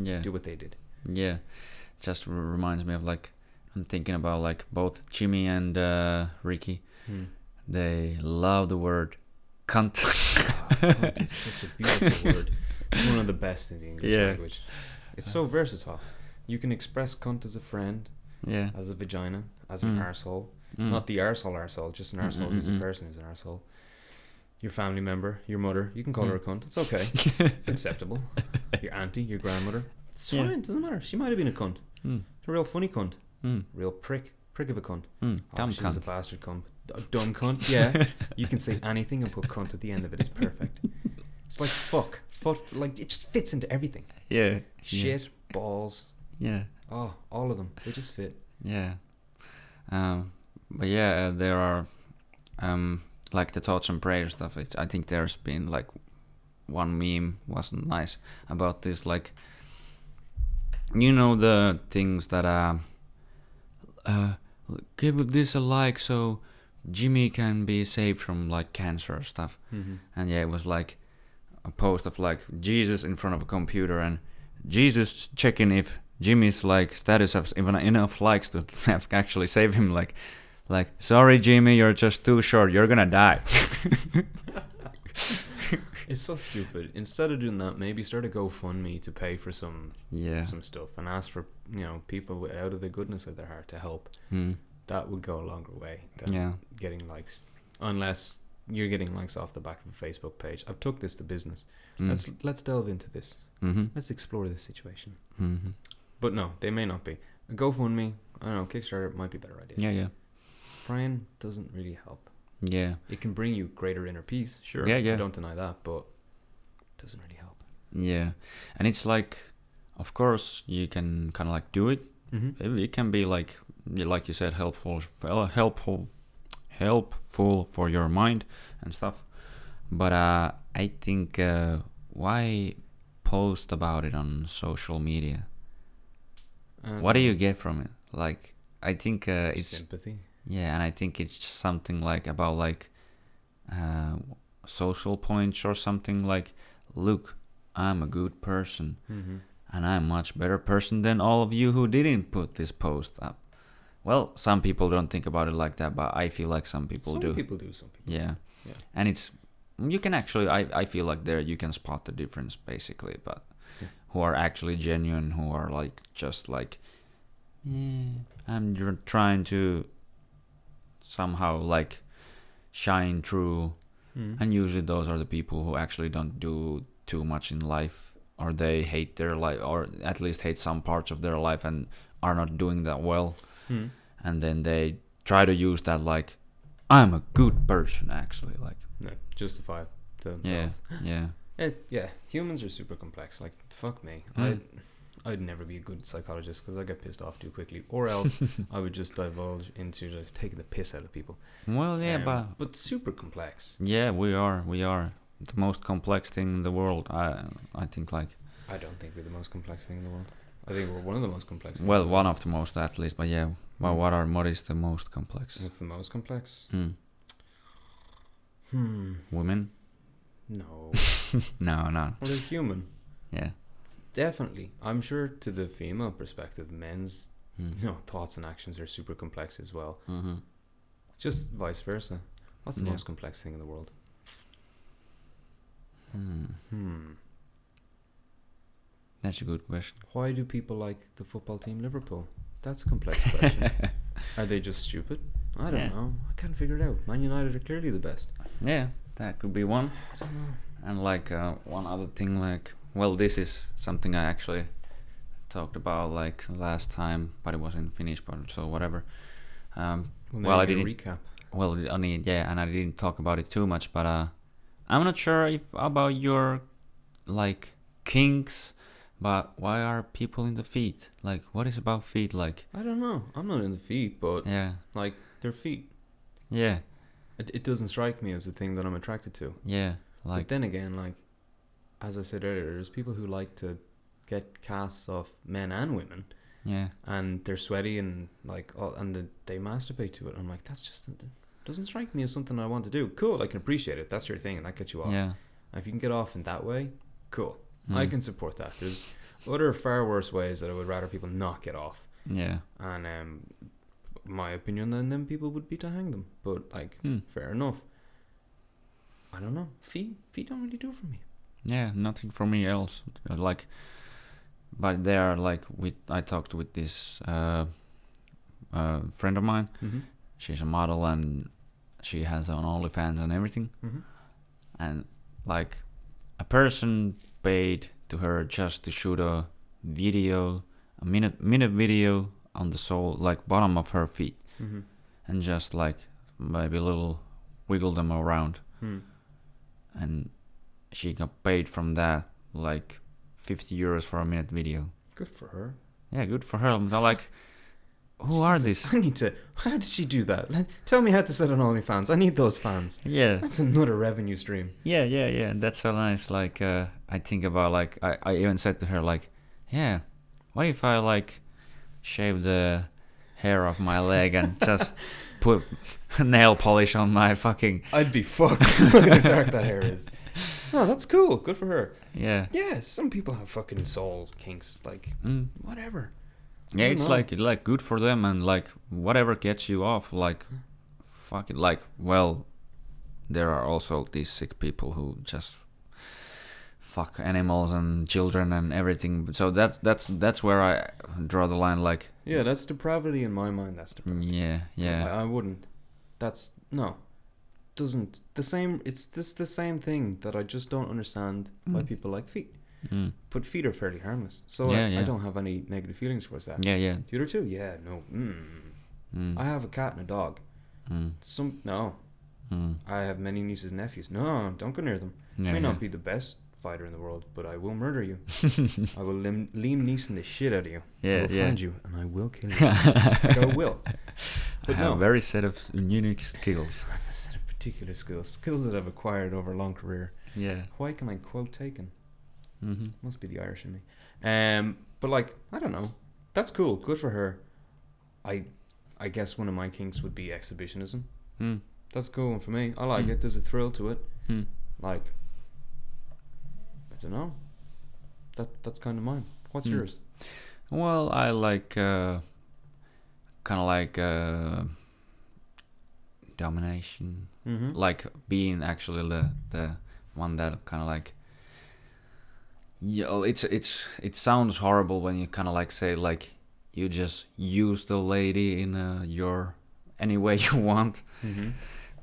A: Yeah.
B: do what they did
A: Yeah. Just r- reminds me of like, I'm thinking about like both Jimmy and uh, Ricky. They love the word cunt.
B: Ah, cunt is such a beautiful word. It's one of the best in the English
A: Yeah.
B: language. It's so versatile. You can express cunt as a friend,
A: yeah.
B: as a vagina, as an
A: Mm.
B: arsehole.
A: Mm.
B: Not the arsehole arsehole, just an
A: Mm,
B: arsehole
A: mm,
B: who's
A: mm,
B: a
A: mm.
B: person who's an arsehole. Your family member, your mother, you can
A: Mm.
B: call her a cunt. It's okay. It's, it's acceptable. Your auntie, your grandmother. It's
A: Yeah.
B: fine, doesn't matter. She might have been a cunt.
A: Mm.
B: It's a real funny cunt.
A: Mm.
B: Real prick. Prick of a cunt.
A: Mm.
B: Oh,
A: Dumb
B: she was a
A: cunt.
B: bastard cunt. A dumb cunt, yeah. you can say anything and put cunt at the end of it. It's perfect. It's like fuck. Fuck. Like, it just fits into everything.
A: Yeah.
B: Shit, balls.
A: Yeah.
B: Oh, all of them. They just fit.
A: Yeah. Um, but yeah, uh, there are um, like the thoughts and prayers stuff. It, I think there's been like one meme was nice about this. Like, you know, the things that uh, uh, give this a like so Jimmy can be saved from like cancer stuff
B: Mm-hmm.
A: and yeah, it was like a post of like Jesus in front of a computer and Jesus checking if Jimmy's like status has even enough likes to have actually save him. Like, like sorry Jimmy, you're just too short. You're gonna die.
B: It's so stupid. Instead of doing that, maybe start a GoFundMe to pay for some
A: Yeah.
B: some stuff and ask for you know people wi- out of the goodness of their heart to help.
A: Mm.
B: That would go a longer way than
A: Yeah.
B: getting likes, unless you're getting likes off the back of a Facebook page. I've took this to business.
A: Mm.
B: Let's let's delve into this.
A: Hmm. Mm-hmm.
B: Let's explore this situation.
A: Mm-hmm.
B: But no, they may not be. A GoFundMe, I don't know, Kickstarter might be a better idea.
A: Yeah. Yeah.
B: Brian doesn't really help.
A: Yeah.
B: It can bring you greater inner peace, sure.
A: Yeah, yeah.
B: I don't deny that, but it doesn't really help.
A: Yeah. And it's like, of course, you can kind of like do it.
B: Mm-hmm.
A: It it can be like, like you said, helpful, fel- helpful, helpful for your mind and stuff. But uh, I think uh, why post about it on social media?
B: Uh,
A: What do you get from it? Like, I think uh, it's
B: Sympathy.
A: yeah, and I think it's just something like about like uh, social points or something like, look, I'm a good person
B: Mm-hmm.
A: and I'm a much better person than all of you who didn't put this post up. Well, some people don't think about it like that, but I feel like some people
B: some
A: do.
B: people do. Some people.
A: Yeah.
B: Yeah.
A: And it's you can actually I, I feel like there you can spot the difference basically, but
B: Yeah.
A: who are actually genuine, who are like just like yeah, I'm dr- trying to somehow like shine through
B: Mhm.
A: and usually those are the people who actually don't do too much in life or they hate their life or at least hate some parts of their life and are not doing that well
B: Mhm.
A: and then they try to use that like I'm a good person actually like
B: No, justify themselves.
A: yeah yeah
B: Eh, yeah, humans are super complex. Like, fuck me.
A: Mm.
B: I'd, I'd never be a good psychologist because I get pissed off too quickly, or else I would just divulge into just taking the piss out of people.
A: well yeah
B: Um,
A: but
B: but super complex.
A: yeah we are we are the most complex thing in the world I I think like
B: I don't think we're the most complex thing in the world. I think we're one of the most complex. things
A: well
B: in the
A: one
B: world.
A: of the most at least but yeah well
B: Mm.
A: what are what is the most complex
B: What's the most complex?
A: Hmm.
B: Hmm.
A: women
B: No.
A: no no
B: well, they're human.
A: yeah
B: Definitely. I'm sure to the female perspective, men's
A: Mm.
B: you know, thoughts and actions are super complex as well.
A: Mhm.
B: Just vice versa. What's the
A: Yeah.
B: most complex thing in the world?
A: Hmm.
B: Hmm.
A: That's a good question.
B: Why do people like the football team Liverpool? That's a complex question. are they just stupid? I don't
A: Yeah.
B: know. I can't figure it out. Man United are clearly the best.
A: Yeah, that could be one.
B: I don't know.
A: And like uh, one other thing, like well, this is something I actually talked about like last time, but it was in Finnish, but so whatever. Um, Well, I
B: need a
A: didn't-
B: recap.
A: well, I mean, yeah, and I didn't talk about it too much, but uh, I'm not sure if about your like kinks, but why are people in the feet? Like, what is about feet? Like,
B: I don't know. I'm not in the feet, but
A: yeah,
B: like their feet.
A: yeah,
B: It, it doesn't strike me as a thing that I'm attracted to.
A: yeah,
B: but
A: like,
B: then again, like as I said earlier, there's people who like to get casts off men and women.
A: yeah,
B: and they're sweaty and like all, and the, they masturbate to it. I'm like, that's just that doesn't strike me as something I want to do. Cool, I can appreciate it. That's your thing, and that gets you off.
A: yeah.
B: And if you can get off in that way, cool. I
A: mm,
B: can support that. There's other far worse ways that I would rather people not get off.
A: Yeah.
B: And um, my opinion then them people would be to hang them. But like,
A: Hmm.
B: fair enough. I don't know. Feet, feet don't really do it for me.
A: Yeah, nothing for me else. Uh, Like, but they are like with. I talked with this uh, uh, friend of mine.
B: Mm-hmm.
A: She's a model and she has her own OnlyFans and everything.
B: Mm-hmm.
A: And like, a person paid to her just to shoot a video, a minute minute video on the sole, like bottom of her feet,
B: Mm-hmm.
A: and just like maybe a little wiggle them around
B: hmm
A: and she got paid from that like 50 euros for a minute video.
B: Good for her.
A: Yeah, good for her. They're like, who are
B: Jesus,
A: these?
B: I need to. How did she do that? Let- Tell me how to set an OnlyFans. I need those fans.
A: Yeah,
B: That's another revenue stream.
A: yeah, yeah, yeah. That's so nice. Like, uh, I think about like I, I even said to her like, yeah, what if I like shave the hair off my leg and just put nail polish on my fucking
B: I'd be fucked. Look how dark that hair is. Oh, that's cool. Good for her.
A: yeah.
B: Yeah, some people have fucking soul kinks. Like
A: Mm.
B: whatever.
A: Yeah,
B: don't
A: it's
B: know.
A: like like good for them and like whatever gets you off, like fuck it. Like well, there are also these sick people who just fuck animals and children and everything. So that's that's that's where I draw the line. Like mm,
B: Yeah, that's depravity in my mind. That's depravity.
A: yeah, Mm. yeah,
B: I, I wouldn't. That's no. Doesn't the same? It's just the same thing that I just don't understand why
A: Mm.
B: people like feet.
A: mm.
B: But feet are fairly harmless, so
A: Yeah,
B: I,
A: yeah.
B: I don't have any negative feelings towards that.
A: yeah, yeah.
B: The other two, yeah, no. Mm.
A: Mm,
B: I have a cat and a dog.
A: mm,
B: Some no.
A: mm.
B: I have many nieces and nephews. No, don't go near them.
A: Yeah,
B: I may
A: yeah.
B: not be the best fighter in the world, but I will murder you. I will lim- Liam Neeson the shit out of you. I
A: yeah,
B: will
A: yeah.
B: find you and I will kill you. Like, I will.
A: I
B: But
A: have
B: no,
A: very set of s- unique skills.
B: I have a set of particular skills, skills that I've acquired over a long career.
A: Yeah.
B: Why can I quote Taken?
A: Mm-hmm.
B: Must be the Irish in me. Um, but like, I don't know. That's cool. Good for her. I, I guess one of my kinks would be exhibitionism.
A: Mm.
B: That's a cool one for me. I like
A: Mm.
B: it. There's a thrill to it.
A: Hmm.
B: Like, I don't know. That that's kind of mine. What's
A: Mm.
B: yours?
A: Well, I like uh, kind of like uh, domination,
B: Mm-hmm.
A: like being actually the the one that kind of like. Yeah, well, it's it's it sounds horrible when you kind of like say like you just use the lady in uh, your any way you want,
B: mm-hmm.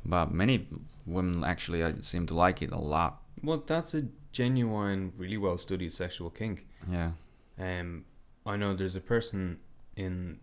A: but many women actually uh, seem to like it a lot.
B: Well, that's a genuine, really well studied sexual kink.
A: Yeah.
B: Um, I know there's a person in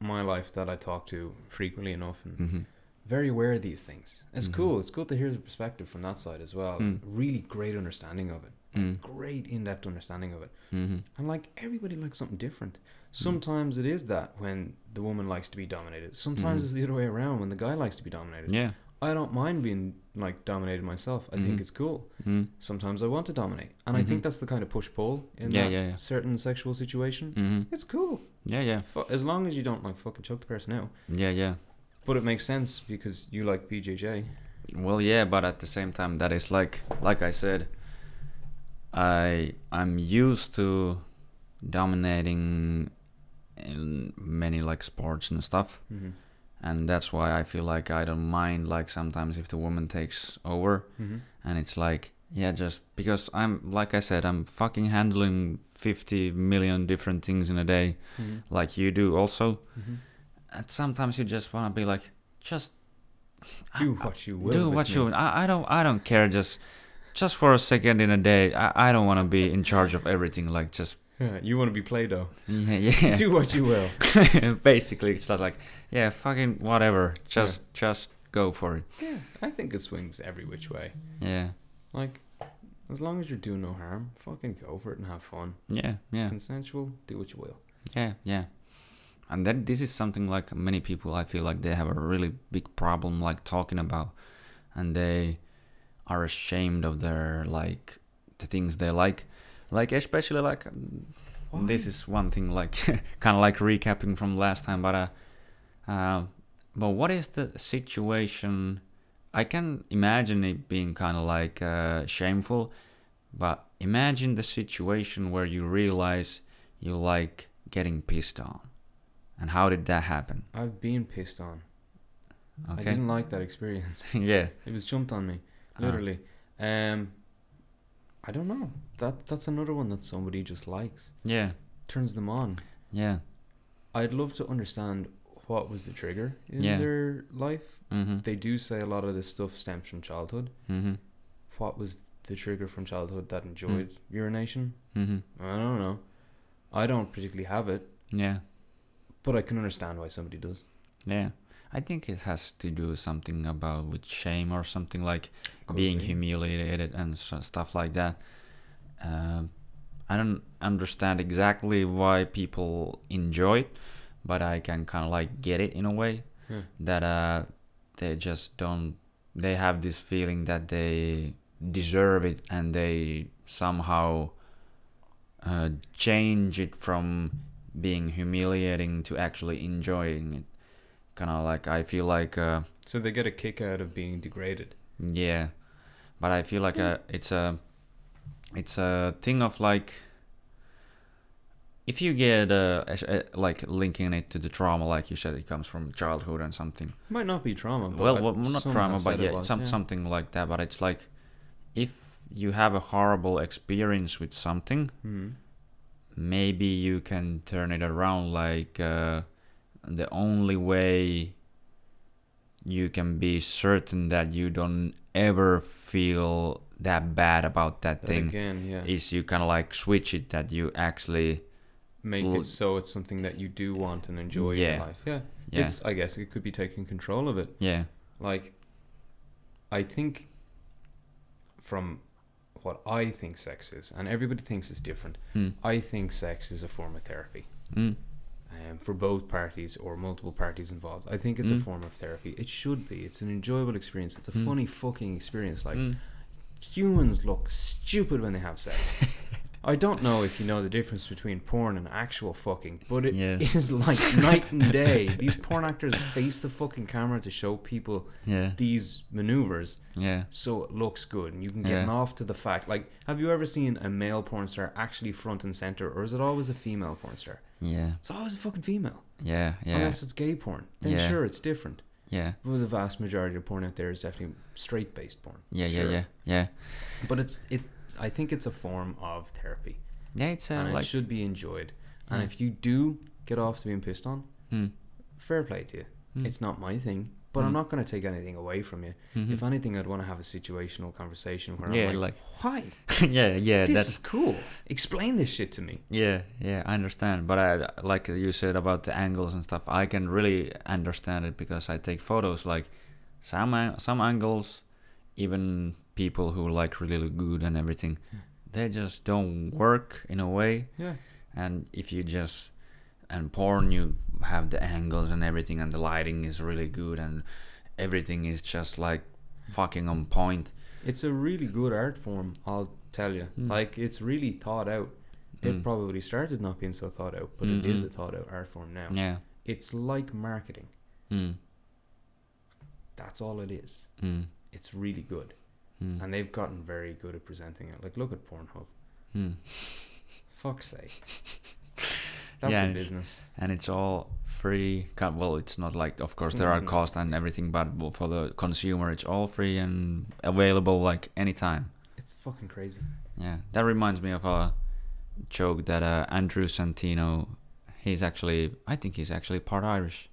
B: my life that I talk to frequently enough, and
A: hmm
B: very aware of these things. It's
A: Mhm.
B: cool. It's cool to hear the perspective from that side as well.
A: Mm.
B: Really great understanding of it.
A: Mm.
B: Great in depth understanding of it.
A: hmm
B: And like everybody likes something different. Sometimes it is that when the woman likes to be dominated. Sometimes
A: Mhm.
B: it's the other way around when the guy likes to be dominated.
A: Yeah.
B: I don't mind being like dominated myself. I
A: Mhm.
B: think it's cool.
A: Mm.
B: Sometimes I want to dominate. And I
A: Mhm.
B: think that's the kind of push pull in
A: Yeah,
B: that
A: yeah, yeah.
B: certain sexual situation.
A: hmm
B: It's cool.
A: Yeah. Yeah.
B: Fu- As long as you don't like fucking choke the person out.
A: Yeah. Yeah.
B: But it makes sense because you like BJJ.
A: Well, yeah, but at the same time, that is like, like I said, I I'm used to dominating in many like sports and stuff,
B: Mm-hmm.
A: and that's why I feel like I don't mind like sometimes if the woman takes over,
B: Mm-hmm.
A: and it's like, yeah, just because I'm like I said, I'm fucking handling 50 million different things in a day,
B: Mm-hmm.
A: like you do also,
B: Mm-hmm.
A: and sometimes you just wanna be like, just
B: Do what you will.
A: do
B: with
A: what
B: me.
A: you I, I don't i don't care just just for a second in a day i, I don't want to be in charge of everything like just
B: Yeah, you want to be Play Doh.
A: yeah, yeah.
B: Do what you will.
A: basically it's not like yeah fucking whatever just just go for it
B: yeah, I think it swings every which way.
A: yeah
B: Like, as long as you're doing no harm, fucking go for it and have fun.
A: yeah yeah
B: Consensual, do what you will.
A: yeah yeah and then this is something like many people i feel like they have a really big problem like talking about and they are ashamed of their like the things they like like especially like This is one thing, like kind of like recapping from last time, but uh, uh, but what is the situation? I can imagine it being kind of like uh, shameful, but imagine the situation where you realize you like getting pissed on, and how did that happen?
B: I've been pissed on. I
A: Okay,
B: didn't like that experience.
A: yeah,
B: It was jumped on me,
A: Ah.
B: literally. Um, I don't know. That that's another one that somebody just likes,
A: yeah,
B: turns them on.
A: yeah,
B: I'd love to understand what was the trigger in
A: Yeah.
B: their life.
A: mm-hmm,
B: They do say a lot of this stuff stems from childhood.
A: mm-hmm,
B: What was the trigger from childhood
A: Hmm.
B: that enjoyed urination?
A: mm-hmm,
B: I don't know. I don't particularly have it,
A: yeah.
B: but I can understand why somebody does.
A: Yeah, I think it has to do something about with shame or something like
B: Could
A: being
B: be.
A: humiliated and s stuff like that. Um I don't understand exactly why people enjoy it, but I can kind of like get it in a way
B: Yeah.
A: that uh, they just don't. They have this feeling that they deserve it, and they somehow uh, change it from being humiliating to actually enjoying it. Kind of like I feel like, uh,
B: So they get a kick out of being degraded.
A: yeah, but I feel like uh it's a it's a thing of like if you get uh, as- uh, like linking it to the trauma, like you said, it comes from childhood and something.
B: Might not be trauma. But
A: well,
B: I'd
A: well not
B: somehow
A: trauma
B: said
A: but
B: it
A: yeah,
B: was,
A: some, something like that but it's like if you have a horrible experience with something
B: Mhm.
A: maybe you can turn it around like uh, the only way you can be certain that you don't ever feel that bad about that
B: That
A: thing
B: again, yeah.
A: is you kind of like switch it that you actually
B: Make
A: l-
B: it so it's something that you do want and enjoy in
A: Yeah.
B: life. Yeah.
A: yeah
B: It's I guess it could be taking control of it.
A: yeah
B: Like I think from what I think sex is, and everybody thinks it's different.
A: mm.
B: I think sex is a form of therapy.
A: Mm.
B: um, for both parties or multiple parties involved. I think it's a
A: Mm.
B: form of therapy. It should be. It's an enjoyable experience. It's a
A: Mm. hmm.
B: funny fucking experience. Like
A: mm.
B: humans look stupid when they have sex. I don't know if you know the difference between porn and actual fucking, but it
A: Yeah.
B: is like night and day. These porn actors face the fucking camera to show people
A: Yeah.
B: these maneuvers
A: Yeah.
B: so it looks good and you can get
A: Yeah.
B: off to the fact. Like, have you ever seen a male porn star actually front and center, or is it always a female porn star?
A: Yeah.
B: It's always a fucking female.
A: Yeah. Yeah.
B: Unless it's gay porn. Then
A: Yeah.
B: sure, it's different.
A: Yeah.
B: Well, the vast majority of porn out there is definitely straight based porn.
A: Yeah. Yeah.
B: Sure.
A: Yeah. Yeah.
B: But it's it. I think it's a form of therapy,
A: Yeah. It's uh,
B: and it
A: like.
B: should be enjoyed. And
A: Yeah.
B: if you do get off to being pissed on,
A: Mm,
B: fair play to you.
A: mm,
B: It's not my thing, but I'm
A: Mm.
B: not going to take anything away from you.
A: mhm.
B: If anything, I'd want to have a situational conversation where
A: Yeah,
B: I'm like, "Why?
A: yeah. Yeah.
B: this
A: that's
B: is cool. Explain this shit to me."
A: Yeah, yeah, I understand. But I, like you said about the angles and stuff, I can really understand it because I take photos. Like some an- some angles, even people who like really look good and everything,
B: Yeah.
A: they just don't work in a way.
B: Yeah.
A: And if you just and porn, you have the angles and everything, and the lighting is really good, and everything is just like fucking on point.
B: It's a really good art form, I'll tell you.
A: Mm.
B: Like it's really thought out. It
A: Mm.
B: probably started not being so thought out, but it is
A: Mhm.
B: a thought out art form now.
A: Yeah.
B: It's like marketing.
A: Mm.
B: That's all it is.
A: Mm.
B: It's really good,
A: Mm.
B: and they've gotten very good at presenting it. Like look at Pornhub.
A: mm.
B: Fuck's sake. That's
A: Yeah,
B: a
A: it's-
B: business.
A: and it's all free. ca- Well, it's not like, of course, there are
B: Mhm.
A: costs and everything, but w- for the consumer, it's all free and available like anytime.
B: It's fucking crazy.
A: Yeah, that reminds me of a joke that uh, Andrew Santino. He's actually, I think he's actually part Irish.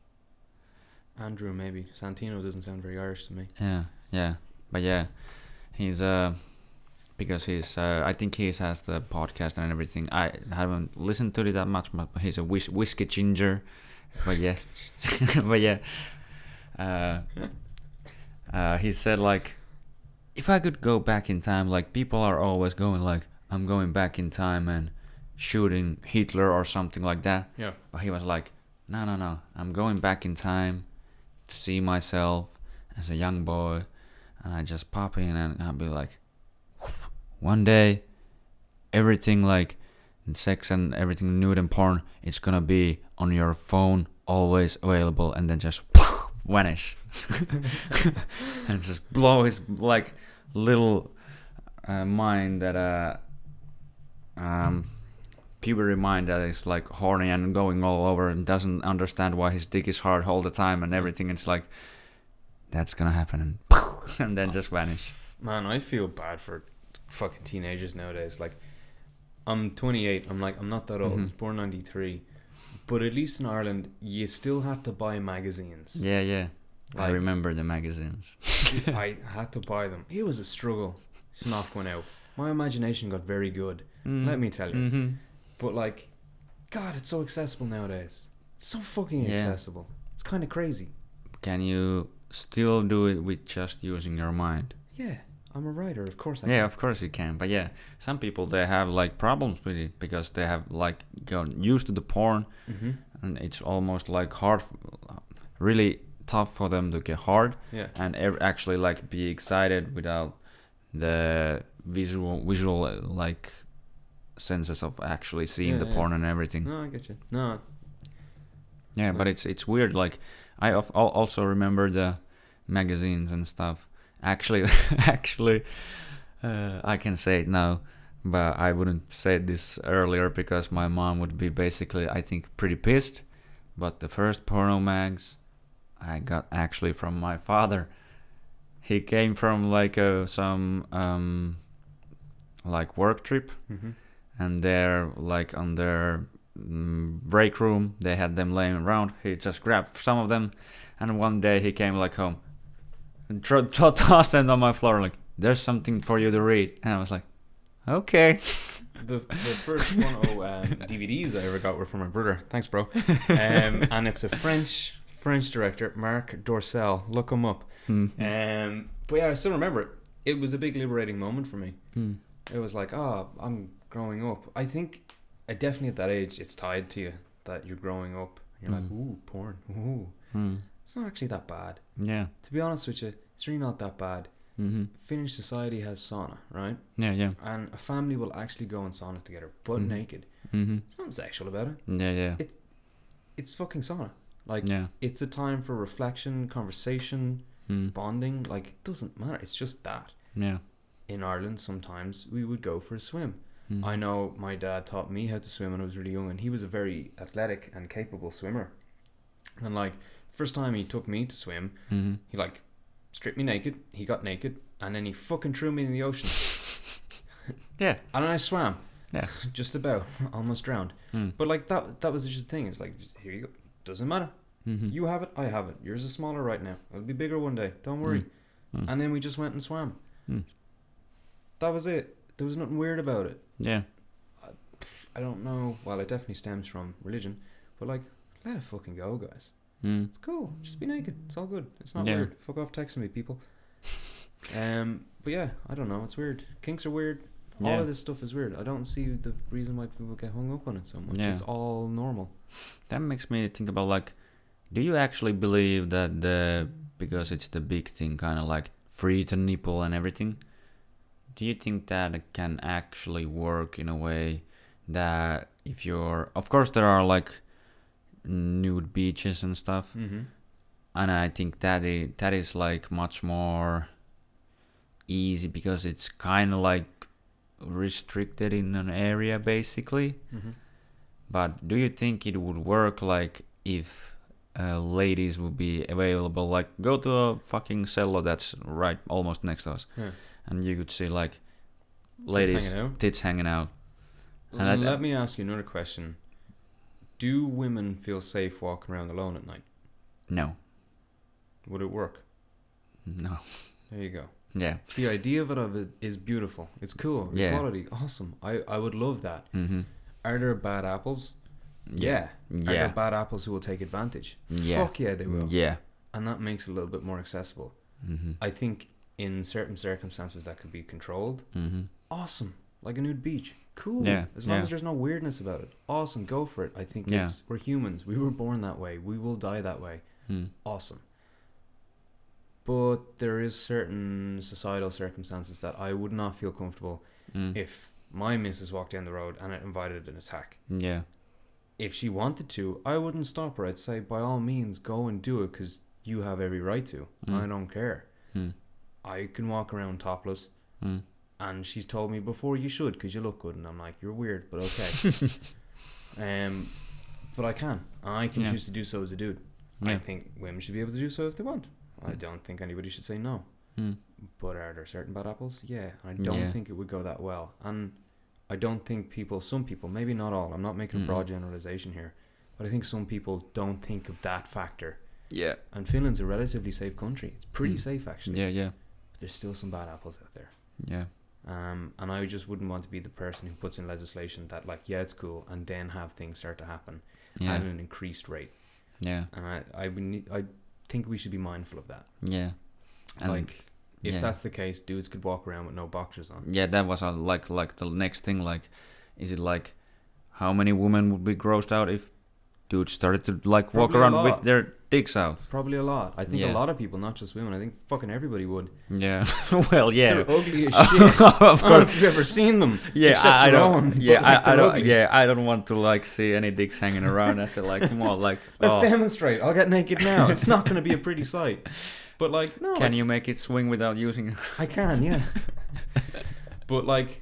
B: Andrew, maybe Santino doesn't sound very Irish to me.
A: Yeah, yeah, but yeah, he's uh because he's uh, I think he has the podcast and everything. I haven't listened to it that much, but he's a whis- whiskey ginger. But yeah, but yeah, uh, uh, he said like, if I could go back in time, like people are always going like, I'm going back in time and shooting Hitler or something like that.
B: Yeah.
A: But he was like, no, no, no. I'm going back in time to see myself as a young boy. And I just pop in and I'll be like, one day, everything like sex and everything nude and porn, it's gonna be on your phone, always available, and then just vanish. and just blow his like little uh, mind that, uh, um, puberty mind that is like horny and going all over and doesn't understand why his dick is hard all the time and everything. It's like that's gonna happen and, and then just vanish.
B: Man, I feel bad for fucking teenagers nowadays. Like, I'm 28. I'm like, I'm not that old. I was
A: Mhm.
B: born 93. But at least in Ireland, you still had to buy magazines.
A: Yeah, yeah. I
B: Like,
A: remember the magazines.
B: I had to buy them. It was a struggle. Snuff went out. My imagination got very good. Let me tell you.
A: Mm-hmm.
B: But like, God, it's so accessible nowadays. So fucking
A: Yeah.
B: accessible. It's kind of crazy.
A: Can you still do it with just using your mind?
B: Yeah, I'm a writer. Of course I.
A: Yeah,
B: am.
A: of course you can. But yeah, some people they have like problems with it because they have like gotten used to the porn
B: Mm-hmm.
A: and it's almost like hard, really tough for them to get hard.
B: Yeah.
A: and ev- actually like be excited without the visual visual uh, like senses of actually seeing
B: Yeah,
A: the
B: yeah.
A: porn and everything
B: No, I get you. No.
A: yeah but
B: Mm.
A: it's it's weird like i of, al- also remember the magazines and stuff actually actually uh, i can say it now but i wouldn't say this earlier because my mom would be basically i think pretty pissed but the first porno mags i got actually from my father he came from like a, some um like work trip
B: Mm-hmm.
A: and they're like on their mm, break room they had them laying around he just grabbed some of them and one day he came like home and tro- tro- tossed them on my floor like there's something for you to read and i was like okay
B: The, the first one oh um, DVDs I ever got were from my brother. Thanks, bro. Um, and it's a French French director, Marc Dorcel. Look him up.
A: Mm.
B: Um, but yeah, I still remember it. It was a big liberating moment for me.
A: Mm.
B: It was like, oh, I'm growing up. I think, I definitely at that age, it's tied to you that you're growing up. You're like,
A: Mm.
B: ooh, porn. Ooh,
A: Mm.
B: it's not actually that bad.
A: yeah
B: To be honest with you, it's really not that bad.
A: Mm-hmm.
B: Finnish society has sauna, right?
A: Yeah, yeah.
B: And a family will actually go and sauna together, butt
A: Mhm.
B: naked.
A: Mm-hmm.
B: It's nothing sexual about it.
A: Yeah, yeah.
B: It's fucking sauna. Like
A: yeah.
B: it's a time for reflection, conversation,
A: Mm.
B: bonding. Like it doesn't matter. It's just that.
A: Yeah.
B: In Ireland, sometimes we would go for a swim.
A: Mm.
B: I know my dad taught me how to swim when I was really young, and he was a very athletic and capable swimmer. And like first time he took me to swim,
A: Mm-hmm.
B: he like stripped me naked. He got naked, and then he fucking threw me in the ocean.
A: Yeah.
B: And I swam.
A: Yeah.
B: just about, almost drowned.
A: Mm.
B: But like that, that was just the thing. It's like just, here you go. Doesn't matter.
A: Mm-hmm.
B: You have it. I have it. Yours is smaller right now. It'll be bigger one day. Don't worry.
A: Mm.
B: And then we just went and swam.
A: Mm.
B: That was it. There was nothing weird about it.
A: Yeah.
B: I don't know. Well, it definitely stems from religion, but like, let it fucking go, guys.
A: Mm.
B: It's cool. Just be naked. It's all good. It's not
A: Yeah.
B: weird. Fuck off texting me, people. Um, but yeah, I don't know. It's weird. Kinks are weird. All
A: Yeah.
B: of this stuff is weird. I don't see the reason why people get hung up on it so much.
A: Yeah.
B: It's all normal.
A: That makes me think about like, do you actually believe that the because it's the big thing, kind of like free to nipple and everything? Do you think that it can actually work in a way that if you're, of course, there are like nude beaches and stuff,
B: Mm-hmm.
A: and I think that i that is like much more easy because it's kind of like restricted in an area basically.
B: Mm-hmm.
A: But do you think it would work like if uh, ladies would be available? Like go to a fucking cello that's right almost next to us,
B: Yeah.
A: and you could see like ladies
B: Hanging out.
A: tits hanging out. And I-
B: Mm, Let me ask you another question. Do women feel safe walking around alone at night?
A: No,
B: Would it work?
A: no,
B: There you go.
A: yeah,
B: The idea of it, of it is beautiful. It's cool.
A: Yeah.
B: Equality. Awesome. I, I would love that.
A: mm-hmm.
B: Are there bad apples?
A: yeah,
B: Are there
A: yeah,
B: bad apples who will take advantage?
A: yeah,
B: Fuck yeah, they will.
A: yeah,
B: And that makes it a little bit more accessible.
A: mm-hmm.
B: I think in certain circumstances that could be controlled.
A: Mm-hmm.
B: Awesome. Like a nude beach. Cool.
A: Yeah,
B: As long
A: yeah.
B: as there's no weirdness about it. Awesome. Go for it. I think
A: Yeah.
B: it's, we're humans. We were born that way. We will die that way.
A: Mm.
B: awesome. But there is certain societal circumstances that I would not feel comfortable
A: Mm.
B: if my missus walked down the road and it invited an attack.
A: yeah,
B: If she wanted to, I wouldn't stop her. I'd say, by all means, go and do it because you have every right to.
A: Mm.
B: I don't care.
A: mm.
B: I can walk around topless.
A: Mm.
B: And she's told me before you should because you look good. And I'm like, you're weird, but okay. um, but I can. I can
A: Yeah.
B: choose to do so as a dude. I
A: yeah,
B: think women should be able to do so if they want. I don't think anybody should say no.
A: mm.
B: But are there certain bad apples? Yeah. I don't
A: Yeah.
B: think it would go that well. And I don't think people, some people, maybe not all, I'm not making a
A: Mm-hmm.
B: broad generalization here, but I think some people don't think of that factor.
A: yeah,
B: And Finland's a relatively safe country. It's pretty
A: Mm.
B: safe, actually.
A: yeah, yeah,
B: But there's still some bad apples out there.
A: yeah,
B: Um, and I just wouldn't want to be the person who puts in legislation that, like, yeah, it's cool, and then have things start to happen
A: yeah,
B: at an increased rate.
A: yeah,
B: And I, I, would ne- I think we should be mindful of that.
A: yeah. And-
B: like, if
A: yeah.
B: that's the case, dudes could walk around with no boxers on.
A: Yeah, that was uh, like like the next thing. Like, is it like how many women would be grossed out if dudes started to like walk
B: Probably a
A: around with
B: lot.
A: their dicks out?
B: Probably a lot. I think
A: Yeah.
B: a lot of people, not just women. I think fucking everybody would.
A: Yeah. well, yeah.
B: They're ugly as shit.
A: of
B: I don't know
A: course.
B: if you've ever seen them.
A: Yeah,
B: Except
A: I, I
B: your
A: don't.
B: own,
A: yeah,
B: but, like,
A: I, I
B: they're
A: don't.
B: ugly.
A: Yeah, I don't want to like see any dicks hanging around after like come on, like.
B: Let's
A: oh,
B: demonstrate. I'll get naked now. It's not going to be a pretty sight. But like, no,
A: can
B: I,
A: you make it swing without using?
B: I can, yeah. but like,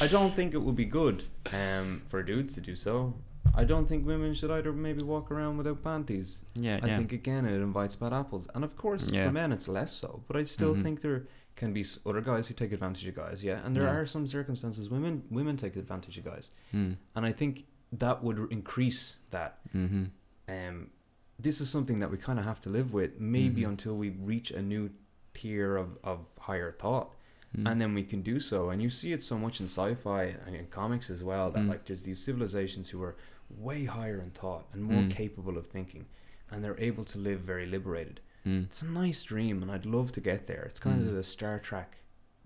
B: I don't think it would be good um, for dudes to do so. I don't think women should either. Maybe walk around without panties.
A: Yeah,
B: I
A: Uh, yeah,
B: think again it invites bad apples, and of course
A: Yeah.
B: for men it's less so. But I still
A: Mhm.
B: think there can be s- other guys who take advantage of guys, yeah. And there
A: Yeah.
B: are some circumstances women women take advantage of guys,
A: Mm,
B: and I think that would r- increase that.
A: mm-hmm.
B: Um, this is something that we kind of have to live with, maybe
A: Mhm.
B: until we reach a new tier of, of higher thought,
A: Mm.
B: and then we can do so. And you see it so much in sci-fi and in comics as well that
A: Mm.
B: like there's these civilizations who are way higher in thought and more
A: Mm.
B: capable of thinking, and they're able to live very liberated
A: mm,
B: it's a nice dream and I'd love to get there. It's kind of
A: Mhm.
B: a Star Trek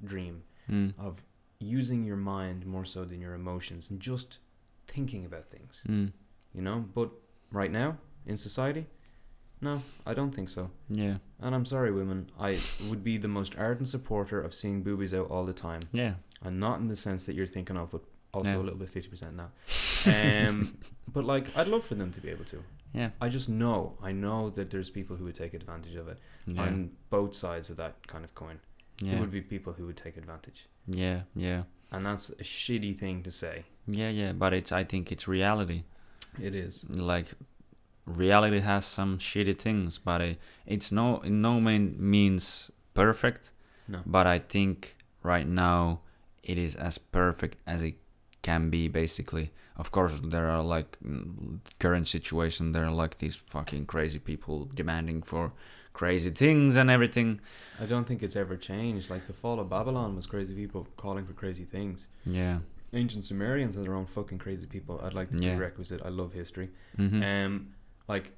B: dream
A: mm,
B: of using your mind more so than your emotions and just thinking about things,
A: mm.
B: you know? But right now in society, No, I don't think so.
A: Yeah.
B: And I'm sorry, women. I would be the most ardent supporter of seeing boobies out all the time,
A: Yeah.
B: and not in the sense that you're thinking of, but also
A: Yeah.
B: a little bit fifty percent now. Um, but like, I'd love for them to be able to.
A: Yeah.
B: I just know, I know that there's people who would take advantage of it
A: Yeah.
B: on both sides of that kind of coin.
A: yeah.
B: There would be people who would take advantage,
A: yeah. Yeah.
B: and that's a shitty thing to say.
A: Yeah. Yeah. But it's. I think it's reality.
B: It is.
A: like reality has some shitty things but it, it's no in no mean means perfect
B: No.
A: but i think right now it is as perfect as it can be basically of course there are like mm, current situation there are like these fucking crazy people demanding for crazy things and everything
B: I don't think it's ever changed. Like the fall of Babylon was crazy people calling for crazy things.
A: yeah
B: Ancient Sumerians had their own fucking crazy people. I'd like the
A: Yeah.
B: prerequisite. I love history.
A: hmm
B: Um, like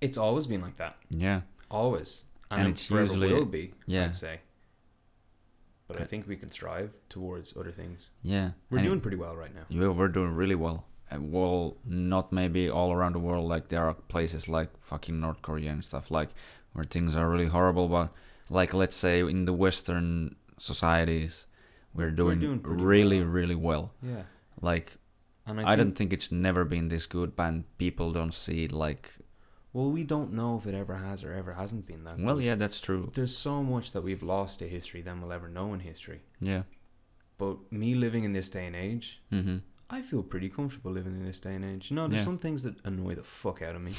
B: it's always been like that.
A: yeah
B: Always, and,
A: And
B: it
A: it's
B: forever
A: usually-
B: will be.
A: yeah.
B: I'd say. But I
A: Uh,
B: think we can strive towards other things.
A: yeah
B: We're
A: And it-
B: doing pretty well right now.
A: Yeah, we're doing really well. Uh, well, not maybe all around the world. Like there are places like fucking North Korea and stuff like where things are really horrible. But like let's say in the Western societies, we're doing,
B: doing pretty
A: really,
B: well.
A: really well.
B: Yeah,
A: Like
B: and
A: I,
B: I,
A: don't think it's never been this good, but people don't see it like.
B: Well, we don't know if it ever has or ever hasn't been that.
A: Well,
B: good.
A: yeah, that's true.
B: There's so much that we've lost to history than we'll ever know in history.
A: Yeah.
B: But me living in this day and age,
A: Mm-hmm.
B: I feel pretty comfortable living in this day and age. You know, there's
A: Yeah.
B: some things that annoy the fuck out of me,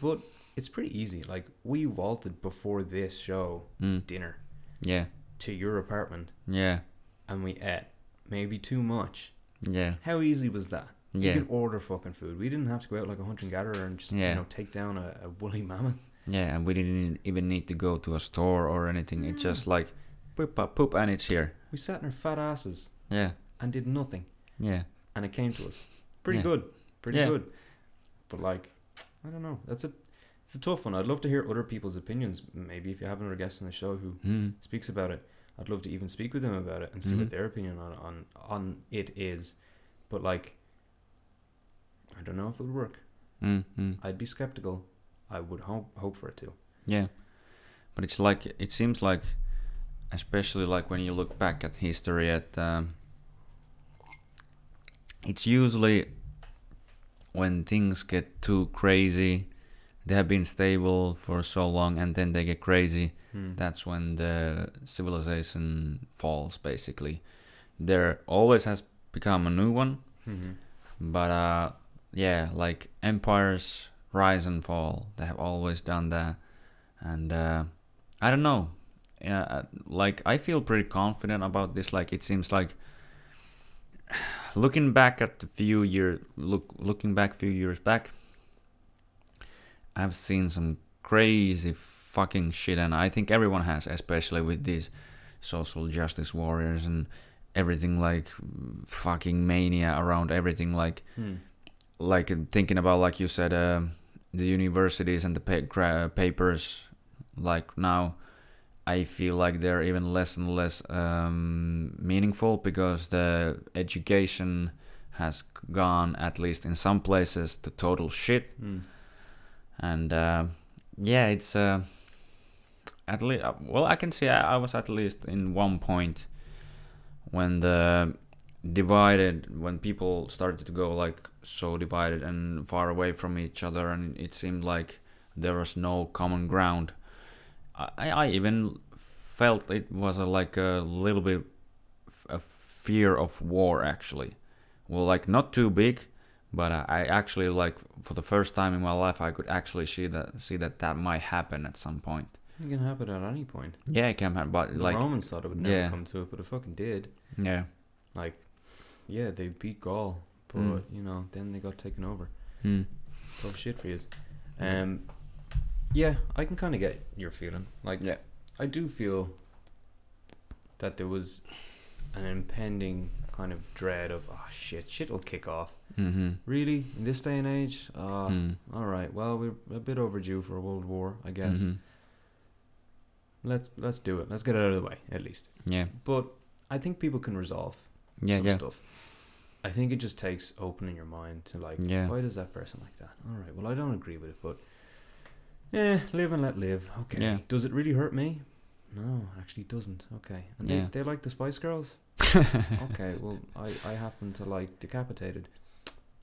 B: but it's pretty easy. Like we vaulted before this show
A: Mm.
B: dinner
A: Yeah.
B: to your apartment,
A: Yeah.
B: and we ate maybe too much.
A: Yeah.
B: How easy was that?
A: Yeah.
B: You could order fucking food. We didn't have to go out like a hunter and gatherer and just
A: Yeah.
B: you know take down a, a woolly mammoth.
A: Yeah, and we didn't even need to go to a store or anything. It's just like poop, poop, poop, and it's here.
B: We sat in our fat asses
A: Yeah.
B: and did nothing,
A: Yeah.
B: and it came to us. Pretty
A: Yeah.
B: good, pretty
A: Yeah.
B: good. But like, I don't know. That's a it's a tough one. I'd love to hear other people's opinions. Maybe if you have another guest on the show who
A: Mm.
B: speaks about it, I'd love to even speak with them about it and see
A: Mhm.
B: what their opinion on on on it is. But like, I don't know if it would work.
A: Mm, mm.
B: I'd be skeptical. I would hope hope for it to.
A: Yeah, but it's like it seems like, especially like when you look back at history, at um, it's usually when things get too crazy. They have been stable for so long, and then they get crazy. That's when the civilization falls. Basically, there always has become a new one,
B: Mm-hmm.
A: but uh, yeah, like empires rise and fall. They have always done that, and uh, I don't know. Yeah, uh, like I feel pretty confident about this. Like it seems like looking back at the few year look looking back few years back, I've seen some crazy fucking shit, and I think everyone has, especially with these social justice warriors and everything like fucking mania around everything like like thinking about like you said um the universities and the pa- gra- papers like now i feel like they're even less and less um, meaningful because the education has gone at least in some places to total shit and uh, yeah, it's uh, at least well, I can say I, I was at least in one point when the divided when people started to go like so divided and far away from each other, and it seemed like there was no common ground. I, I I even felt it was a, like a little bit f- a fear of war actually. Well, like not too big, but I, I actually like for the first time in my life I could actually see that see that that might happen at some point.
B: It can happen at any point.
A: Yeah, it can happen, but
B: The
A: like
B: Romans thought it would never
A: yeah.
B: come to it, but it fucking did.
A: yeah,
B: Like, yeah, they beat Gaul, but
A: Mm.
B: you know, then they got taken over.
A: mm.
B: Tough shit for you. Um, yeah, I can kind of get your feeling. Like,
A: Yeah.
B: I do feel that there was an impending kind of dread of, oh shit, shit will kick off.
A: hmm
B: Really, in this day and age, uh,
A: mm.
B: all right. Well, we're a bit overdue for a world war, I guess.
A: Mhm.
B: Let's let's do it. Let's get it out of the way at least.
A: yeah,
B: But I think people can resolve
A: yeah,
B: some
A: yeah,
B: stuff. I think it just takes opening your mind to like,
A: Yeah.
B: why does that person like that? All right, well, I don't agree with it, but eh, live and let live. Okay.
A: Yeah.
B: Does it really hurt me? No, actually, it doesn't. Okay. And
A: Yeah.
B: they, they like the Spice Girls? okay, well, I, I happen to like Decapitated.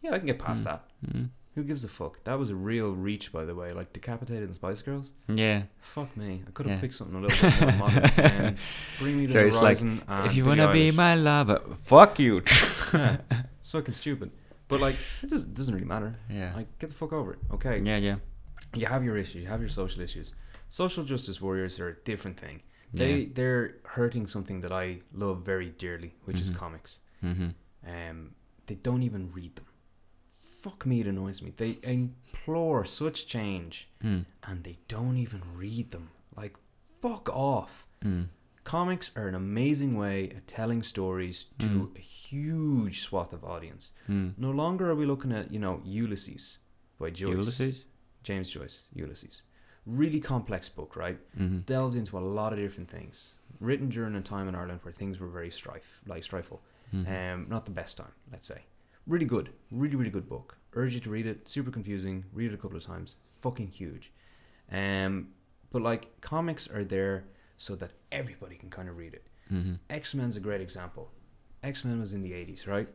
B: Yeah, I can get past
A: Mm.
B: that.
A: Mm.
B: Who gives a fuck? That was a real reach, by the way. Like Decapitated and Spice Girls?
A: Yeah.
B: Fuck me. I could have
A: Yeah.
B: picked something a little bit more modern. Um, bring me the
A: So it's like,
B: horizon and
A: if you
B: Billie
A: wanna be
B: Eilish."
A: my lover, fuck you.
B: yeah, it's fucking stupid. But like, it doesn't, doesn't really matter.
A: yeah.
B: Like, get the fuck over it. Okay,
A: yeah. Yeah.
B: you have your issues. You have your social issues. Social justice warriors are a different thing. They
A: Yeah.
B: they're hurting something that I love very dearly, which
A: Mhm.
B: is comics.
A: Mm-hmm.
B: Um, they don't even read them. Fuck me, it annoys me. They implore such change,
A: Mm.
B: and they don't even read them. Like, fuck off.
A: Mm.
B: Comics are an amazing way of telling stories to
A: Mm.
B: a huge swath of audience.
A: Mm.
B: No longer are we looking at, you know, Ulysses by Joyce.
A: Ulysses.
B: James Joyce, Ulysses. Really complex book, right?
A: Mm-hmm.
B: Delved into a lot of different things. Written during a time in Ireland where things were very strife, like strifeful.
A: mm-hmm,
B: Um, not the best time, let's say. Really good, really really good book. Urge you to read it. Super confusing. Read it a couple of times. Fucking huge. Um, but like comics are there so that everybody can kind of read it.
A: mm-hmm.
B: X Men's a great example. X Men was in the eighties, right?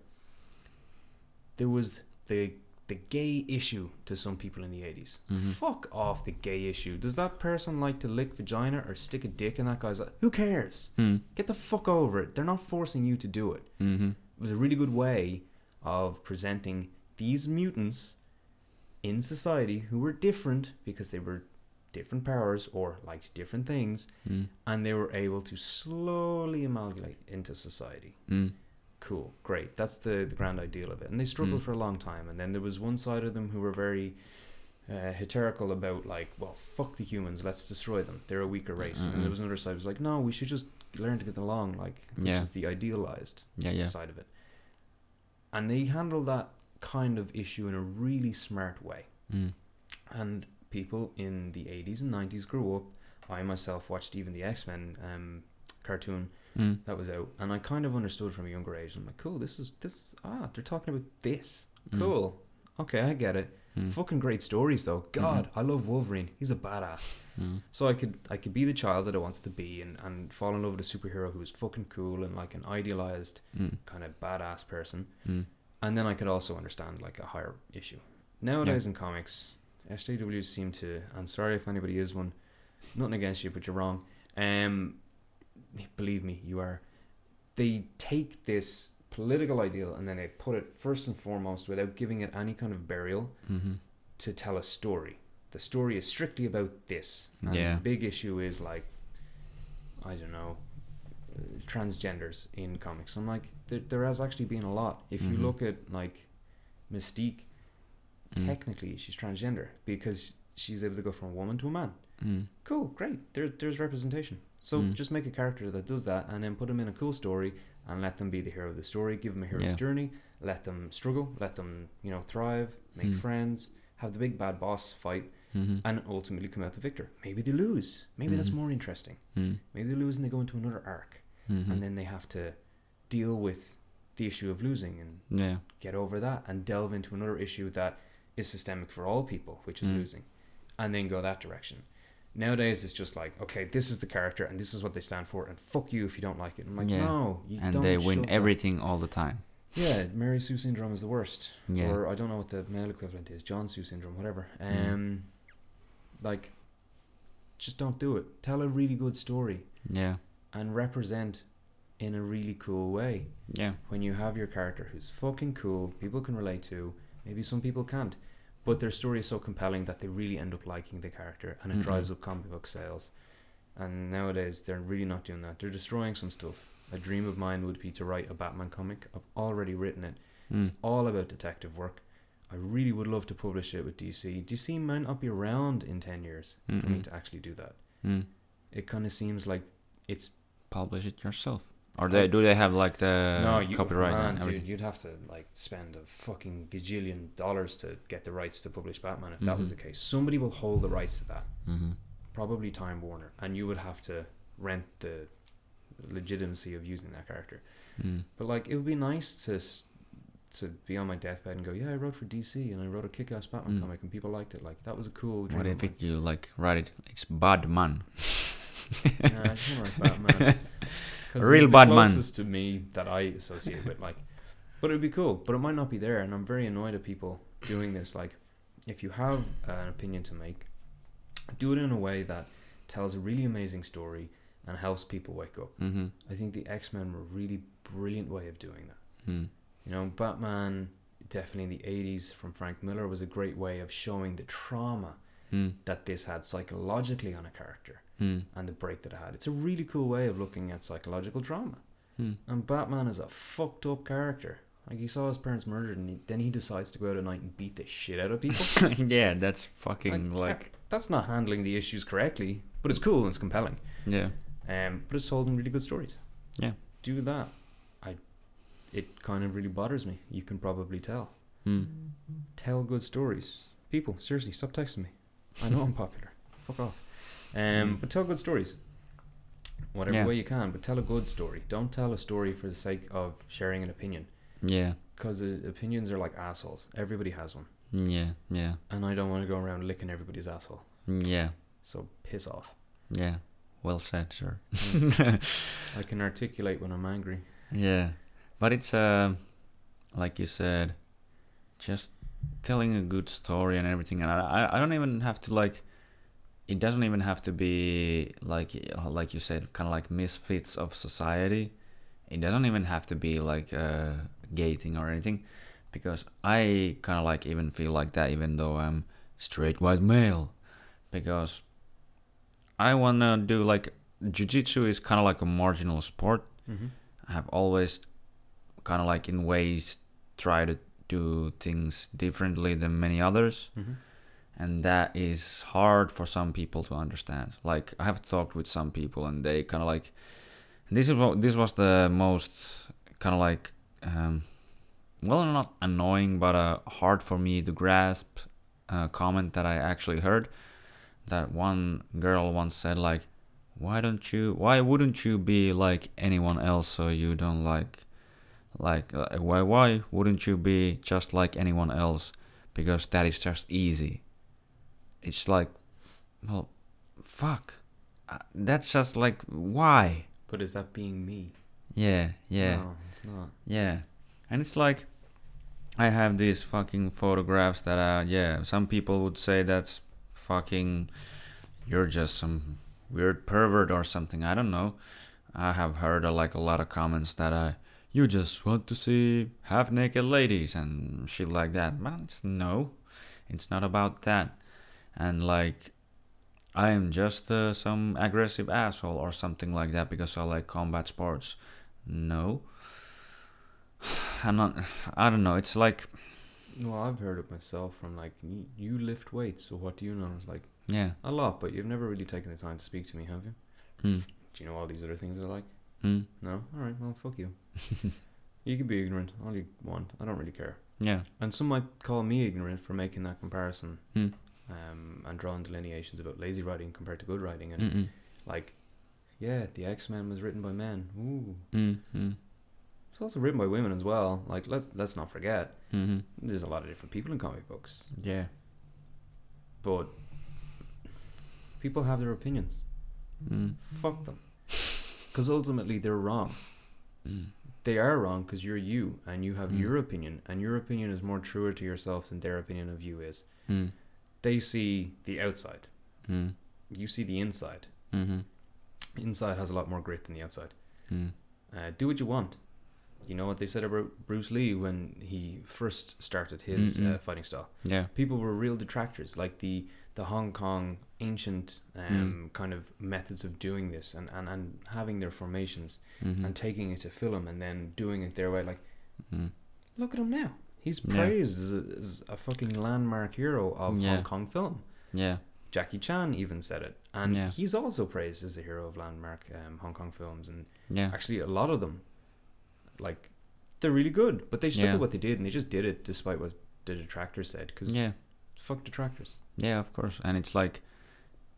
B: There was the the gay issue to some people in the 80s
A: Mhm.
B: Fuck off the gay issue. Does that person like to lick vagina or stick a dick in that guy's? Who cares?
A: Mm.
B: Get the fuck over it. They're not forcing you to do it.
A: Mm-hmm.
B: It was a really good way of presenting these mutants in society who were different because they were different powers or liked different things
A: Mm.
B: and they were able to slowly amalgamate into society.
A: Mm.
B: Cool, great. That's the, the grand ideal of it. And they struggled
A: Mm.
B: for a long time. And then there was one side of them who were very uh, hysterical about, like, well, fuck the humans, let's destroy them. They're a weaker race. And then
A: Mhm.
B: there was another side who was like, no, we should just learn to get along, like, which
A: Yeah.
B: is the idealized
A: Yeah. Yeah.
B: side of it. And they handled that kind of issue in a really smart way.
A: Mm.
B: And people in the 80s and 90s grew up. I myself watched even the X Men um, cartoon
A: Mm.
B: that was out, and I kind of understood from a younger age. I'm like, cool, this is this. Ah, they're talking about this.
A: Mm.
B: Cool. Okay, I get it.
A: Mm. Mm-hmm.
B: Fucking great stories though. God, I love Wolverine. He's a badass.
A: Mm.
B: So I could I could be the child that I wanted to be, and and fall in love with a superhero who was fucking cool and like an idealized
A: Mm.
B: kind of badass person.
A: Mm.
B: And then I could also understand like a higher issue. Nowadays in comics, SJWs seem to. I'm sorry if anybody is one. Nothing against you, but you're wrong. Um, believe me, you are. They take this political ideal and then they put it first and foremost without giving it any kind of burial
A: Mm-hmm.
B: to tell a story. The story is strictly about this. And
A: Yeah.
B: The big issue is like, I don't know, uh, transgenders in comics. I'm like, there, there has actually been a lot. If
A: Mhm.
B: you look at like Mystique,
A: Mm.
B: technically she's transgender because she's able to go from woman to a man.
A: Mm.
B: Cool, great. There, there's representation. So
A: Mm.
B: just make a character that does that and then put them in a cool story and let them be the hero of the story. Give them a hero's
A: Yeah.
B: journey. Let them struggle. Let them, you know, thrive, make
A: Mm.
B: friends, have the big bad boss fight,
A: Mm-hmm.
B: and ultimately come out the victor. Maybe they lose. Maybe that's
A: Mhm.
B: more interesting.
A: Mm.
B: Maybe they lose and they go into another arc.
A: Mm-hmm.
B: And then they have to deal with the issue of losing and
A: yeah.
B: get over that and delve into another issue that is systemic for all people, which is
A: Mm.
B: losing, and then go that direction. Nowadays, it's just like, okay, this is the character and this is what they stand for, and fuck you if you don't like it. I'm like,
A: Yeah.
B: no, you
A: And
B: don't
A: they win
B: shove that-
A: everything all the time.
B: Yeah, Mary Sue syndrome is the worst,
A: Yeah.
B: or I don't know what the male equivalent is, John Sue syndrome, whatever.
A: Mm.
B: Um, like, just don't do it. Tell a really good story
A: Yeah.
B: and represent in a really cool way
A: Yeah.
B: when you have your character who's fucking cool, people can relate to, maybe some people can't, but their story is so compelling that they really end up liking the character and it
A: Mhm.
B: drives up comic book sales. And nowadays, they're really not doing that. They're destroying some stuff. A dream of mine would be to write a Batman comic. I've already written it.
A: Mm.
B: It's all about detective work. I really would love to publish it with DC. DC might not be around in 10 years for me
A: Mm-mm.
B: to actually do that.
A: Mm.
B: It kind of seems like it's
A: Publish it yourself. Or they do they have like the
B: no, you,
A: uh, copyright
B: man,
A: and everything?
B: dude, you'd have to like spend a fucking gajillion dollars to get the rights to publish Batman if that was
A: Mhm.
B: the case. Somebody will hold the rights to that,
A: Mm-hmm.
B: probably Time Warner, and you would have to rent the legitimacy of using that character.
A: Mm.
B: But like, it would be nice to s- to be on my deathbed and go, yeah, I wrote for DC and I wrote a kick-ass Batman
A: Mm.
B: comic and people liked it. Like that was a cool. Dream
A: What
B: of
A: if
B: mine."
A: it, you like write it? It's bad man.
B: Nah, I just want like Batman. 'Cause
A: A real
B: he's the
A: Batman.
B: closest to me that I associate with like, but it'd be cool. But it might not be there, and I'm very annoyed at people doing this. Like, if you have an opinion to make, do it in a way that tells a really amazing story and helps people wake up.
A: Mm-hmm.
B: I think the X Men were a really brilliant way of doing that.
A: Mm.
B: You know, Batman definitely in the 80s from Frank Miller was a great way of showing the trauma
A: Mm.
B: that this had psychologically on a character
A: Mm.
B: and the break that it had. It's a really cool way of looking at psychological drama.
A: Mm.
B: And Batman is a fucked up character. Like he saw his parents murdered, and he, then he decides to go out at night and beat the shit out of people.
A: yeah, that's fucking
B: Like,
A: like
B: That's not handling the issues correctly, but it's cool and it's compelling.
A: yeah.
B: Um, but it's told in really good stories.
A: Yeah.
B: Do that. I. It kind of really bothers me. You can probably tell.
A: Mm.
B: Tell good stories. People, seriously, stop texting me. I know I'm popular. Fuck off. Um,
A: Mm.
B: but tell good stories. Whatever
A: Yeah.
B: way you can, but tell a good story. Don't tell a story for the sake of sharing an opinion.
A: Yeah.
B: Because opinions are like assholes. Everybody has one.
A: Yeah. Yeah.
B: And I don't want to go around licking everybody's asshole.
A: Yeah.
B: So piss off.
A: Yeah. Well said, sir.
B: I can articulate when I'm angry.
A: Yeah, but it's uh, like you said, just telling a good story and everything, and I I- I don't even have to like. It doesn't even have to be like like you said, kind of like misfits of society. It doesn't even have to be like uh, gating or anything, because I kind of like even feel like that, even though I'm straight white male, because I wanna do like jujitsu is kind of like a marginal sport
B: Mm-hmm.
A: I have always kind of like in ways try to do things differently than many others
B: Mm-hmm.
A: and that is hard for some people to understand like i have talked with some people and they kind of like this is what this was the most kind of like um, well not annoying but uh, hard for me to grasp uh, comment that i actually heard that one girl once said like why don't you why wouldn't you be like anyone else so you don't like like uh, why why wouldn't you be just like anyone else because that is just easy it's like well fuck Uh, that's just like why
B: But is that being me?
A: yeah yeah
B: No, it's not.
A: yeah and it's like i have these fucking photographs that are yeah some people would say that's fucking you're just some weird pervert or something i don't know i have heard uh, like a lot of comments that i you just want to see half naked ladies and shit like that but it's no it's not about that and like i am just uh, some aggressive asshole or something like that because i like combat sports no i'm not i don't know it's like
B: Well, I've heard it myself from like, "Y- you lift weights, so what do you know? It's like,
A: yeah
B: a lot, but you've never really taken the time to speak to me, have you?
A: Hmm.
B: Do you know all these other things are like?
A: Mm.
B: No? Alright, well, fuck you. you can be ignorant all you want. I don't really care.
A: yeah
B: And some might call me ignorant for making that comparison
A: Hmm.
B: um, and drawing delineations about lazy writing compared to good writing. And
A: Mm-mm.
B: like, yeah, the X Men was written by men. Ooh,
A: Mm, mm,
B: it's also written by women as well. Like, let's let's not forget,
A: mhm.
B: there's a lot of different people in comic books,
A: yeah
B: but people have their opinions.
A: mm,
B: Fuck them, because ultimately they're wrong.
A: mm,
B: They are wrong because you're you and you have
A: Hmm.
B: your opinion, and your opinion is more truer to yourself than their opinion of you is.
A: mm,
B: They see the outside,
A: mm,
B: you see the inside.
A: mhm,
B: Inside has a lot more grit than the outside.
A: mm,
B: Uh, do what you want. You know what they said about Bruce Lee when he first started his
A: Mm-mm.
B: uh, fighting style.
A: yeah
B: People were real detractors, like the the Hong Kong ancient um, kind of methods of doing this and, and, and having their formations
A: mhm,
B: and taking it to film and then doing it their way. Like,
A: mm,
B: look at him now. He's
A: Yeah.
B: praised as, a, as a fucking landmark hero of
A: Yeah.
B: Hong Kong film.
A: yeah
B: Jackie Chan even said it, and
A: Yeah.
B: he's also praised as a hero of landmark um, Hong Kong films and
A: yeah
B: actually a lot of them like they're really good but they stuck
A: Yeah.
B: with what they did and they just did it despite what the detractors said because
A: yeah
B: fuck detractors
A: Yeah, of course. And it's like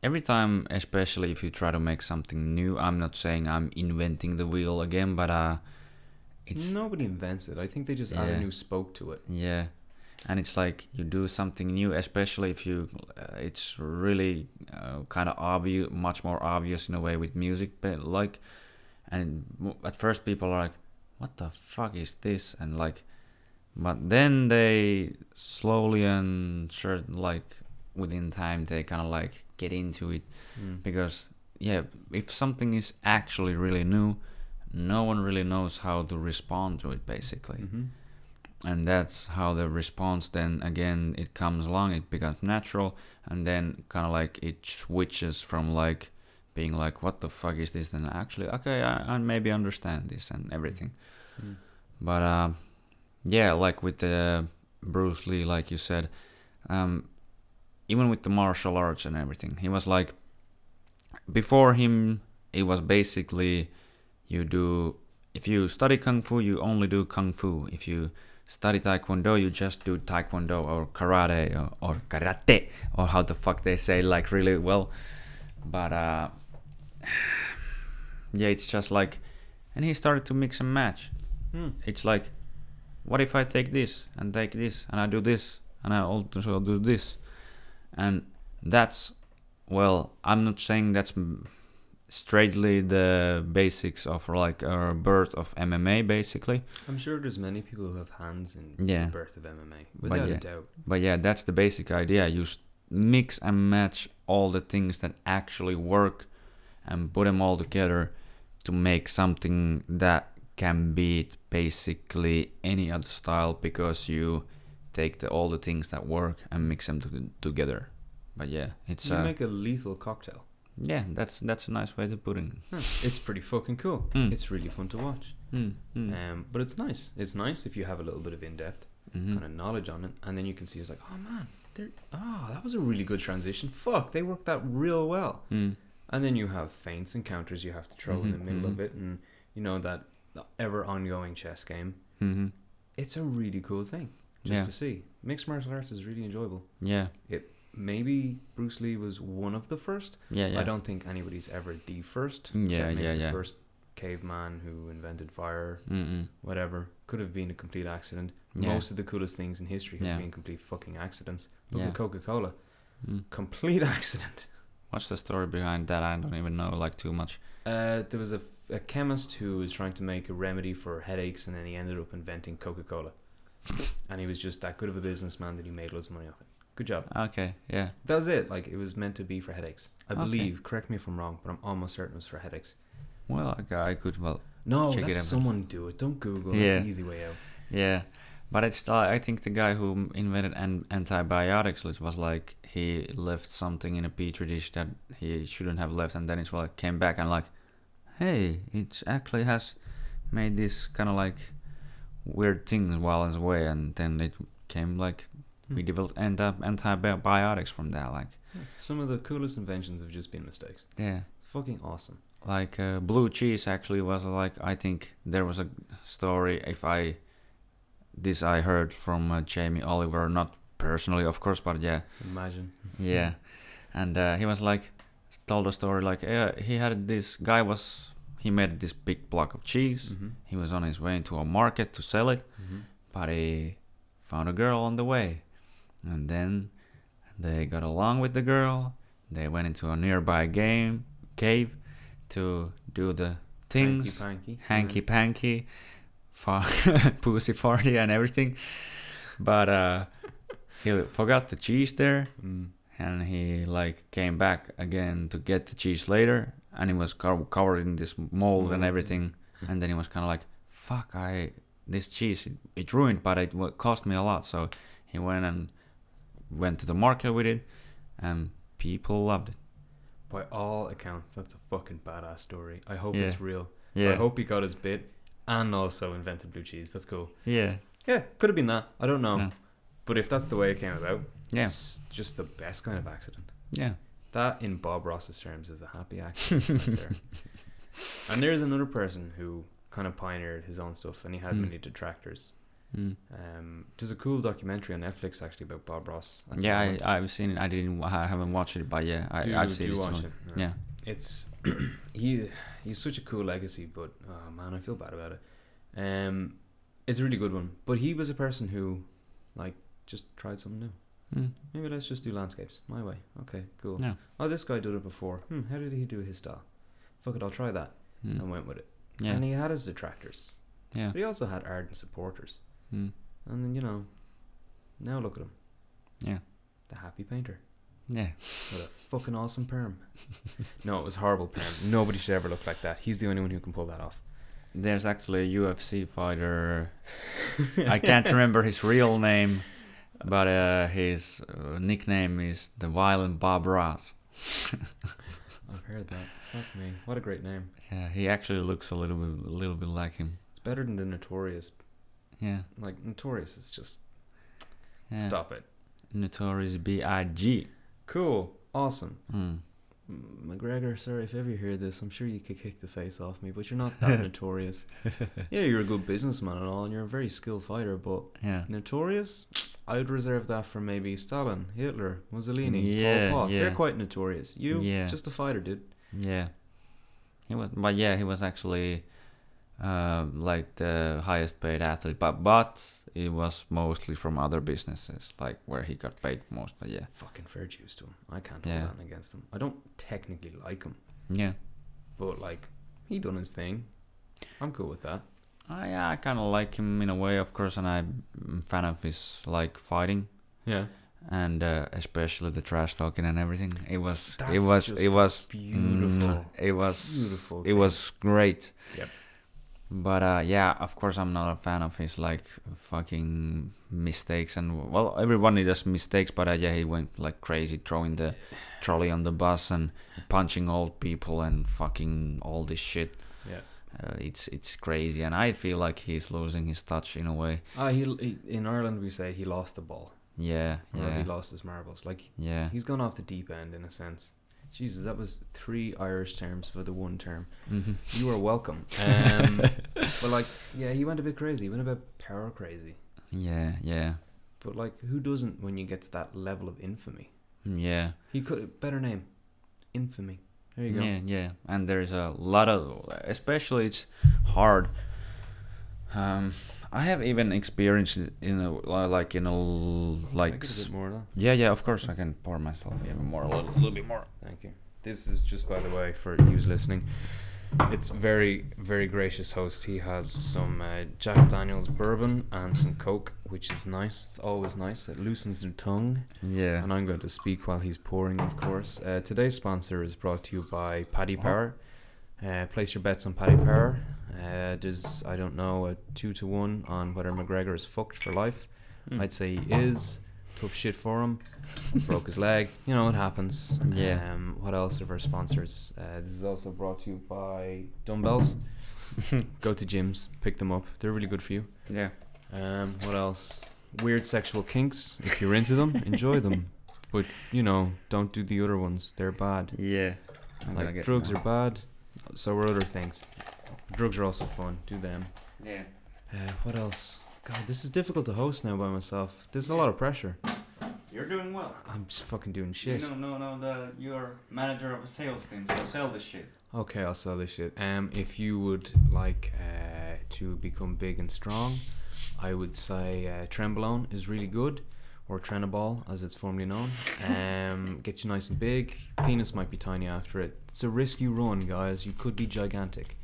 A: every time, especially if you try to make something new, I'm not saying I'm inventing the wheel again, but uh, it's
B: Nobody invents it. I think they just add
A: Yeah.
B: a new spoke to it.
A: Yeah, and it's like you do something new, especially if you. Uh, it's really uh, kind of obvious, much more obvious in a way with music, but like, and mo- at first people are like, "What the fuck is this?" and like, but then they slowly and sure like within time they kind of like get into it
B: Mm.
A: because yeah if something is actually really new no one really knows how to respond to it basically
B: Mhm.
A: and that's how the response then again it comes along it becomes natural and then kind of like it switches from like being like what the fuck is this then actually okay i, I maybe understand this and everything
B: Mm.
A: but uh, yeah like with the bruce lee like you said um, even with the martial arts and everything he was like before him it was basically you do if you study kung fu you only do kung fu if you study taekwondo you just do taekwondo or karate or, or karate or how the fuck they say like really well but uh yeah it's just like and he started to mix and match
B: Hmm.
A: it's like what if i take this and take this and i do this and i also do this and that's well i'm not saying that's m- straightly the basics of like a birth of mma basically
B: I'm sure there's many people who have hands in
A: Yeah.
B: the birth of MMA, without
A: yeah.
B: a doubt.
A: But yeah, that's the basic idea. You s- mix and match all the things that actually work and put them all together to make something that can beat basically any other style because you take the, all the things that work and mix them to, together. But yeah, it's
B: you
A: uh,
B: make a lethal cocktail.
A: yeah, that's that's a nice way to put it.
B: Huh, It's pretty fucking cool.
A: Mm.
B: It's really fun to watch.
A: Mm, mm,
B: Um, but it's nice. It's nice if you have a little bit of in depth
A: mhm.
B: kind of knowledge on it, and then you can see it's like, oh man, they're oh that was a really good transition. Fuck, they worked that real well.
A: Mm,
B: And then you have feints and counters you have to throw in the
A: Mhm,
B: middle
A: mhm.
B: of it, and you know that ever ongoing chess game.
A: mhm.
B: It's a really cool thing just
A: Yeah.
B: to see. Mixed martial arts is really enjoyable.
A: Yeah,
B: Maybe Bruce Lee was one of the first.
A: yeah, yeah.
B: I don't think anybody's ever the first.
A: Yeah,
B: except maybe
A: yeah,
B: the
A: yeah.
B: First caveman who invented fire,
A: Mm-mm.
B: whatever, could have been a complete accident.
A: Yeah.
B: Most of the coolest things in history have
A: Yeah.
B: been complete fucking accidents. Look
A: Yeah.
B: at Coca Cola,
A: Mm.
B: complete accident.
A: What's the story behind that? I don't even know like too much.
B: Uh, there was a, a chemist who was trying to make a remedy for headaches, and then he ended up inventing Coca Cola. and he was just that good of a businessman that he made loads of money off it. Good job.
A: Okay, yeah.
B: That was it. Like it was meant to be for headaches. I
A: Okay.
B: believe. Correct me if I'm wrong, but I'm almost certain it was for headaches.
A: Well, okay, I could well,
B: No,
A: Check it
B: let
A: out.
B: someone do it. Don't Google.
A: Yeah.
B: It's the easy way out.
A: yeah, but it's uh, I think the guy who invented an- antibiotics it was like he left something in a petri dish that he shouldn't have left, and then it's like came back and like, hey, it actually has made this kind of like weird thing while it's away, and then it came like we
B: Hmm.
A: developed anti antibiotics from that, like
B: Some of the coolest inventions have just been mistakes.
A: yeah.
B: Fucking awesome.
A: like uh, blue cheese actually was like i think there was a story if i this i heard from uh, jamie oliver not personally of course but yeah
B: Imagine.
A: yeah and uh, he was like told a story like uh, he had this guy was he made this big block of cheese
B: Mm-hmm.
A: he was on his way into a market to sell it but he found a girl on the way. And then they got along with the girl. They went into a nearby game cave to do the things,
B: Hanky.
A: hanky panky, fa- pussy party, and everything. But uh, he forgot the cheese there,
B: Mm.
A: and he like came back again to get the cheese later, and it was co- covered in this mold
B: Mold.
A: and everything and then it was kind of like fuck i this cheese it, it ruined but it wa- cost me a lot so he went and went to the market with it and people loved it
B: By all accounts, that's a fucking badass story. I hope
A: Yeah.
B: it's real. I
A: yeah
B: hope he got his bit and also invented blue cheese. That's cool.
A: yeah
B: Yeah, could have been that. I don't know.
A: Yeah.
B: But if that's the way it came about,
A: yeah
B: it's just the best kind of accident.
A: yeah
B: That, in Bob Ross's terms, is a happy accident. right there. And there's another person who kind of pioneered his own stuff and he had
A: Mm.
B: many detractors.
A: Mm.
B: Um, there's a cool documentary on Netflix actually about Bob Ross. at the
A: yeah
B: moment.
A: I, i've seen it i didn't wa- i haven't watched it but yeah I,
B: Do-
A: i've seen
B: do
A: it,
B: watch
A: too.
B: it. No.
A: yeah
B: it's he he's such a cool legacy, but oh man, I feel bad about it. Um, it's a really good one. But he was a person who, like, just tried something new.
A: Mm.
B: Maybe let's just do landscapes my way. Okay, cool.
A: Yeah.
B: Oh, this guy did it before. Hmm, how did he do his style? Fuck it, I'll try that.
A: Mm.
B: And went with it.
A: Yeah.
B: And he had his detractors,
A: Yeah.
B: but he also had ardent supporters.
A: Mm.
B: And then you know, now look at him,
A: Yeah.
B: the happy painter
A: Yeah.
B: with a fucking awesome perm. no, it was horrible perm. Nobody should ever look like that. He's the only one who can pull that off.
A: There's actually a UFC fighter. I can't remember his real name, but uh, his uh, nickname is the Violent Bob Ross.
B: I've heard that. Fuck me, what a great name.
A: Yeah, he actually looks a little bit, a little bit like him.
B: It's better than the Notorious.
A: Yeah.
B: Like Notorious is just
A: yeah.
B: stop it.
A: Notorious B.I.G.
B: Cool, awesome.
A: Mm.
B: "Mm, McGregor, sir, if ever you hear this, I'm sure you could kick the face off me, but you're not that notorious. Yeah, you're a good businessman and all, and you're a very skilled fighter, but
A: Yeah.
B: notorious? I'd reserve that for maybe Stalin, Hitler, Mussolini,
A: Yeah,
B: Pol Pot. They're
A: yeah.
B: quite notorious. You,
A: Yeah.
B: just a fighter, dude.
A: Yeah. He was, but yeah, he was actually uh, like the highest paid athlete, but but it was mostly from other businesses, like where he got paid most. But yeah.
B: Fucking fair dues to him. I can't
A: Yeah.
B: hold that against him. I don't technically like him,
A: Yeah.
B: but like, he done his thing. I'm cool with that.
A: I Uh, I kind of like him in a way, of course, and I'm a fan of his like fighting
B: Yeah.
A: and uh, especially the trash talking and everything. It was it
B: That's
A: was
B: just
A: it was Mm,
B: beautiful,
A: it was
B: beautiful
A: It
B: thing.
A: was great.
B: Yep.
A: But uh, yeah, of course, I'm not a fan of his like fucking mistakes and well, everyone does mistakes. But uh, yeah, he went like crazy throwing the trolley on the bus and punching old people and fucking all this shit.
B: Yeah.
A: Uh, it's it's crazy, and I feel like he's losing his touch in a way.
B: Ah, he, he in Ireland we say he lost the ball
A: Yeah,
B: or he
A: yeah,
B: lost his marbles. Like
A: yeah.
B: he's gone off the deep end in a sense. Jesus, that was three Irish terms for the one term.
A: Mhm.
B: You are welcome. Um, but like, yeah, he went a bit crazy. He went a bit power crazy.
A: Yeah, yeah,
B: But like, who doesn't when you get to that level of infamy?
A: mm, yeah.
B: He could better name, infamy. There you go.
A: Yeah, yeah, and there's a lot of, especially it's hard. Um, I have even experienced it in a li- like in a l- like s-
B: more though.
A: yeah, yeah. Of course, I can pour myself even more, a little, little bit more.
B: Thank you. This is just by the way for who's listening. It's very very gracious host. He has some uh, Jack Daniel's bourbon and some Coke, which is nice. It's always nice. It loosens the tongue.
A: Yeah,
B: And I'm going to speak while he's pouring, of course. Uh, today's sponsor is brought to you by Paddy
A: Oh.
B: Power. Uh, place your bets on Paddy Power. Uh, there's, I don't know, a two to one on whether McGregor is fucked for life.
A: Mm.
B: I'd say he is. Tough shit for him. Broke his leg. You know, it happens.
A: Yeah.
B: Um, what else of our sponsors? Uh, this is also brought to you by Dumbbells. Go to gyms, pick them up. They're really good for you.
A: yeah.
B: Um, what else? Weird sexual kinks. If you're into them, enjoy them. But you know, don't do the other ones. They're bad.
A: Yeah. I'm gonna
B: Like
A: get
B: drugs
A: more.
B: are bad. So are other things. Drugs are also fun. Do them.
A: Yeah.
B: Uh, what else? God, this is difficult to host now by myself. There's a lot of pressure.
A: You're doing well.
B: I'm just fucking doing shit.
A: no, no. The you're manager of a sales team, so sell this shit.
B: Okay, I'll sell this shit. Um, if you would like uh, to become big and strong, I would say uh, Trembolone is really good, or Trenabol as it's formerly known. Um, get you nice and big. Penis might be tiny after it. It's a risk you run, guys. You could be gigantic.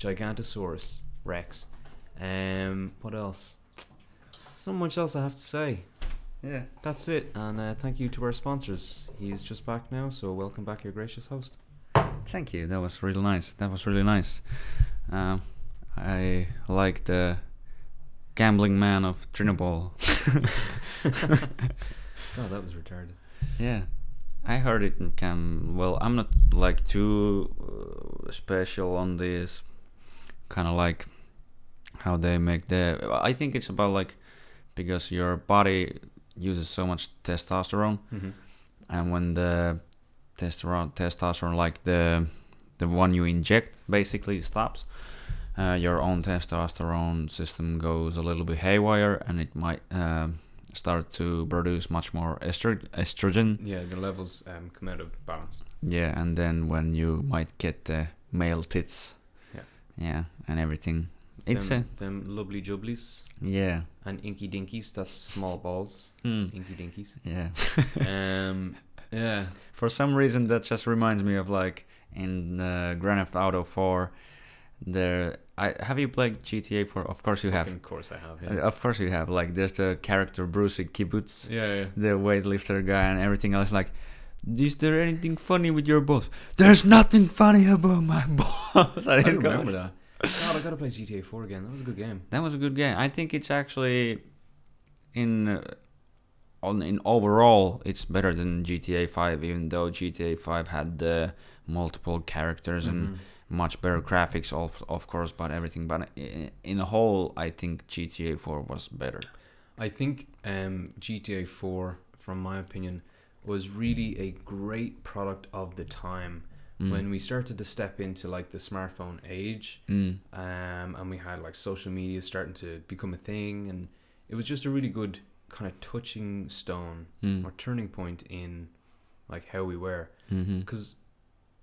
B: Gigantosaurus Rex. Um, what else? So much else I have to say.
A: Yeah.
B: That's it, and uh, thank you to our sponsors. He's just back now, so welcome back, your gracious host.
A: Thank you. That was really nice. That was really nice. Um, I like the gambling man of Trinobol.
B: God, that was retarded.
A: Yeah, I heard it and can. Well, I'm not like too uh, special on this. Kind of like how they make the. I think it's about like because your body uses so much testosterone,
B: Mm-hmm.
A: and when the testosterone, testosterone, like the the one you inject, basically stops. Uh, your own testosterone system goes a little bit haywire, and it might um start to produce much more estro- estrogen.
B: Yeah, the levels um, come out of balance.
A: Yeah, and then when you might get the male tits.
B: Yeah.
A: Yeah, and everything. It's
B: them, them lovely jubblies
A: a yeah.
B: and inky dinkies. That's small balls.
A: Mm.
B: Inky dinkies.
A: Yeah.
B: um, yeah.
A: For some reason, that just reminds me of like in uh, Grand Theft Auto 4. There, I have you played GTA 4? Of course you have.
B: Of course I have.
A: Uh,
B: Yeah.
A: Of course you have. Like, there's the character Brucey Kibbutz,
B: yeah, yeah.
A: the weightlifter guy, and everything else. Like, is there anything funny with your boss? There's nothing funny about my boss.
B: I
A: And he's
B: don't
A: going-
B: remember that. uh, God, I gotta play GTA 4 again. That was a good game.
A: That was a good game. I think it's actually in uh, on in overall it's better than GTA 5 even though GTA 5 had the multiple characters and
B: Mhm.
A: much better graphics of of course but everything but i- in a whole I think GTA 4 was better.
B: I think um, GTA 4, from my opinion, was really a great product of the time
A: Mm.
B: when we started to step into like the smartphone age.
A: Mm.
B: um, and we had like social media starting to become a thing, and it was just a really good kind of touching stone
A: Mm.
B: or turning point in like how we were.
A: Mhm.
B: Because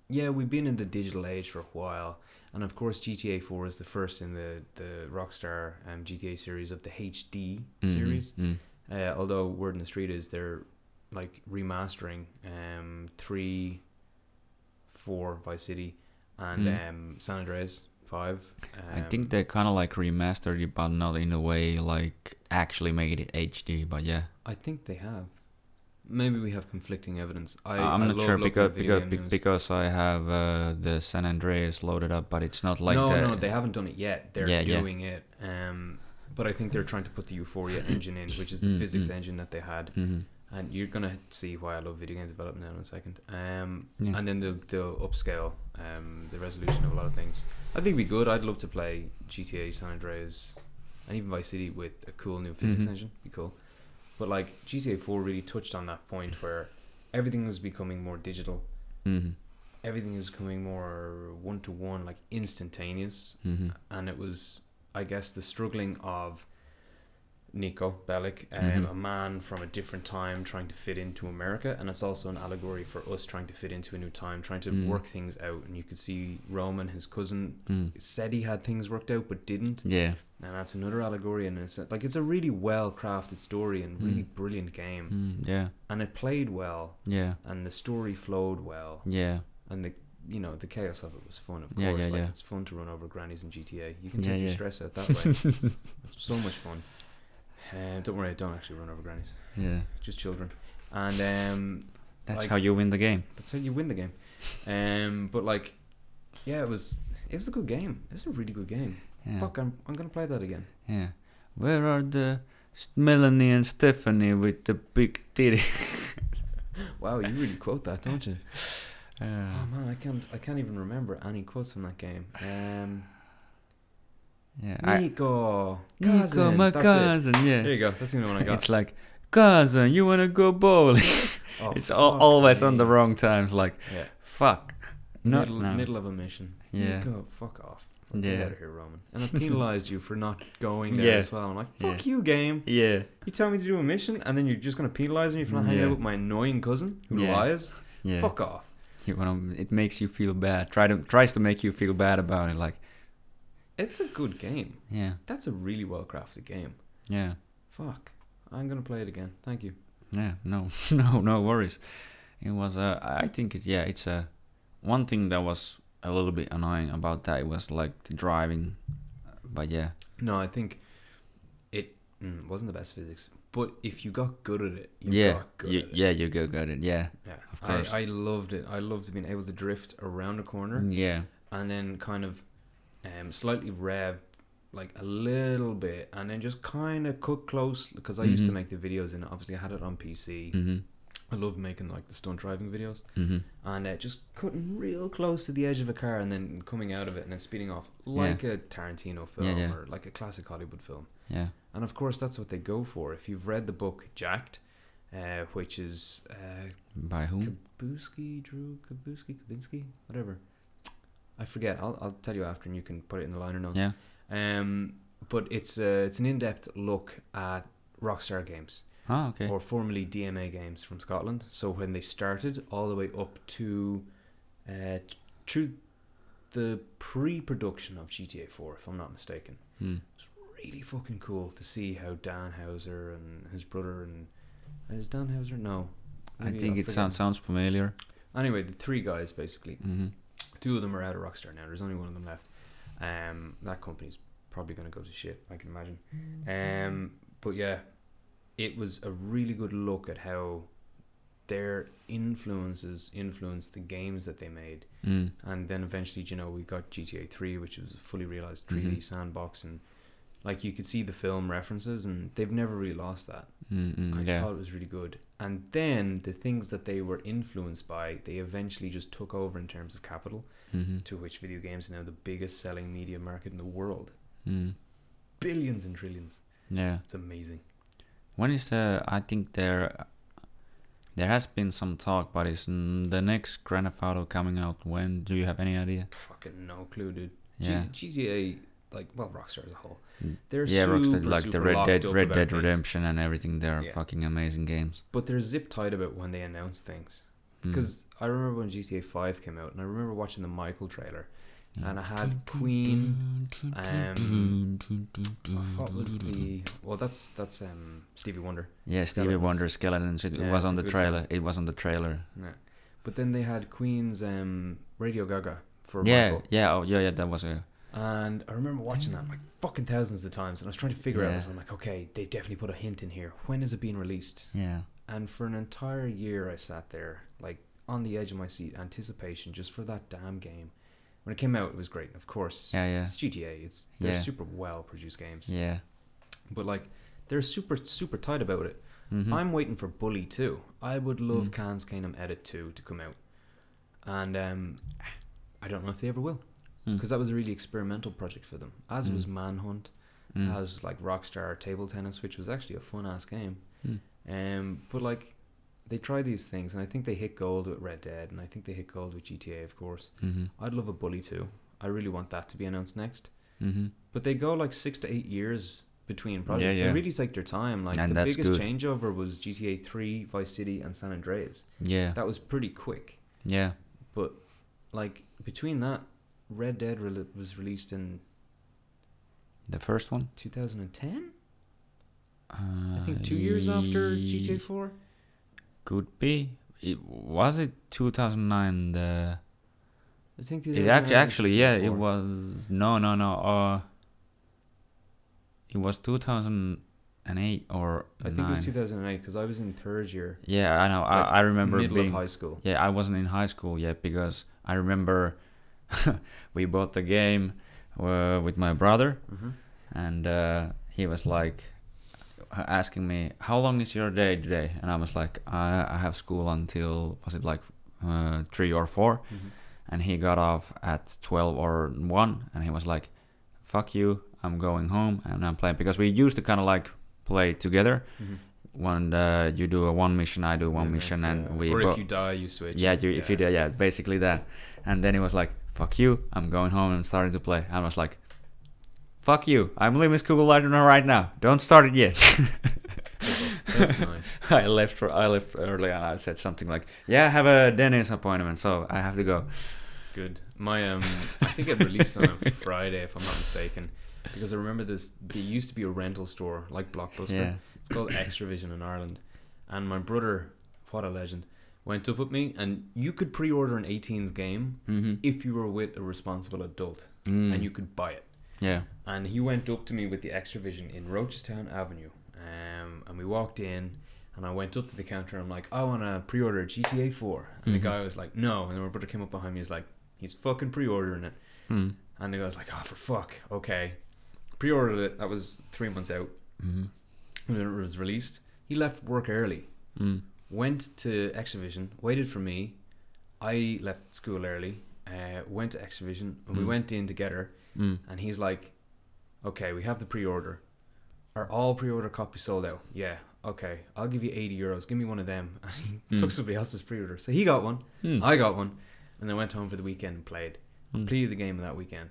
B: yeah, we've been in the digital age for a while, and of course GTA Four is the first in the the Rockstar um, GTA series of the HD
A: Mhm.
B: series.
A: Mm.
B: Uh, although word in the street is they're like remastering um three, four Vice City, and
A: Mm.
B: um San Andreas five.
A: I
B: um,
A: think they kind of like remastered it but not in a way like actually made it HD but yeah.
B: I think they have. Maybe we have conflicting evidence. I,
A: I, am
B: I
A: Uh, not
B: love
A: sure
B: looking
A: because
B: at video
A: because
B: game
A: be-
B: news.
A: because I have uh, the San Andreas loaded up, but it's not like
B: no,
A: the,
B: no, they haven't done it yet. They're
A: Yeah, yeah.
B: doing it. Um, but I think they're trying to put the Euphoria engine in, which is the
A: Mm,
B: physics
A: mm.
B: engine that they had.
A: Mhm.
B: And you're gonna see why I love video game development now in a second. Um,
A: Yeah.
B: and then they'll they'll upscale um the resolution of a lot of things. I think it'd be good. I'd love to play GTA San Andreas, and even Vice City with a cool new physics
A: Mhm.
B: engine. Be cool. But like GTA Four really touched on that point where everything was becoming more digital.
A: Mhm.
B: everything was coming more one to one, like instantaneous.
A: Mhm.
B: And it was, I guess, the struggling of Nico Bellic, um,
A: Mhm.
B: a man from a different time trying to fit into America. And it's also an allegory for us trying to fit into a new time, trying to
A: Mm.
B: work things out. And you could see Roman, his cousin,
A: Mm.
B: said he had things worked out, but didn't.
A: Yeah.
B: And that's another allegory. And it's like, it's a really well crafted story and really
A: Mm.
B: brilliant game.
A: Mm. Yeah.
B: And it played well,
A: Yeah.
B: and the story flowed well
A: Yeah.
B: and the you know the chaos of it was fun of course
A: Yeah, yeah,
B: like
A: yeah.
B: it's fun to run over grannies in gta you can
A: Yeah,
B: take your
A: yeah.
B: stress out that way It's so much fun um, don't worry i don't actually run over grannies
A: Yeah.
B: just children and um,
A: That's
B: Like-
A: how you win the game.
B: that's how you win the game um, but like yeah it was it was a good game it was a really good game
A: Yeah.
B: fuck I'm, I'm gonna play that again
A: Yeah. Where are the S- Melanie and Stephanie with the big titty?
B: wow you really quote that don't you
A: Uh,
B: oh man i can't i can't even remember any quotes from that game um,
A: yeah. I,
B: nico
A: Nico,
B: cousin,
A: my
B: that's it.
A: cousin.
B: there
A: Yeah.
B: you go that's the only one i got
A: It's like cousin, you wanna go bowling?
B: Oh,
A: it's al
B: fuck
A: always on the
B: me.
A: wrong times. Like
B: Yeah.
A: fuck. Not
B: middle,
A: now.
B: middle of a mission.
A: Yeah.
B: You go fuck off. Like, Get
A: Yeah.
B: out of here, Roman. And I penalized you for not going there
A: Yeah.
B: as well. I'm like,
A: Yeah.
B: fuck you, game.
A: Yeah.
B: You tell me to do a mission, and then you're just gonna penalize me for not hanging
A: Yeah.
B: out with my annoying cousin who
A: Yeah.
B: lies.
A: Yeah.
B: Fuck off.
A: You wanna, it makes you feel bad. Try to tries to make you feel bad about it. Like,
B: It's a good game.
A: yeah,
B: That's a really well crafted game.
A: yeah,
B: Fuck. I'm gonna play it again. Thank you.
A: yeah. No, no, no worries. It was. Uh, I think it. Yeah, it's a. One thing that was a little bit annoying about that it was like the driving, but yeah,
B: No, I think it mm, wasn't the best physics, but if you got good at it, you
A: yeah,
B: got good
A: you,
B: at it.
A: yeah, you go got it. Yeah,
B: Yeah,
A: Of course. Mm.
B: I, I loved it. I loved being able to drift around a corner
A: yeah,
B: and then kind of um, slightly rev like a little bit and then just kind of cut close because I used to
A: Mhm.
B: make the videos and obviously I had it on PC.
A: mhm,
B: I loved making like the stunt driving videos
A: mhm,
B: and uh, just cutting real close to the edge of a car and then coming out of it and then speeding off like a Tarantino film
A: yeah.
B: or like a classic Hollywood film.
A: yeah,
B: And of course, that's what they go for. If you've read the book Jacked, uh, which is uh,
A: by whom?
B: Kabuski, Drew Kabuski, Kabinski, whatever. I forget. I'll, I'll tell you after, and you can put it in the liner notes.
A: Yeah,
B: Um, but it's uh, it's an in-depth look at Rockstar Games
A: ah, okay,
B: or formerly DMA Games from Scotland. So when they started, all the way up to uh, t- through the pre-production of GTA 4, if I'm not mistaken.
A: Hmm.
B: Really fucking cool to see how Dan Hauser and his brother and is Dan Hauser? No,
A: I
B: Maybe
A: think
B: I'm
A: it sounds sounds familiar.
B: forgetting. Anyway, the three guys basically.
A: Mm-hmm.
B: Two of them are out of Rockstar now. There's only one of them left. Um, that company's probably going to go to shit, I can imagine. Um, but yeah, it was a really good look at how their influences influenced the games that they made,
A: Mm.
B: and then eventually, you know, we got GTA Three, which was a fully realized 3D
A: Mhm.
B: sandbox, and like you could see the film references, and they've never really lost that. I
A: Mm-mm. Mm, mm-hmm, Yeah.
B: thought it was really good. And then the things that they were influenced by, they eventually just took over in terms of capital
A: Mm-hmm.
B: to which video games are now the biggest selling media market in the world.
A: Mm.
B: Billions and trillions.
A: Yeah.
B: It's amazing.
A: When is the? I think there. There has been some talk, but is n- the next Grand Theft Auto coming out? When do you have any idea?
B: Fucking no clue, dude.
A: Yeah.
B: G- GTA, like, well, Rockstar as a whole.
A: Mm.
B: They're
A: yeah,
B: super,
A: Rockstar like the
B: super
A: Red
B: locked
A: Dead,
B: up
A: Red
B: about
A: Dead
B: things.
A: Redemption, and everything. They are
B: Yeah.
A: fucking amazing games.
B: But they're zip tied about when they announce things.
A: Mm.
B: Because I remember when GTA 5 came out, and I remember watching the Michael trailer,
A: Yeah.
B: and I had Queen. um,
A: Mm.
B: What was the? Well, that's that's um Stevie Wonder.
A: Yeah, Stevie
B: Skeletons.
A: Wonder skeletons. It
B: Yeah,
A: was
B: it's
A: on
B: a
A: the
B: good
A: trailer. It was on the trailer.
B: Yeah. But then they had Queen's um Radio Gaga for
A: yeah,
B: Michael.
A: yeah, oh, yeah, yeah. That was a.
B: And I remember watching that like fucking thousands of times, and I was trying to figure out.
A: Yeah.
B: this, and I'm like, okay, they definitely put a hint in here. When is it being released?
A: Yeah.
B: And for an entire year, I sat there like on the edge of my seat, anticipation just for that damn game. When it came out, it was great. Of course,
A: Yeah, yeah.
B: it's GTA. It's they're
A: Yeah.
B: super well produced games,
A: Yeah.
B: but like they're super super tight about it.
A: Mm-hmm.
B: I'm waiting for Bully 2. I would love
A: Mm.
B: Can's Canem Edit 2 to come out. And um, I don't know if they ever will.
A: Mm.
B: Because that was a really experimental project for them. As was
A: Mm.
B: Manhunt,
A: Mm-hmm.
B: as like Rockstar Table Tennis, which was actually a fun ass game.
A: Mm.
B: Um, but like, they try these things, and I think they hit gold with Red Dead, and I think they hit gold with GTA, of course.
A: Mm-hmm.
B: I'd love a Bully 2. I really want that to be announced next.
A: Mm-hmm.
B: But they go like six to eight years between projects.
A: yeah.
B: They really take their time. Like
A: And
B: the
A: that's
B: biggest
A: good.
B: changeover was GTA Three, Vice City, and San Andreas.
A: Yeah.
B: That was pretty quick.
A: yeah.
B: But like between that, Red Dead re- was released in
A: The first one.
B: 2010.
A: Uh,
B: I think two years after GTA Four.
A: Could be. It, was it 2009? The
B: I think
A: it
B: 2009
A: act-
B: was
A: actually
B: GTA
A: yeah it
B: 4.
A: was no no no uh it was 2008 or
B: I think it
A: nine.
B: was 2008 because I was in third year,
A: yeah I know I,
B: like,
A: I remember
B: middle
A: being
B: of high school.
A: Yeah, I wasn't in high school yet because I remember we bought the game uh, with my brother,
B: Mm-hmm.
A: and uh, he was like asking me, "How long is your day today?" And I was like, "I, I have school until was it like uh, three or four? And he got off at twelve or one, and he was like, "Fuck you, I'm going home and I'm playing." Because we used to kind of like play together.
B: hmm
A: When uh, you do a one mission, I do one mission, and we
B: uh, or
A: bo-
B: if you die, you switch.
A: yeah, you, if you did, yeah, basically that. And then he was like, "Fuck you! I'm going home and starting to play." And I was like, "Fuck you! I'm leaving school right now, right now. Don't start it yet."
B: That's nice.
A: I left. I left early, and I said something like, "Yeah, I have a dentist appointment, so I have to go."
B: Good. My um, I think it released on a Friday, if I'm not mistaken, because I remember this. There used to be a rental store like Blockbuster.
A: Yeah.
B: It's called Extravision in Ireland, and my brother, what a legend, went up with me, and you could pre-order an 18s game
A: Mm-hmm.
B: if you were with a responsible adult,
A: Mm. Hmm.
B: and you could buy it.
A: yeah.
B: And he went up to me with the Extravision in Rochestown Avenue, um, and we walked in. And I went up to the counter. I'm like, I want to pre-order GTA 4. And the
A: Mhm.
B: guy was like, No. And my brother came up behind me. He's like, He's fucking pre-ordering it.
A: Mm.
B: And the guy's like, oh, for fuck, okay. Pre ordered it, that was three months out.
A: Mm-hmm.
B: And then it was released. He left work early,
A: Mm.
B: went to Exhibition, waited for me. I left school early, uh, went to Exhibition, and we
A: Mm.
B: went in together.
A: Mm.
B: And he's like, okay, we have the pre order. Are all pre order copies sold out? Yeah, okay, I'll give you 80 euros. Give me one of them. And he
A: Mm.
B: took somebody else's pre order. So he got one,
A: Mm.
B: I got one, and then went home for the weekend and played
A: Mm.
B: completed the game that weekend.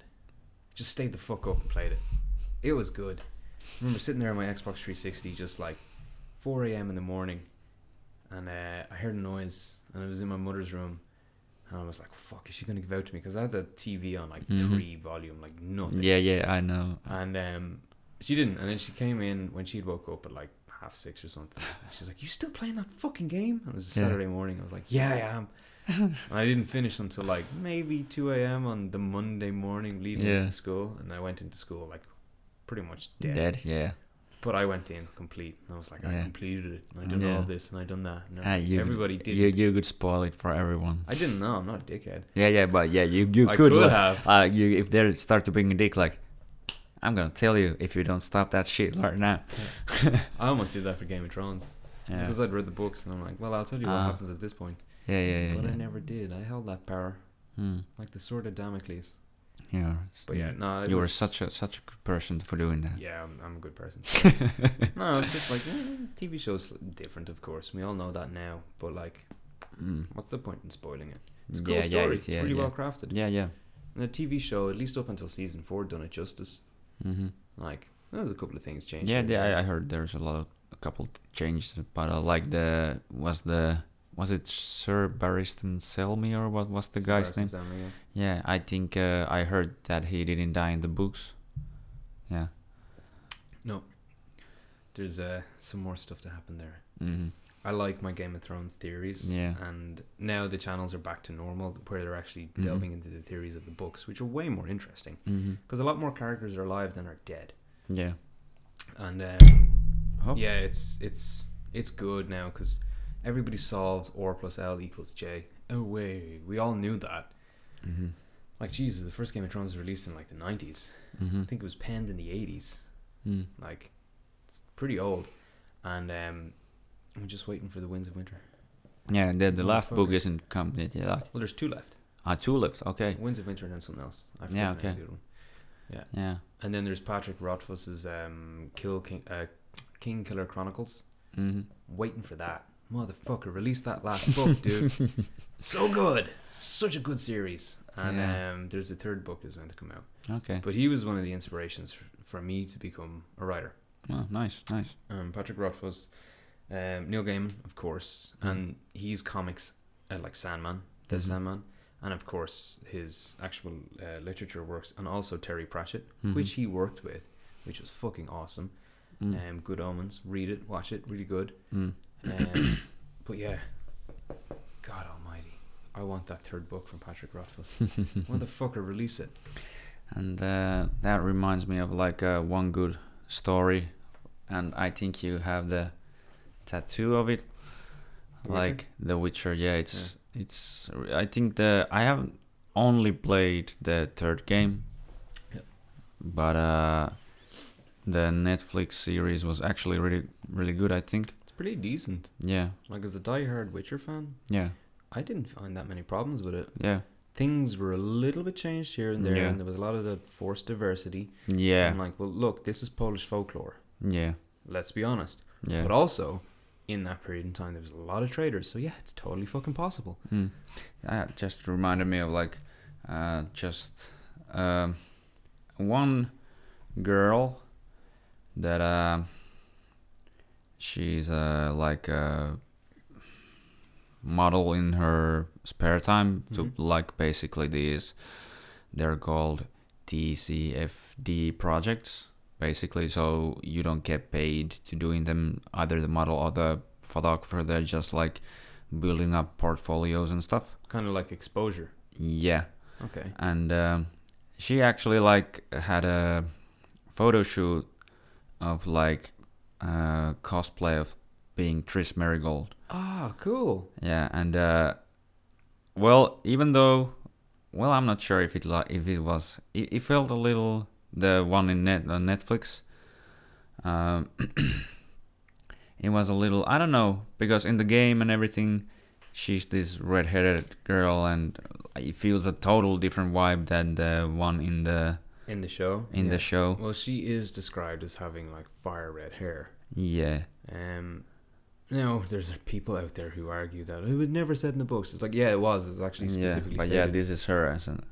B: Just stayed the fuck up and played it. It was good. I remember sitting there on my Xbox 360, just like 4 a.m. in the morning, and uh, I heard a noise, and it was in my mother's room, And I was like, fuck, is she going to give out to me? Because I had the TV on like
A: Mhm.
B: three volume, like nothing.
A: Yeah, yeah, I know.
B: And um, she didn't. And then she came in when she'd woke up at like half six or something. She's like, "You still playing that fucking game?" And it was a
A: Yeah.
B: Saturday morning. I was like, "Yeah, I am." and I didn't finish until like maybe two a.m. on the Monday morning leading
A: Yeah.
B: to school. And I went into school like pretty much dead.
A: Dead, yeah.
B: But I went in complete. And I was like, I
A: Yeah.
B: completed it. And I done
A: Yeah.
B: all this and I done that. And
A: Ah, you,
B: everybody
A: could-
B: did.
A: You, you could spoil it for everyone.
B: I didn't know. I'm not a dickhead.
A: Yeah, yeah, but yeah, you, you
B: I
A: could.
B: could,
A: like,
B: have.
A: Uh, you if they start to bring a dick, like, I'm gonna tell you if you don't stop that shit right now.
B: I almost did that for Game of Thrones
A: Yeah,
B: because I'd read the books and I'm like, well, I'll tell you what
A: Ah.
B: happens at this point.
A: yeah, yeah, yeah.
B: but
A: yeah.
B: I never did. I held that power
A: Hmm.
B: like the sword of Damocles.
A: Yeah.
B: But yeah, no, it
A: Mm-hmm. you were
B: was-
A: such a such a good person for doing that.
B: Yeah, I'm, I'm a good person. no, it's just like eh, TV shows different, of course. We all know that now. But like,
A: Mm.
B: what's the point in spoiling it? It's a cool
A: Yeah,
B: story.
A: yeah,
B: it's
A: yeah,
B: really
A: yeah.
B: well crafted.
A: Yeah, yeah.
B: And the TV show, at least up until season four, done it justice.
A: hmm
B: Like, there's a couple of things changed.
A: Yeah,
B: here and
A: the,
B: there.
A: I, I heard there's a lot of a couple t- changes, but uh, like the was the was it Sir Barristan Selmy or what was the
B: It's
A: guy's name?
B: embarrassing, Sam, yeah.
A: Yeah, I think uh, I heard that he didn't die in the books. Yeah.
B: There's uh, some more stuff to happen there.
A: Mm-hmm.
B: I like my Game of Thrones theories.
A: Yeah.
B: And now the channels are back to normal, where they're actually
A: Mhm.
B: delving into the theories of the books, which are way more interesting.
A: Mm-hmm.
B: Because a lot more characters are alive than are dead.
A: Yeah.
B: And uh,
A: Oh.
B: yeah, it's it's it's good now because everybody solves R plus L equals J. Oh way, we all knew that.
A: Mm-hmm.
B: Like Jesus, the first Game of Thrones was released in like the nineties.
A: Mm-hmm.
B: I think it was penned in the eighties.
A: Mm.
B: Like, it's pretty old. And um, I'm just waiting for the winds of winter.
A: Yeah, the the last book
B: Motherfucker.
A: isn't complete. Yeah, like,
B: Well, there's two left.
A: ah, two left. Okay.
B: Winds of Winter and then something else. I
A: Yeah,
B: forgot the name of
A: okay.
B: the other one.
A: Yeah.
B: And then there's Patrick Rothfuss's um, Kill King, uh, King Killer Chronicles.
A: Mm-hmm.
B: Waiting for that. Motherfucker, release that last book, dude. so good. Such a good series. And
A: Yeah.
B: um, there's the third book that's meant to come out.
A: Okay.
B: But he was one of the inspirations for, for me to become a writer.
A: Oh, nice, nice.
B: Um, Patrick Rothfuss, um, Neil Gaiman, of course,
A: Mm.
B: and he's comics uh, like Sandman, The
A: Mhm.
B: Sandman, and of course his actual uh, literature works, and also Terry Pratchett.
A: Mhm.
B: which he worked with, which was fucking awesome.
A: Mm.
B: Um, good omens. Read it, watch it, really good.
A: Mm.
B: Um, but yeah, God Almighty, I want that third book from Patrick Rothfuss. When the fucker release it?
A: And uh, that reminds me of like uh, one good story, and I think you have the tattoo of it,
B: The Witcher?
A: like The Witcher. Yeah, it's it's. I think the I have only played the third game,
B: Yep.
A: but uh, the Netflix series was actually really really good. I think.
B: It's pretty decent.
A: Yeah,
B: Like as a diehard Witcher fan,
A: yeah,
B: I didn't find that many problems with it.
A: yeah,
B: Things were a little bit changed here and there,
A: Yeah.
B: and there was a lot of the forced diversity.
A: yeah,
B: And like, well, look, this is Polish folklore.
A: yeah,
B: Let's be honest.
A: yeah.
B: But also, in that period in time, there was a lot of traders. So yeah, it's totally fucking possible.
A: Mm. That just reminded me of like uh, just um, one girl that uh, she's uh, like a model in her spare time
B: Mhm.
A: to like basically these they're called TCFD projects basically so you don't get paid to doing them either the model or the photographer they're just like building up portfolios and stuff
B: kind of like exposure.
A: yeah
B: Okay.
A: and um, she actually like had a photo shoot of like uh, cosplay of being Tris Marigold
B: Ah, cool.
A: yeah and uh, well even though well I'm not sure if it like if it was it, it felt a little the one in net on Netflix um, it was a little I don't know because in the game and everything she's this red-headed girl and it feels a total different vibe than the one in the
B: In the show.
A: in the
B: Yeah.
A: show
B: Well, she is described as having like fire red hair.
A: yeah
B: Um, no, there's people out there who argue that it was never said in the books. It's like, yeah, it was. It's actually
A: yeah
B: specifically
A: but yeah
B: stated.
A: this is her as an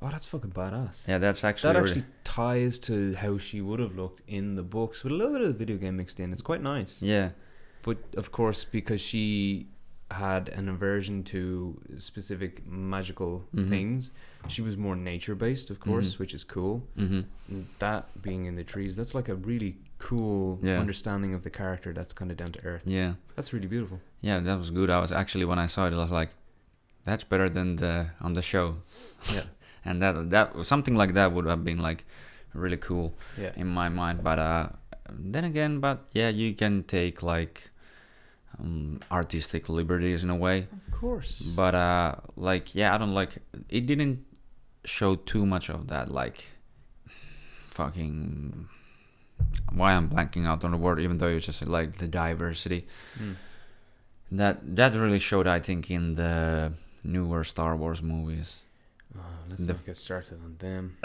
B: oh, that's fucking badass.
A: yeah that's actually,
B: That
A: really-
B: actually ties to how she would have looked in the books with a little bit of the video game mixed in. It's quite nice.
A: yeah
B: But of course, because she had an aversion to specific magical
A: Mhm.
B: things. She was more nature based, of course,
A: Mhm.
B: which is cool.
A: hmm
B: And that being in the trees, that's like a really cool
A: Yeah.
B: understanding of the character that's kind of down to earth.
A: Yeah.
B: That's really beautiful.
A: Yeah, that was good. I was actually when I saw it, I was like, "That's better than the on the show."
B: Yeah.
A: and that that something like that would have been like really cool
B: Yeah.
A: in my mind. But uh, then again, but yeah, you can take like um, artistic liberties in a way.
B: Of course.
A: But uh, like yeah, I don't like it. Didn't show too much of that. Like fucking why I'm blanking out on the word, even though you just said, like the diversity.
B: Mm.
A: That that really showed, I think, in the newer Star Wars movies.
B: Oh, let's
A: The
B: not get started on them.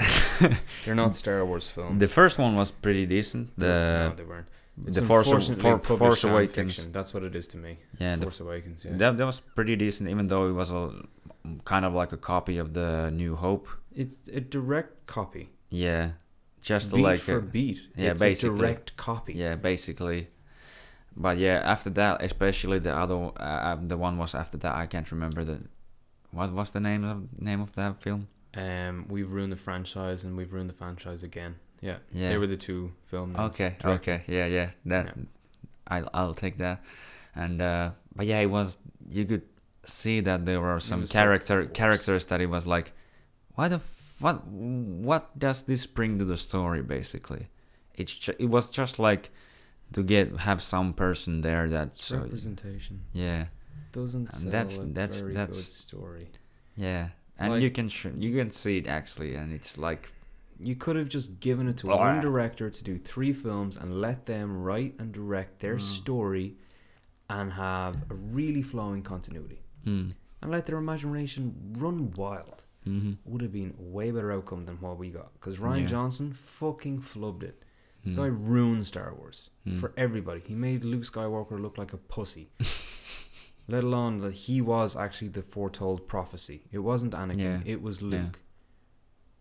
B: They're not Star Wars films.
A: The first one was pretty decent.
B: no,
A: The
B: they weren't.
A: the Force
B: unfortunately
A: For,
B: published
A: Force
B: fan
A: Awakens.
B: fiction. That's what it is to me.
A: Yeah, the,
B: Force Awakens. Yeah.
A: that that was pretty decent, even though it was a kind of like a copy of the New Hope.
B: It's a direct copy.
A: Yeah, just
B: beat
A: like
B: for
A: a-
B: beat.
A: yeah,
B: it's
A: basically.
B: a direct copy.
A: yeah, basically. But yeah, after that, especially the other uh, uh, the one was after that. I can't remember the what was the name of name of that film.
B: Um, we've ruined the franchise and we've ruined the franchise again. Yeah.
A: Yeah,
B: They were the two film. names.
A: Okay.
B: Direct-
A: Okay. Yeah. Yeah. That I'll I'll take that. And uh, but yeah, it was you could see that there were some
B: was so
A: character
B: forced.
A: characters that it was like, why the f- what what does this bring to the story basically? It's ju- it was just like to get have some person there that
B: It's
A: so
B: representation
A: yeah
B: doesn't
A: And
B: sell
A: that's-
B: a
A: that's-
B: very
A: that's-
B: good story.
A: yeah. And
B: Like-
A: you can sh- you can see it actually, and it's like
B: You could have just given it to
A: Blah.
B: one director to do three films and let them write and direct their
A: Mm.
B: story and have a really flowing continuity
A: mm,
B: and let their imagination run wild.
A: mm-hmm,
B: Would have been a way better outcome than what we got because Ryan
A: Yeah.
B: Johnson fucking flubbed it.
A: mm,
B: guy ruined Star Wars
A: mm.
B: for everybody. He made Luke Skywalker look like a pussy. Let alone that he was actually the foretold prophecy. It wasn't Anakin,
A: Yeah.
B: it was
A: Yeah.
B: Luke.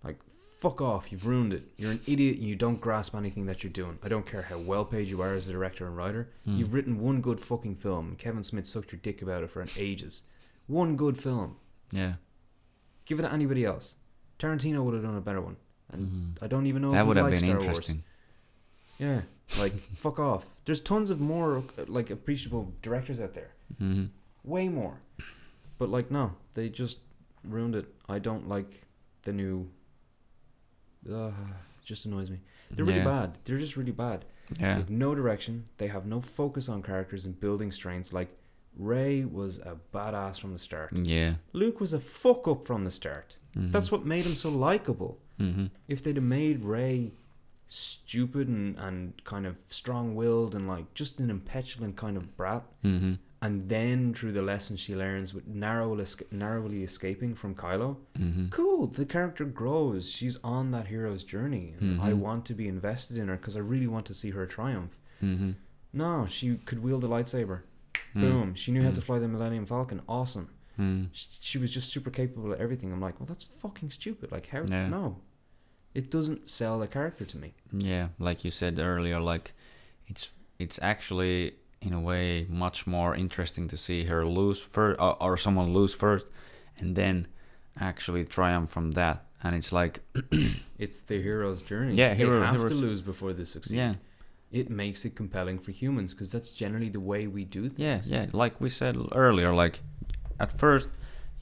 B: Like, fuck off, you've ruined it. You're an idiot and you don't grasp anything that you're doing. I don't care how well paid you are as a director and writer.
A: Mm.
B: You've written one good fucking film. Kevin Smith sucked your dick about it for an ages. One good film.
A: yeah.
B: Give it to anybody else. Tarantino would have done a better one. And
A: Mhm.
B: I don't even know if
A: That
B: he
A: would have
B: likes
A: been
B: Star Wars.
A: interesting.
B: Yeah, like fuck off. There's tons of more uh, like appreciable directors out there,
A: hmm
B: way more. But like no, they just ruined it. I don't like the new. Uh, just annoys me. They're really
A: Yeah.
B: bad. They're just really bad. They
A: Yeah.
B: have no direction. They have no focus on characters and building strengths. Like Ray was a badass from the start.
A: Yeah.
B: Luke was a fuck up from the start.
A: Mm.
B: That's what made him so likable
A: Mm-hmm.
B: if they'd have made Ray stupid and, and kind of strong willed and like just an impetulant kind of brat,
A: Mm-hmm.
B: and then through the lessons she learns with narrow esca- narrowly escaping from Kylo,
A: Mm-hmm.
B: cool. The character grows. She's on that hero's journey. and I
A: Mhm.
B: want to be invested in her because I really want to see her triumph.
A: Mm-hmm.
B: No, she could wield a lightsaber. Boom. She knew how to
A: Mm.
B: fly the Millennium Falcon. Awesome.
A: Mm.
B: Sh- She was just super capable at everything. I'm like, well, that's fucking stupid. Like, how?
A: Yeah.
B: No. It doesn't sell the character to me.
A: Yeah, like you said earlier, like it's it's actually in a way much more interesting to see her lose first or, or someone lose first, and then actually triumph from that. And it's like,
B: It's the hero's journey.
A: Yeah, hero-
B: they have to
A: hero's-
B: lose before they succeed.
A: yeah,
B: It makes it compelling for humans because that's generally the way we do
A: yeah,
B: things.
A: yeah. Like we said earlier, like at first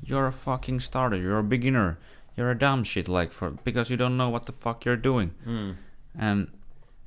A: you're a fucking starter, you're a beginner, you're a dumb shit, like for because you don't know what the fuck you're doing.
B: Mm.
A: And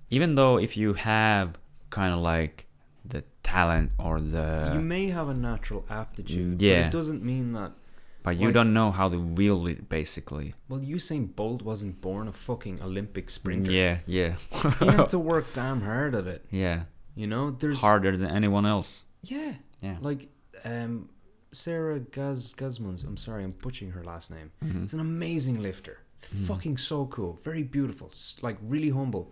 A: even though if you have kind of like the talent or the
B: you may have a natural aptitude, but
A: yeah.
B: it doesn't mean that.
A: But you
B: Like-
A: don't know how to wield it, basically.
B: Well, Usain Bolt wasn't born a fucking Olympic sprinter.
A: Yeah, yeah,
B: he had to work damn hard at it.
A: yeah.
B: You know, there's
A: Harder than anyone else.
B: Yeah,
A: Yeah.
B: like um, Sarah Gaz Guzman's. I'm sorry, I'm butchering her last name.
A: Mhm.
B: It's an amazing lifter.
A: Hmm.
B: Fucking so cool. Very beautiful. s- Like really humble.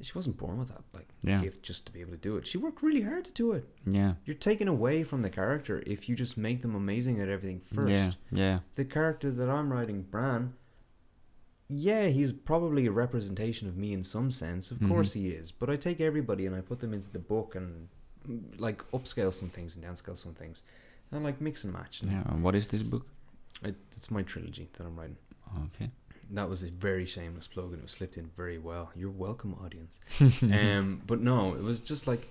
B: She wasn't born with that like
A: Yeah.
B: gift just to be able to do it. She worked really hard to do it.
A: Yeah,
B: You're taken away from the character if you just make them amazing at everything first.
A: yeah, yeah,
B: The character that I'm writing, Bran. Yeah, he's probably a representation of me in some sense. Of
A: Mhm.
B: course he is. But I take everybody and I put them into the book and mm, like upscale some things and downscale some things. I like mix and match.
A: Yeah. and What is this book?
B: It, it's my trilogy that I'm writing.
A: Okay.
B: That was a very shameless plug, and it was slipped in very well. You're welcome, audience. um, but no, it was just like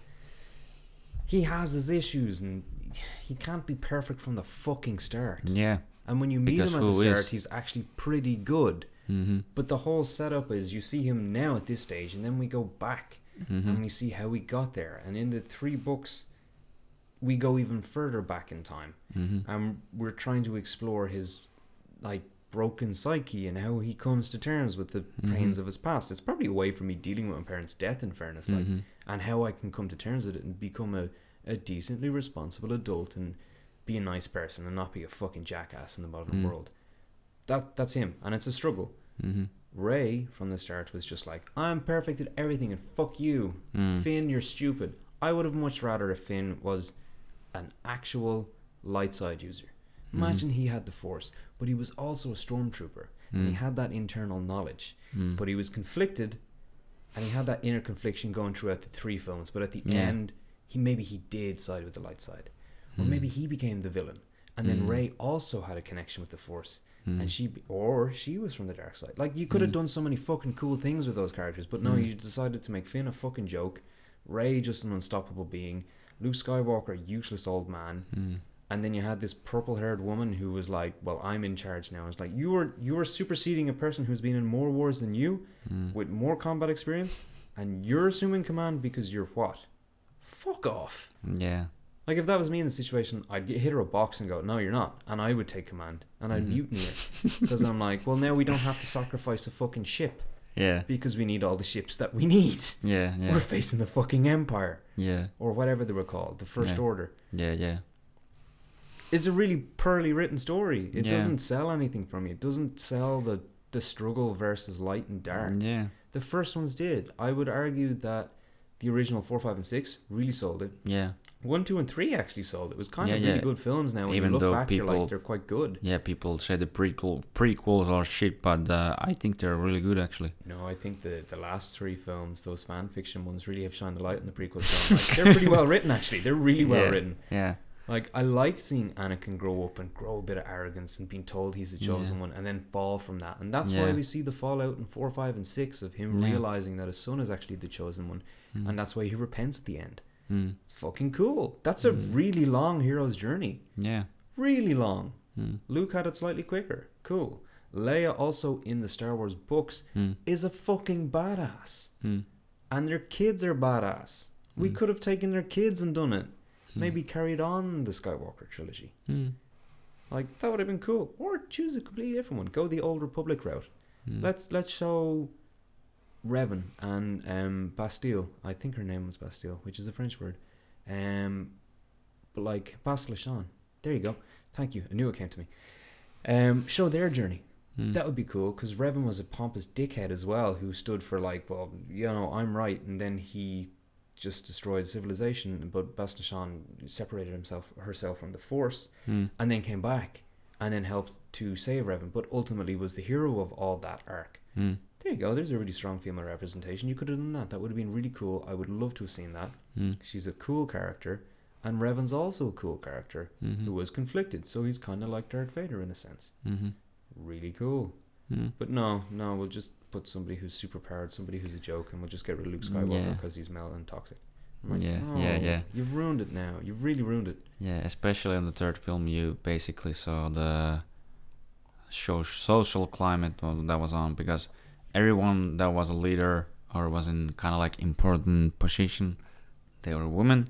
B: he has his issues, and he can't be perfect from the fucking start.
A: Yeah.
B: And when you meet
A: Because
B: him at the
A: who
B: start,
A: is?
B: he's actually pretty good.
A: Mm-hmm.
B: But the whole setup is you see him now at this stage, and then we go back and
A: Mm-hmm.
B: we see how he got there. And in the three books, we go even further back in time,
A: Mm-hmm.
B: and we're trying to explore his like broken psyche and how he comes to terms with the pains of his past. It's probably a way for me dealing with my parents' death, in fairness, like,
A: Mhm.
B: and how I can come to terms with it and become a, a decently responsible adult and be a nice person and not be a fucking jackass in the modern
A: Mm.
B: world. That that's him, and it's a struggle.
A: Mm-hmm.
B: Ray from the start was just like, I'm perfect at everything and fuck you.
A: Mm.
B: Finn, you're stupid. I would have much rather if Finn was an actual light side user. Imagine he had the force, but he was also a stormtrooper. And he had that internal knowledge.
A: Mm.
B: But he was conflicted and he had that inner confliction going throughout the three films. But at the
A: Yeah.
B: end, he maybe he did side with the light side. Or
A: Hmm.
B: maybe he became the villain. And then Ray also had a connection with the force
A: Mm-hmm. Mm.
B: and she be- or she was from the dark side. Like you could have done so many fucking cool things with those characters, but no, you decided to make Finn a fucking joke, Ray just an unstoppable being, Luke Skywalker a useless old man,
A: Mm-hmm.
B: and then you had this purple-haired woman who was like, "Well, I'm in charge now." It's like you were you were superseding a person who's been in more wars than you,
A: Mm-hmm. Mm.
B: with more combat experience, and you're assuming command because you're what? Fuck off.
A: Yeah.
B: Like if that was me in the situation, I'd get, hit her a box and go, "No, you're not," and I would take command and
A: Mm-hmm.
B: I'd mutiny her because I'm like, "Well, now we don't have to sacrifice a fucking ship
A: Yeah.
B: because we need all the ships that we need.
A: Yeah.
B: We're
A: Yeah.
B: facing the fucking empire
A: Yeah.
B: or whatever they were called, the First
A: Yeah.
B: Order."
A: Yeah. Yeah.
B: It's a really poorly written story. It
A: Yeah.
B: doesn't sell anything from you. It doesn't sell the the struggle versus light and dark.
A: Yeah.
B: The first ones did. I would argue that the original four, five, and six really sold it.
A: Yeah.
B: One, two, and three actually sold. It was kind of
A: Yeah,
B: really
A: yeah.
B: good films. Now, when
A: Even
B: you look
A: though
B: back, you're
A: people-
B: like, they're quite good.
A: Yeah. People say the prequel prequels are shit, but uh, I think they're really good actually.
B: No, I think the the last three films, those fan fiction ones, really have shined a light on the prequel. Film. Like, they're pretty well written, actually. They're really well
A: Yeah.
B: written.
A: Yeah.
B: Like, I like seeing Anakin grow up and grow a bit of arrogance and being told he's the
A: Yeah.
B: chosen one, and then fall from that. And that's why
A: Yeah.
B: we see the fallout in four, five, and six of him
A: Yeah.
B: realizing that his son is actually the chosen one,
A: Hmm.
B: and that's why he repents at the end.
A: Mm.
B: It's fucking cool. That's a really long hero's journey.
A: Yeah.
B: Really long.
A: Mm.
B: Luke had it slightly quicker. Cool. Leia also in the Star Wars books
A: Mm.
B: is a fucking badass.
A: Mm.
B: And their kids are badass. We could have taken their kids and done it.
A: Hmm.
B: Maybe carried on the Skywalker trilogy.
A: Mm.
B: Like that would have been cool. Or choose a completely different one. Go the old Republic route.
A: Hmm.
B: Let's let's show Revan and um, Bastille. I think her name was Bastille, which is a French word. Um, but like Bastille Sean. There you go. Thank you. I knew it came to me. Um, show their journey.
A: Mm.
B: That would be cool because Revan was a pompous dickhead as well, who stood for like, well, you know, I'm right, and then he just destroyed civilization. But Bastille Sean separated himself herself from the Force
A: Mm.
B: and then came back and then helped to save Revan, but ultimately was the hero of all that arc.
A: Mm.
B: There you go, there's a really strong female representation. You could have done that. That would have been really cool. I would love to have seen that.
A: Mm.
B: She's a cool character, and Revan's also a cool character who
A: Mhm.
B: was conflicted, so he's kind of like Darth Vader in a sense.
A: Mhm.
B: Really cool.
A: Mm.
B: But no, no, we'll just put somebody who's super powered, somebody who's a joke, and we'll just get rid of Luke Skywalker
A: Yeah.
B: because he's male and toxic.
A: Yeah, yeah,
B: no,
A: yeah.
B: You've ruined it now. You've really ruined it.
A: Yeah, especially on the third film, you basically saw the show social climate wa- that was on because everyone that was a leader or was in kind of like important position, they were women.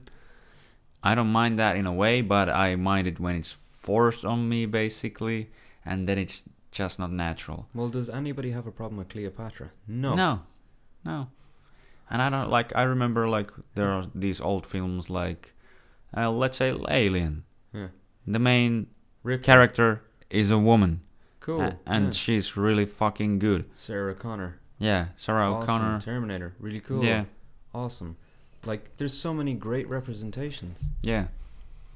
A: I don't mind that in a way, but I mind it when it's forced on me basically, and then it's just not natural.
B: Well, does anybody have a problem with Cleopatra? No.
A: no, no. And I don't like. I remember like there are these old films like, uh, let's say Alien.
B: Yeah.
A: The main
B: Rip
A: character is a woman,
B: Cool.
A: a- and
B: yeah.
A: she's really fucking good.
B: Sarah Connor.
A: Yeah, Sarah
B: awesome.
A: O'Connor.
B: Terminator. Really cool.
A: Yeah,
B: Awesome. Like, there's so many great representations.
A: yeah,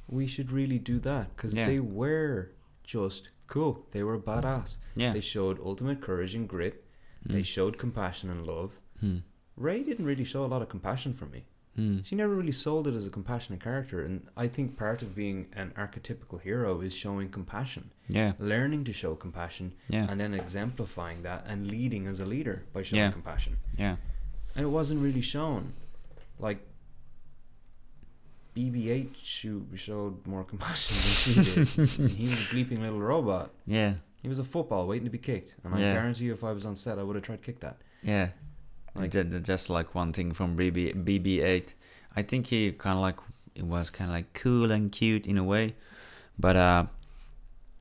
B: We should really do that because
A: Yeah.
B: they were just cool. They were badass.
A: yeah.
B: They showed ultimate courage and grit. They showed compassion and love.
A: Mm.
B: Ray didn't really show a lot of compassion for me.
A: Mm.
B: She never really sold it as a compassionate character, and I think part of being an archetypical hero is showing compassion,
A: Yeah,
B: learning to show compassion,
A: yeah,
B: and then exemplifying that and leading as a leader by showing
A: Yeah.
B: compassion.
A: yeah.
B: And it wasn't really shown. Like BB-8 sho- showed more compassion than she did. And he was a bleeping little robot.
A: Yeah,
B: He was a football waiting to be kicked, and I
A: Yeah.
B: guarantee you, if I was on set, I would have tried to kick that.
A: yeah.
B: Like-
A: Ju- ju- just like one thing from BB BB8, I think he kind of like it was kind of like cool and cute in a way, but uh,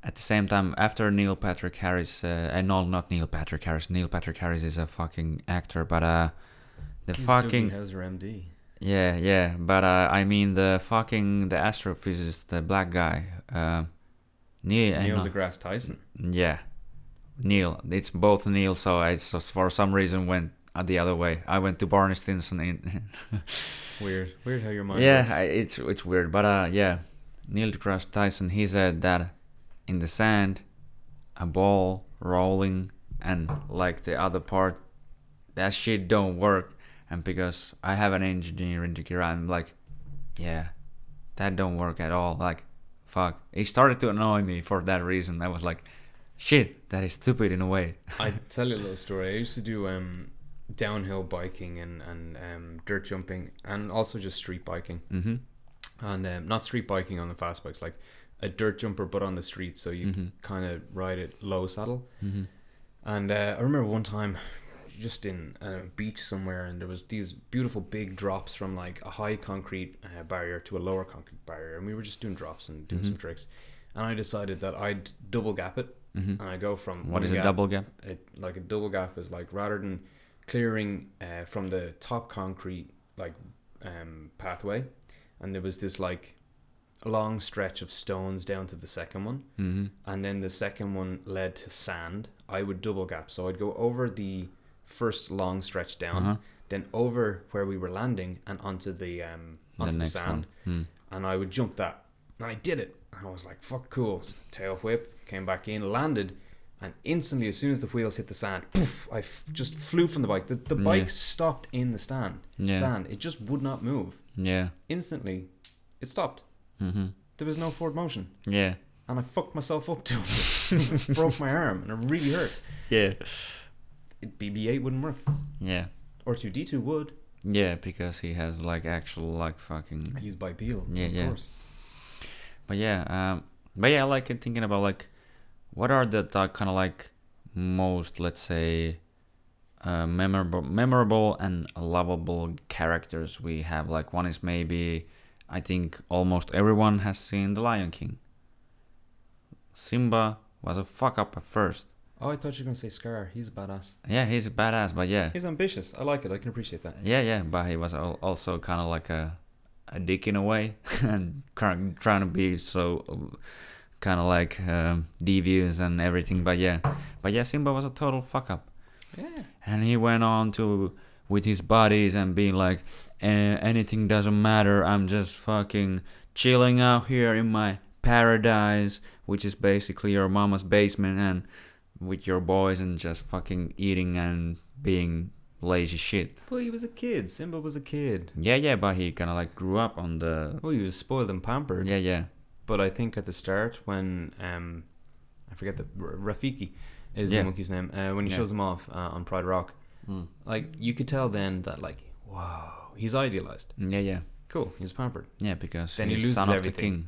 A: at the same time, after Neil Patrick Harris, uh, uh, no, not Neil Patrick Harris. Neil Patrick Harris is a fucking actor, but uh, the
B: He was
A: fucking
B: Doogie Howser MD.
A: Yeah, yeah, but uh, I mean the fucking the astrophysicist, the black guy, uh, Neil. uh,
B: Neil
A: no,
B: deGrasse Tyson.
A: yeah, Neil. It's both Neil. So it's just for some reason went uh, the other way. I went to Barney Stinson. In,
B: Weird, weird how your mind.
A: yeah,
B: works.
A: I, it's it's weird, but uh, yeah, Neil deGrasse Tyson. He said that in the sand, a ball rolling, and like the other part, that shit don't work. And because I have an engineering degree, I'm like, yeah, that don't work at all. Like, fuck. It started to annoy me for that reason. I was like, shit, that is stupid in a way.
B: I tell you a little story. I used to do um, downhill biking and and um, dirt jumping, and also just street biking,
A: Mm-hmm.
B: and um, not street biking on the fast bikes, like a dirt jumper, but on the street. So you
A: Mhm.
B: kind of ride it low saddle.
A: Mm-hmm.
B: And uh, I remember one time, just in a beach somewhere, and there was these beautiful big drops from like a high concrete uh, barrier to a lower concrete barrier, and we were just doing drops and doing some tricks. And I decided that I'd double gap it,
A: Mm-hmm.
B: and I go from
A: What
B: one
A: is a
B: gap,
A: double gap?
B: it, like a double gap is like rather than clearing uh, from the top concrete like um, pathway, and there was this like long stretch of stones down to the second one
A: Mm-hmm.
B: and then the second one led to sand. I would double gap, so I'd go over the first long stretch down,
A: Uh-huh.
B: then over where we were landing and onto the um
A: The
B: onto the,
A: next
B: sand,
A: one. Hmm.
B: and I would jump that, and I did it. And I was like, "Fuck, cool!" Tail whip, came back in, landed, and instantly, as soon as the wheels hit the sand, poof, I f- just flew from the bike. The, the
A: Yeah.
B: bike stopped in the stand.
A: Mm. Yeah.
B: Sand, it just would not move.
A: Yeah.
B: Instantly, it stopped.
A: Mm-hmm.
B: There was no forward motion
A: Yeah.
B: and I fucked myself up too. Broke my arm and it really hurt.
A: Yeah.
B: It, BB-8 wouldn't work.
A: Yeah.
B: R2D2 would.
A: Yeah, because he has like actual like fucking.
B: He's bipedal.
A: Yeah,
B: of
A: yeah.
B: course.
A: But yeah, um, but yeah, I like it thinking about like, what are the uh, kind of like most let's say, uh, memorable, memorable and lovable characters we have. Like one is maybe, I think almost everyone has seen The Lion King. Simba was a fuck up at first.
B: Oh, I thought you were gonna say Scar. He's a badass.
A: Yeah, he's a badass, but yeah,
B: He's ambitious. I like it. I can appreciate that.
A: Yeah, yeah, but he was al- also kind of like a a dick in a way, and trying trying to be so kind of like um, devious and everything. But yeah, but yeah, Simba was a total fuck up,
B: Yeah.
A: and he went on to with his buddies and being like, "Eh, anything doesn't matter. I'm just fucking chilling out here in my paradise, which is basically your mama's basement, and with your boys and just fucking eating and being lazy shit."
B: Well, he was a kid. Simba was a kid.
A: Yeah, yeah, but he kind of like grew up on the.
B: Well, he was Oh, spoiled and pampered.
A: Yeah, yeah.
B: But I think at the start when um, I forget the R- Rafiki is
A: Yeah.
B: the monkey's name. Uh, when he
A: Yeah.
B: shows him off uh, on Pride Rock,
A: Mm.
B: like you could tell then that like, wow, he's idealized.
A: Yeah, yeah.
B: Cool. He's pampered.
A: Yeah, because
B: Then he
A: he's
B: loses
A: son of the
B: everything.
A: king.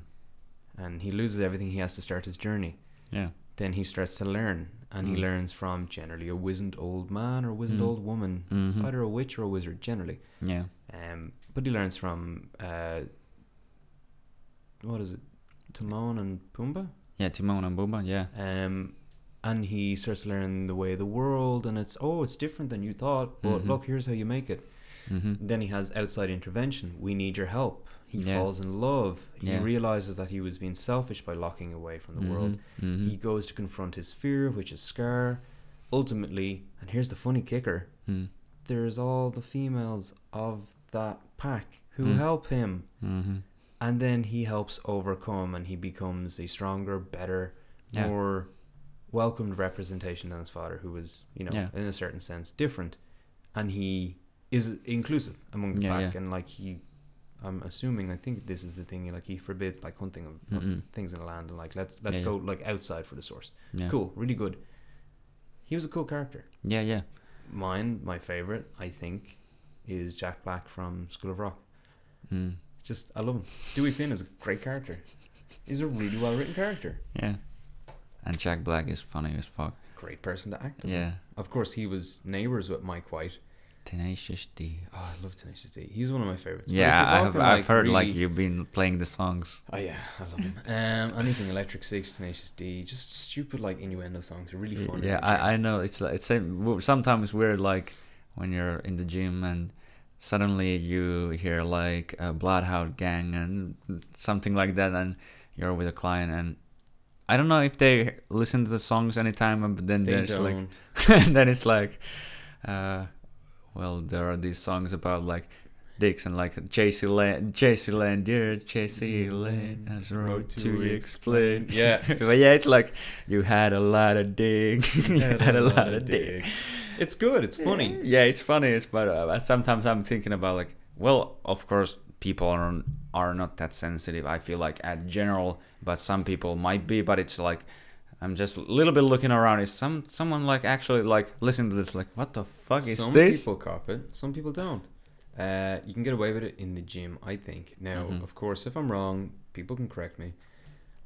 B: and he loses everything he has to start his journey
A: Yeah.
B: then he starts to learn and
A: Mm.
B: he learns from generally a wizened old man or a wizened
A: Mm.
B: old woman it's
A: Mhm.
B: either a witch or a wizard generally
A: Yeah.
B: um, but he learns from uh, what is it Timon and Pumbaa
A: Yeah, Timon and Pumbaa. Yeah.
B: um, and he starts to learn the way of the world and it's oh it's different than you thought but
A: Mhm.
B: look here's how you make it
A: Mm-hmm.
B: then he has outside intervention we need your help he
A: Yeah.
B: falls in love he
A: Yeah.
B: realizes that he was being selfish by locking away from the world
A: Mm-hmm.
B: he goes to confront his fear, which is Scar. Ultimately, and here's the funny kicker
A: Mm-hmm.
B: there's all the females of that pack who
A: Mm.
B: help him.
A: Mm-hmm.
B: And then he helps overcome and he becomes a stronger, better,
A: Yeah.
B: more welcomed representation than his father, who was, you know,
A: Yeah.
B: in a certain sense, different. And he is inclusive among the
A: Yeah,
B: pack,
A: yeah.
B: and like he, I'm assuming I think this is the thing like he forbids like hunting of, of
A: Mm-mm.
B: things in the land and like let's let's
A: Yeah,
B: go like outside for the source.
A: Yeah.
B: Cool, really good. He was a cool character.
A: Yeah, yeah.
B: Mine, my favorite, I think, is Jack Black from School of Rock.
A: Mm.
B: Just I love him. Dewey Finn is a great character. He's a really well written character.
A: Yeah. And Jack Black is funny as fuck.
B: Great person to act. as.
A: Yeah.
B: Of course, he was neighbors with Mike White.
A: Tenacious D.
B: Oh, I love Tenacious D. He's one of my favorites. But
A: Yeah,
B: if you're
A: I have,
B: talking,
A: I've heard like
B: really-
A: you've been playing the songs.
B: Oh yeah, I love him. um, anything Electric Six, Tenacious D, just stupid like innuendo songs are really fun. and
A: Yeah,
B: entertaining.
A: I, I know. It's like it's same- w- sometimes it's weird like when you're in the gym and suddenly you hear like a Bloodhound Gang and something like that, and you're with a client and. I don't know if they listen to the songs anytime, but then
B: They
A: there's like
B: don't.
A: and then it's like, uh, well, there are these songs about like dicks and like JC Land, JC Land, dear JC Land, has a Mm-hmm. road to explain.
B: Yeah.
A: but yeah, it's like you had a lot of dicks, you had a lot of dick.
B: dick. It's good. It's funny.
A: Yeah, it's funny. It's but uh, sometimes I'm thinking about like, well, of course people are are not that sensitive. I feel like at general, but some people might be. But it's like I'm just a little bit looking around. Is some someone like actually like listen to this? Like, what the fuck is
B: some
A: this?
B: people cop it. Some people don't. Uh, you can get away with it in the gym, I think. Now,
A: Mhm.
B: of course, if I'm wrong, people can correct me.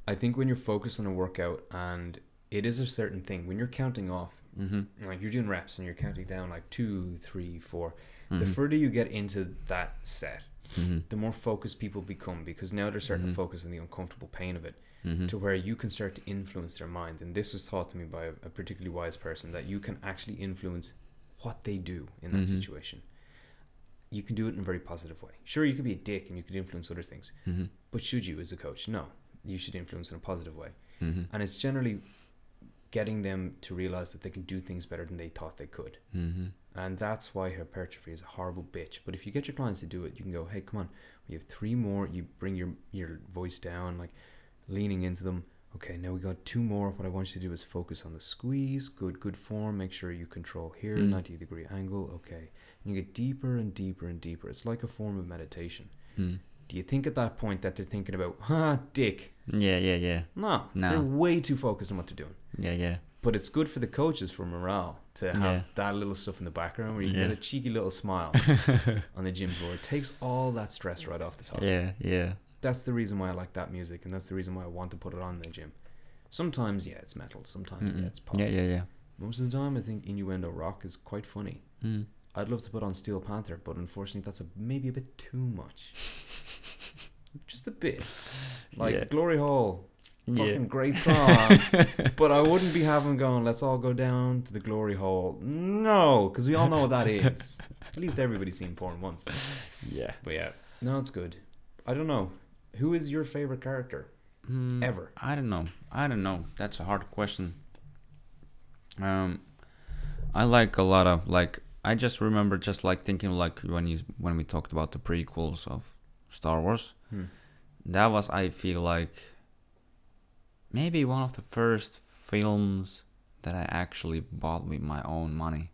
B: I think when you're focused on a workout and it is a certain thing, when you're counting off,
A: Mm-hmm.
B: like you're doing reps and you're counting down like two, three, four, the
A: Mhm.
B: further you get into that set,
A: hmm
B: the more focused people become because now they're starting
A: Mhm.
B: to focus on the uncomfortable pain of it
A: hmm
B: to where you can start to influence their mind. And this was taught to me by a, a particularly wise person that you can actually influence what they do in that
A: Mhm.
B: situation. You can do it in a very positive way. Sure, you could be a dick and you could influence other things,
A: hmm
B: but should you as a coach? No, you should influence in a positive way.
A: hmm
B: And it's generally getting them to realize that they can do things better than they thought they could.
A: hmm
B: And that's why hypertrophy is a horrible bitch. But if you get your clients to do it, you can go, hey, come on, we have three more. You bring your your voice down, like leaning into them. Okay, now we got two more. What I want you to do is focus on the squeeze, good good form. Make sure you control here,
A: Mm.
B: ninety degree angle. Okay, and you get deeper and deeper and deeper. It's like a form of meditation.
A: hmm
B: Do you think at that point that they're thinking about, ha, dick?
A: Yeah, yeah, yeah,
B: No,
A: No.
B: they're way too focused on what they're doing.
A: yeah, yeah.
B: But it's good for the coaches for morale to have
A: Yeah.
B: that little stuff in the background where you
A: Yeah.
B: get a cheeky little smile on the gym floor. It takes all that stress right off the top.
A: Yeah, yeah,
B: That's the reason why I like that music, and that's the reason why I want to put it on in the gym. Sometimes, yeah, it's metal. Sometimes,
A: Mm-mm.
B: yeah, it's pop.
A: yeah, yeah, yeah.
B: Most of the time, I think innuendo rock is quite funny.
A: Mm.
B: I'd love to put on Steel Panther, but unfortunately, that's a, maybe a bit too much. Just a bit. Like
A: Yeah.
B: Glory Hole, it's a
A: Yeah.
B: fucking great song. but I wouldn't be having going, let's all go down to the glory hole. No, because we all know what that is. At least everybody's seen porn once.
A: yeah.
B: But yeah, no, it's good. I don't know. Who is your favorite character
A: Mm.
B: ever?
A: I don't know. I don't know. That's a hard question. Um, I like a lot of like. I just remember just like thinking like when you when we talked about the prequels of Star Wars.
B: Hmm.
A: That was I feel like maybe one of the first films that I actually bought with my own money.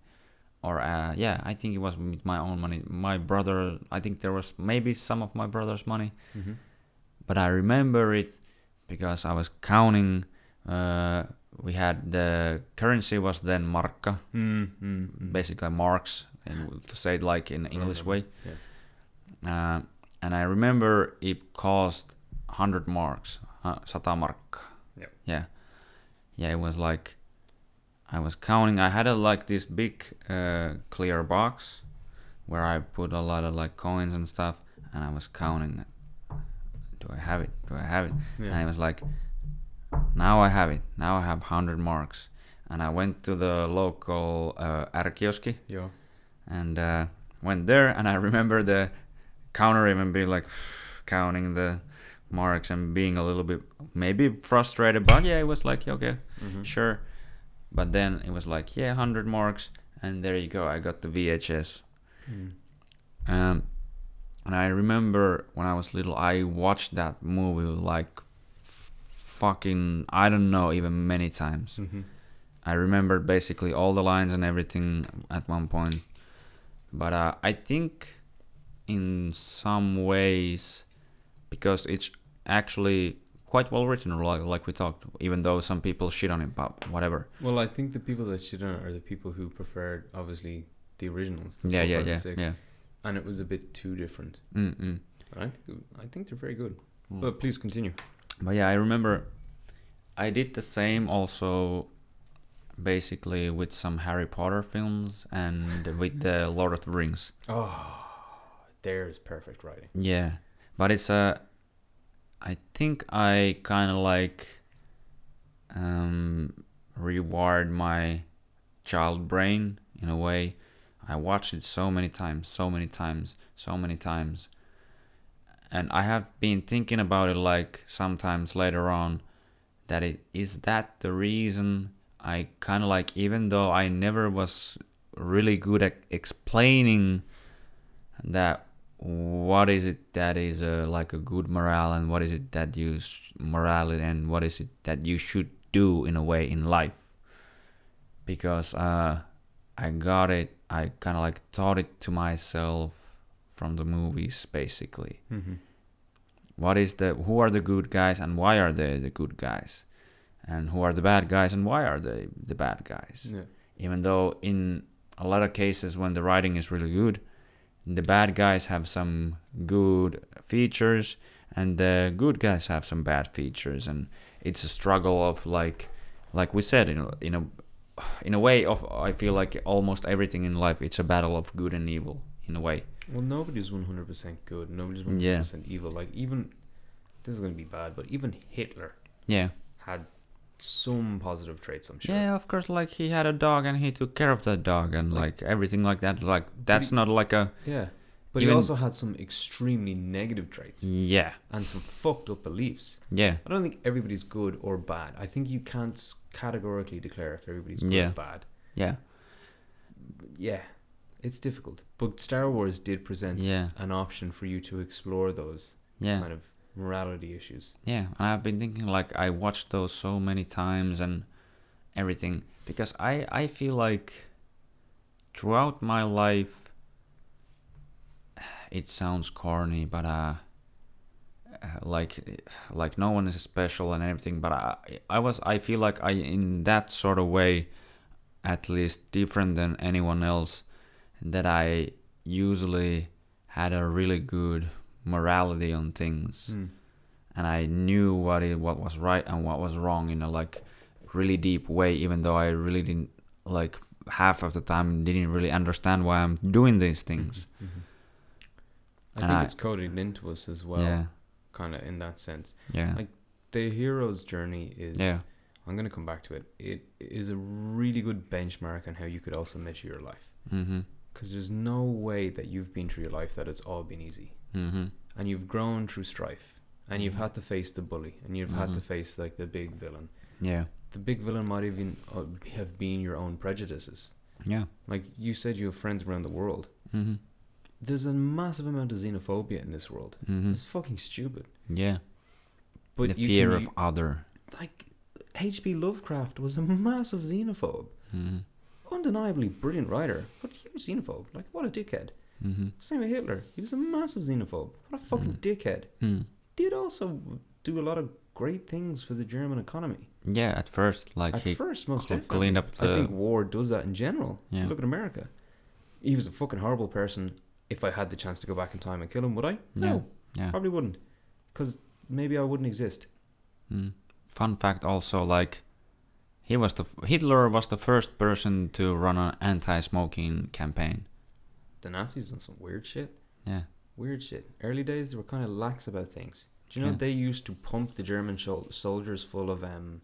A: Or uh, yeah, I think it was with my own money. My brother, I think there was maybe some of my brother's money
B: Mm-hmm.
A: but I remember it because I was counting. Uh, we had the currency was then markka,
B: Mm-hmm.
A: basically marks, and to say it like hmm, in English way.
B: Yeah.
A: Uh, and I remember it cost 100 marks, uh, 100 markka.
B: Yeah.
A: Yeah. Yeah, it was like I was counting. I had a, like this big uh, clear box where I put a lot of like coins and stuff, and I was counting. Do I have it? Do I have it? And I
B: Yeah.
A: was like, now I have it. Now I have 100 marks. And I went to the local uh, Arkioski
B: Yeah.
A: and uh, went there. And I remember the counter even being like counting the marks and being a little bit maybe frustrated. But yeah, it was like, okay,
B: Mhm.
A: sure. But then it was like, yeah, 100 marks. And there you go. I got the VHS.
B: Mm.
A: Um, and I remember when I was little, I watched that movie like fucking, I don't know, even many times.
B: Mhm.
A: I remembered basically all the lines and everything at one point. But uh, I think in some ways, because it's actually quite well written, like, like we talked, even though some people shit on it, but whatever.
B: Well, I think the people that shit on it are the people who preferred, obviously, the originals. The
A: Yeah,
B: four,
A: yeah,
B: five, and
A: yeah,
B: six,
A: yeah.
B: And it was a bit too different.
A: Mm-mm.
B: But I think I think they're very good.
A: Mm.
B: But please continue.
A: But yeah, I remember I did the same also basically with some Harry Potter films and with the Lord of the Rings.
B: Oh, there's perfect writing.
A: Yeah. But it's a I think I kind of like um rewired my child brain in a way. I watched it so many times, so many times, so many times. And I have been thinking about it like sometimes later on that it is that the reason I kind of like even though I never was really good at explaining that what is it that is uh like a good morale and what is it that you sh- morality and what is it that you should do in a way in life because uh i got it i kind of like taught it to myself from the movies basically
B: Mm-hmm.
A: what is the who are the good guys and why are they the good guys and who are the bad guys and why are they the bad guys
B: Yeah.
A: even though in a lot of cases when the writing is really good the bad guys have some good features and the good guys have some bad features and it's a struggle of like like we said in a, in a in a way of i feel like almost everything in life it's a battle of good and evil in a way
B: Well, nobody's 100% good. Nobody's 100%
A: Yeah.
B: evil. Like, even. This is going to be bad, but even Hitler
A: yeah
B: had some positive traits, I'm sure.
A: yeah of course like he had a dog and he took care of that dog and like,
B: Like-
A: everything like that like that's not like a
B: Yeah. But
A: Even-
B: he also had some extremely negative traits
A: yeah
B: and some fucked up beliefs.
A: yeah
B: I don't think everybody's good or bad. I think you can't s- categorically declare if everybody's good
A: Yeah.
B: or bad.
A: yeah
B: Yeah. It's difficult. But Star Wars did present
A: yeah
B: an option for you to explore those
A: yeah
B: kind of morality issues.
A: Yeah, and I've been thinking like I watched those so many times and everything because I I feel like throughout my life it sounds corny, but uh uh, like like no one is special and everything but I I was I feel like I in that sort of way at least different than anyone else that I usually had a really good morality on things
B: Hmm.
A: and I knew what it what was right and what was wrong in a like really deep way, even though I really didn't like half of the time didn't really understand why I'm doing these things.
B: I
A: And
B: think
A: I-
B: it's coded into us as well,
A: yeah,
B: kind of in that sense.
A: yeah,
B: like, The hero's journey is.
A: yeah,
B: I'm going to come back to it. It is a really good benchmark on how you could also measure your life.
A: mm-hmm,
B: Because there's no way that you've been through your life that it's all been easy.
A: mm-hmm,
B: And you've grown through strife. And you've
A: Mhm.
B: had to face the bully. And you've had to
A: Mhm.
B: face, like, the big villain.
A: yeah,
B: The big villain might even uh, have been your own prejudices.
A: yeah,
B: Like, you said you have friends around the world.
A: mm-hmm,
B: There's a massive amount of xenophobia in this world.
A: mm-hmm,
B: It's fucking stupid.
A: yeah.
B: But
A: the
B: you
A: fear
B: can,
A: of other.
B: like H.P. Lovecraft was a massive xenophobe,
A: Mm-hmm,
B: undeniably brilliant writer, but huge xenophobe. Like what a dickhead.
A: mm-hmm,
B: Same with Hitler. He was a massive xenophobe. What a fucking
A: Mm.
B: dickhead.
A: mm.
B: Did also do a lot of great things for the German economy.
A: Yeah, at first, like
B: At
A: he,
B: first, most
A: cl-
B: definitely.
A: cleaned up
B: I think
A: the-
B: war does that in general.
A: Yeah.
B: Look at America. He was a fucking horrible person. If I had the chance to go back in time and kill him, would I? No,
A: yeah, yeah.
B: probably wouldn't. Because maybe I wouldn't exist.
A: Mm. Fun fact, also, like he was the f- Hitler was the first person to run an anti-smoking campaign.
B: The Nazis done some weird shit.
A: Yeah.
B: Weird shit. Early days, they were kind of lax about things. Do you know
A: Yeah.
B: they used to pump the German shol- soldiers full of um,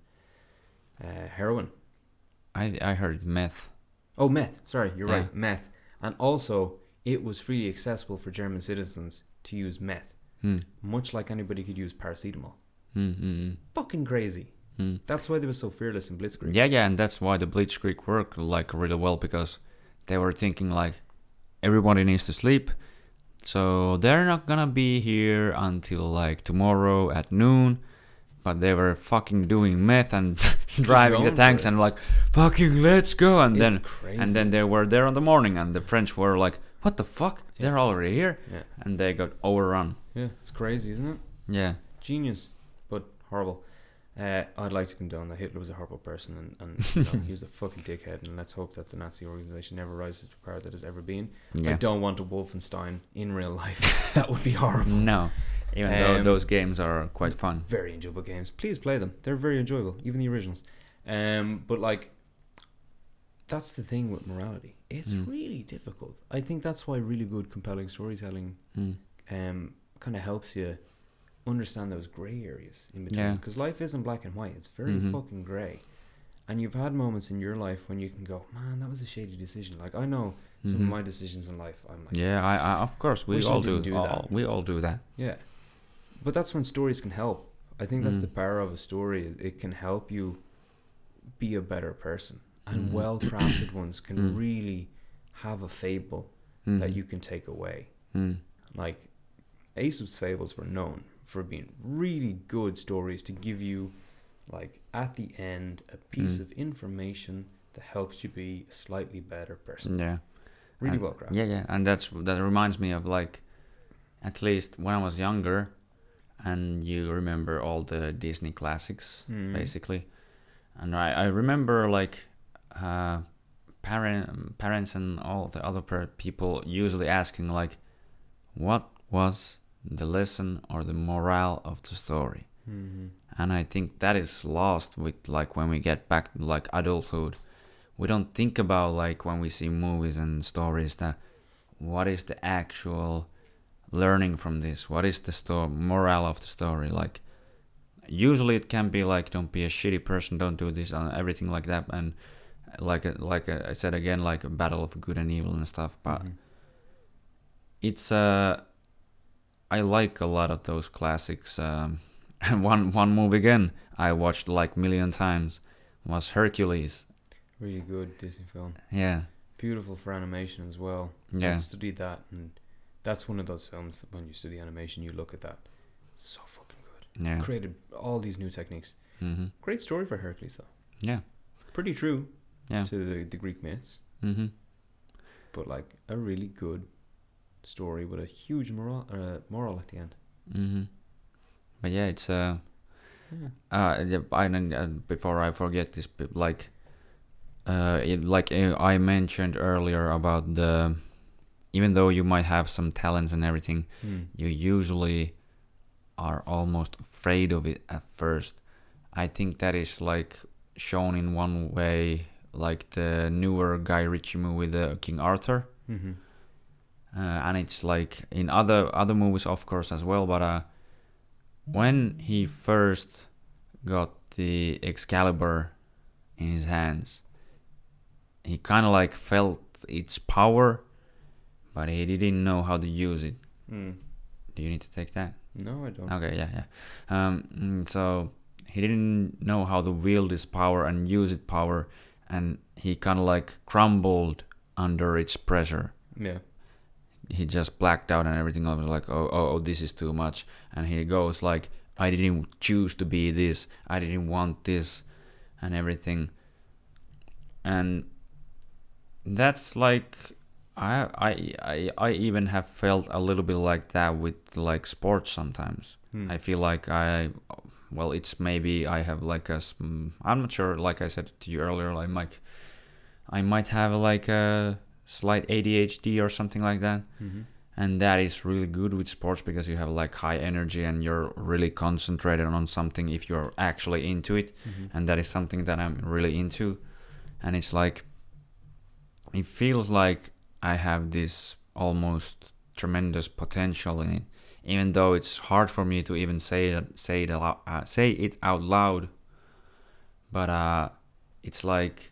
B: uh, heroin?
A: I I heard meth.
B: Oh, meth. Sorry, you're
A: Yeah.
B: right, meth. And also, it was freely accessible for German citizens to use meth,
A: Hmm.
B: much like anybody could use paracetamol.
A: Hmm. hmm,
B: Fucking crazy.
A: hmm, hmm.
B: That's why they were so fearless in Blitzkrieg.
A: Yeah, yeah, and that's why the Blitzkrieg worked like really well because they were thinking like everybody needs to sleep, so they're not gonna be here until like tomorrow at noon. But they were fucking doing meth and driving the
B: going for
A: tanks
B: it.
A: and like fucking let's go and
B: It's
A: then
B: crazy.
A: and then they were there in the morning and the French were like what the fuck? They're already here,
B: Yeah.
A: and they got overrun.
B: Yeah, it's crazy, isn't it?
A: Yeah,
B: Genius, but horrible. Uh, I'd like to condone that Hitler was a horrible person and, and you know, he was a fucking dickhead. And let's hope that the Nazi organization never rises to the power that it's ever been. I
A: yeah.
B: don't want a Wolfenstein in real life. that would be horrible.
A: No, even though
B: Um,
A: those games are quite fun.
B: Very enjoyable games. Please play them. They're very enjoyable, even the originals. Um, but like, that's the thing with morality. It's
A: Mm.
B: really difficult. I think that's why really good, compelling storytelling
A: Mm.
B: um, kind of helps you understand those gray areas in
A: Yeah.
B: between. Because life isn't black and white, it's very
A: Mhm.
B: fucking gray. And you've had moments in your life when you can go, man, that was a shady decision. Like, I know some
A: Mhm.
B: of my decisions in life, I'm like,
A: Yeah, I, I of course we
B: Wish I
A: all do,
B: didn't do
A: all,
B: that.
A: we all do that.
B: yeah. But that's when stories can help. I think that's
A: Mm.
B: the power of a story. is It can help you be a better person. And
A: Mhm.
B: well crafted ones can
A: Mm.
B: really have a fable that
A: Mhm.
B: you can take away.
A: Mm.
B: Like Aesop's fables were known for being really good stories to give you like at the end a piece
A: Mm.
B: of information that helps you be a slightly better person.
A: Yeah,
B: Really
A: Mm. And-
B: well crafted.
A: yeah, yeah, and that's that reminds me of like, at least when I was younger, and you remember all the Disney classics
B: Mm.
A: basically, and I, I remember like, uh, parent parents and all the other per- people usually asking like, what was the lesson or the morale of the story?
B: Mhm.
A: and i think that is lost with like when we get back to, like adulthood we don't think about like when we see movies and stories that what is the actual learning from this what is the sto- morale of the story like usually it can be like don't be a shitty person don't do this and everything like that and like a, like a, i said again like a battle of good and evil and stuff but
B: Mhm.
A: it's uh I like a lot of those classics. Um, and one one movie again I watched like million times was Hercules.
B: really good Disney film.
A: Yeah,
B: Beautiful for animation as well. I
A: yeah,
B: studied that and that's one of those films that when you study animation you look at that. So fucking good.
A: yeah,
B: Created all these new techniques.
A: mm-hmm.
B: Great story for Hercules though.
A: yeah,
B: Pretty true
A: Yeah.
B: to the, the Greek myths.
A: mm-hmm.
B: but like a really good story with a huge moral uh, moral at the end.
A: Mm-hmm. But yeah, it's uh,
B: Yeah.
A: uh, yeah, I don't- uh, before I forget this, bit, like, uh, it, like uh, I mentioned earlier about the, even though you might have some talents and everything,
B: Hmm.
A: you usually are almost afraid of it at first. I think that is like shown in one way, like the newer Guy Ritchie movie, the King Arthur,
B: Mm-hmm.
A: uh, and it's like in other other movies, of course, as well. But uh, when he first got the Excalibur in his hands, he kind of like felt its power, but he didn't know how to use it.
B: Mm.
A: Do you need to take that?
B: No, I don't.
A: Okay, yeah, yeah. Um, mm, so he didn't know how to wield his power and use it power, and he kind of like crumbled under its pressure.
B: Yeah.
A: He just blacked out and everything. I was like, oh, oh, oh, this is too much. And he goes like, I didn't choose to be this. I didn't want this, and everything. And that's like. I, I I I even have felt a little bit like that with like sports sometimes.
B: Mm.
A: I feel like I, well, it's maybe I have like a, s- mm, I'm not sure. Like I said to you earlier, I might, I might have like a slight ADHD or something like that,
B: Mhm.
A: and that is really good with sports because you have like high energy and you're really concentrated on something if you're actually into it,
B: Mhm.
A: and that is something that I'm really into, and it's like, it feels like I have this almost tremendous potential in it even though it's hard for me to even say that say it alo- uh, say it out loud but uh it's like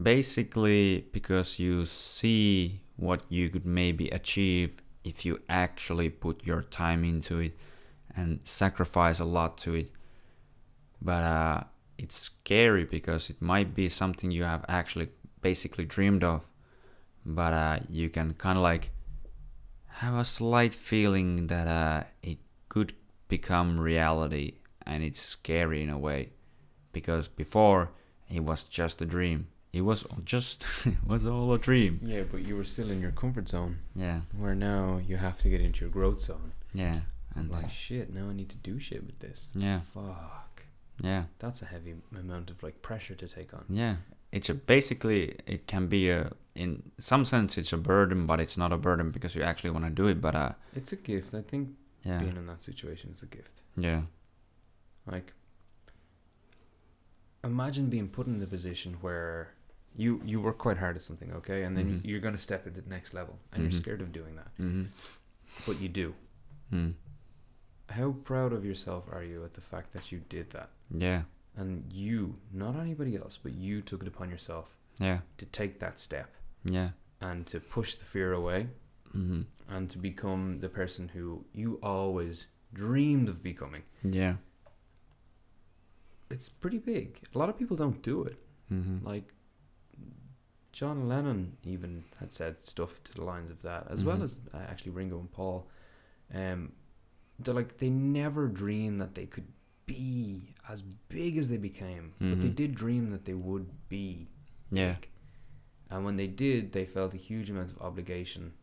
A: basically because you see what you could maybe achieve if you actually put your time into it and sacrifice a lot to it but uh it's scary because it might be something you have actually basically dreamed of but uh you can kind of like have a slight feeling that uh, it could become reality and it's scary in a way because before it was just a dream It was just it was all a dream.
B: Yeah, but you were still in your comfort zone,
A: Yeah,
B: where now you have to get into your growth zone.
A: yeah, and
B: And
A: uh,
B: like shit, now I need to do shit with this.
A: yeah,
B: Fuck,
A: yeah,
B: that's a heavy amount of like pressure to take on.
A: yeah. It's a basically it can be a in some sense it's a burden, but it's not a burden because you actually want to do it. But uh,
B: It's a gift. I think
A: yeah,
B: being in that situation is a gift.
A: yeah,
B: Like, imagine being put in the position where you you work quite hard at something, okay, and then
A: Mhm.
B: you're gonna step into the next level, and
A: Mhm.
B: you're scared of doing that,
A: mm-hmm.
B: but you do.
A: mm.
B: How proud of yourself are you at the fact that you did that,
A: yeah,
B: and you, not anybody else, but you took it upon yourself
A: yeah,
B: to take that step
A: yeah,
B: and to push the fear away
A: mm-hmm.
B: and to become the person who you always dreamed of becoming.
A: yeah,
B: It's pretty big. A lot of people don't do it.
A: mm-hmm.
B: like John Lennon even had said stuff to the lines of that, as well
A: Mhm.
B: as uh, actually Ringo and Paul. Um, they're like they never dreamed that they could be as big as they became, but they
A: Mhm.
B: did dream that they would be.
A: yeah,
B: big. And when they did, they felt a huge amount of obligation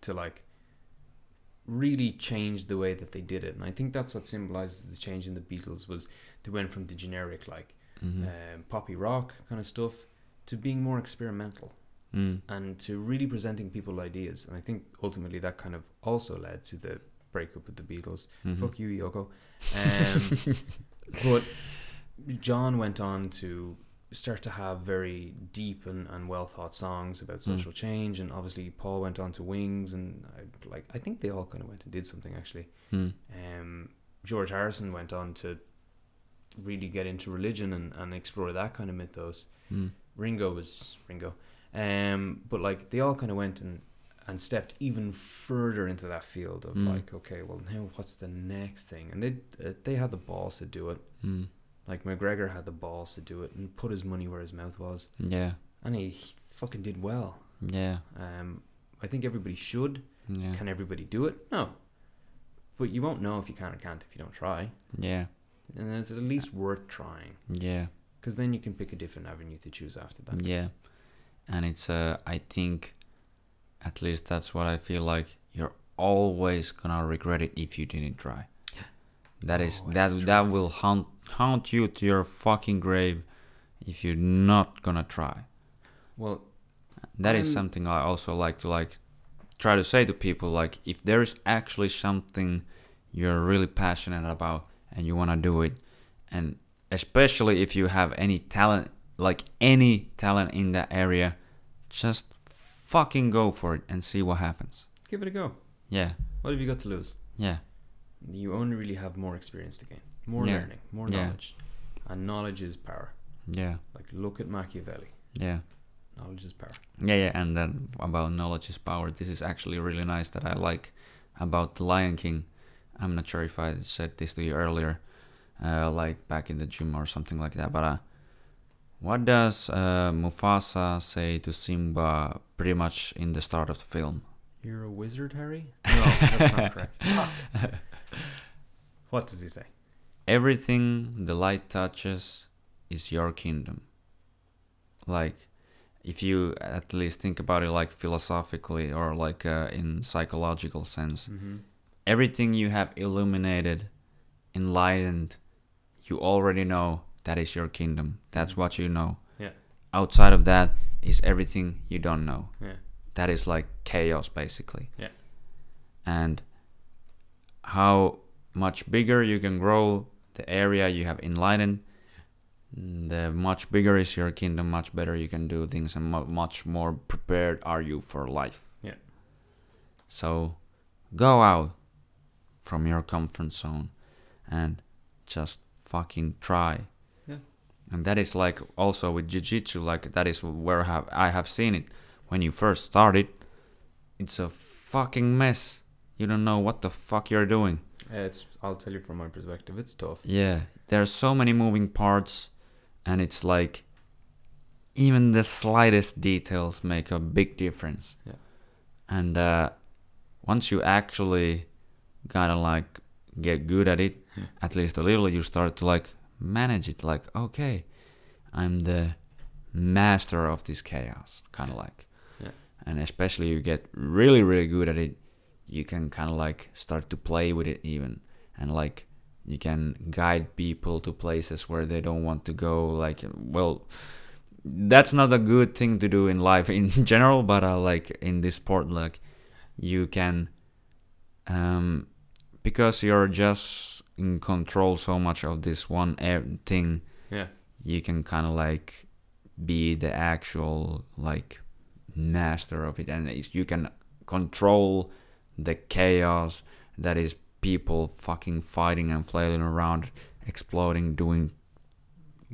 B: to like really change the way that they did it. And I think that's what symbolized the change in the Beatles was they went from the generic like
A: mm-hmm.
B: um, poppy rock kind of stuff to being more experimental
A: mm.
B: and to really presenting people ideas. And I think ultimately that kind of also led to the breakup with the Beatles.
A: mhm.
B: Fuck you, Yoko. Um, but John went on to start to have very deep and, and well thought songs about
A: Mm.
B: social change and obviously Paul went on to Wings and I, like I think they all kind of went and did something actually
A: Mm.
B: um, George Harrison went on to really get into religion and, and explore that kind of mythos.
A: Mm.
B: Ringo was Ringo, um, but like they all kind of went and and stepped even further into that field of
A: Mm.
B: like, okay, well now what's the next thing? And they uh, they had the balls to do it.
A: Mm.
B: Like McGregor had the balls to do it and put his money where his mouth was,
A: Yeah,
B: and he, he fucking did well.
A: yeah,
B: Um, I think everybody should.
A: yeah,
B: Can everybody do it? No. But you won't know if you can or can't if you don't try
A: yeah,
B: and it's at least worth trying
A: yeah.
B: because then you can pick a different avenue to choose after that.
A: Yeah, and it's uh, I think, at least that's what I feel like. You're always gonna regret it if you didn't try. That is that
B: Always
A: that will haunt haunt you to your fucking grave if you're not gonna try.
B: Well,
A: That is
B: I'm-
A: something I also like to like try to say to people like if there is actually something you're really passionate about and you want to do it and especially if you have any talent like any talent in that area just fucking go for it and see what happens.
B: give it a go.
A: Yeah.
B: What have you got to lose?
A: Yeah.
B: You only really have more experience to gain, more
A: Yeah.
B: learning, more
A: Yeah.
B: knowledge, and knowledge is power.
A: Yeah.
B: Like look at Machiavelli.
A: Yeah.
B: Knowledge is power.
A: Yeah, yeah, and then about knowledge is power. This is actually really nice that I like about the Lion King. I'm not sure if I said this to you earlier, uh, like back in the gym or something like that. But uh, what does uh, Mufasa say to Simba pretty much in the start of the film?
B: You're a wizard, Harry. No, that's not correct. Fuck. what does he say?
A: Everything the light touches is your kingdom. Like, if you at least think about it, like philosophically or like uh, in psychological sense.
B: Mm-hmm.
A: everything you have illuminated, enlightened, you already know that is your kingdom. That's what you know.
B: Yeah.
A: Outside of that is everything you don't know.
B: Yeah.
A: That is like chaos basically.
B: Yeah.
A: And how much bigger you can grow the area you have enlightened, the much bigger is your kingdom, much better you can do things, and mu- much more prepared are you for life.
B: Yeah.
A: So go out from your comfort zone and just fucking try.
B: Yeah.
A: And that is like also with jiu-jitsu like that is where I have I have seen it when you first started it's a fucking mess. You don't know what the fuck you're doing.
B: Uh, it's. I'll tell you from my perspective. It's tough.
A: Yeah, there's so many moving parts, and it's like even the slightest details make a big difference.
B: Yeah.
A: And uh, once you actually gotta like get good at it,
B: Yeah.
A: at least a little, you start to like manage it. Like, okay, I'm the master of this chaos, kind of like.
B: Yeah.
A: And especially you get really, really good at it, you can kind of like start to play with it even, and like you can guide people to places where they don't want to go. Like, well, that's not a good thing to do in life in general, but uh, like in this sport, like you can, um, because you're just in control so much of this one air- thing
B: Yeah.
A: you can kind of like be the actual like master of it and it's, you can control the chaos that is people fucking fighting and flailing around exploding doing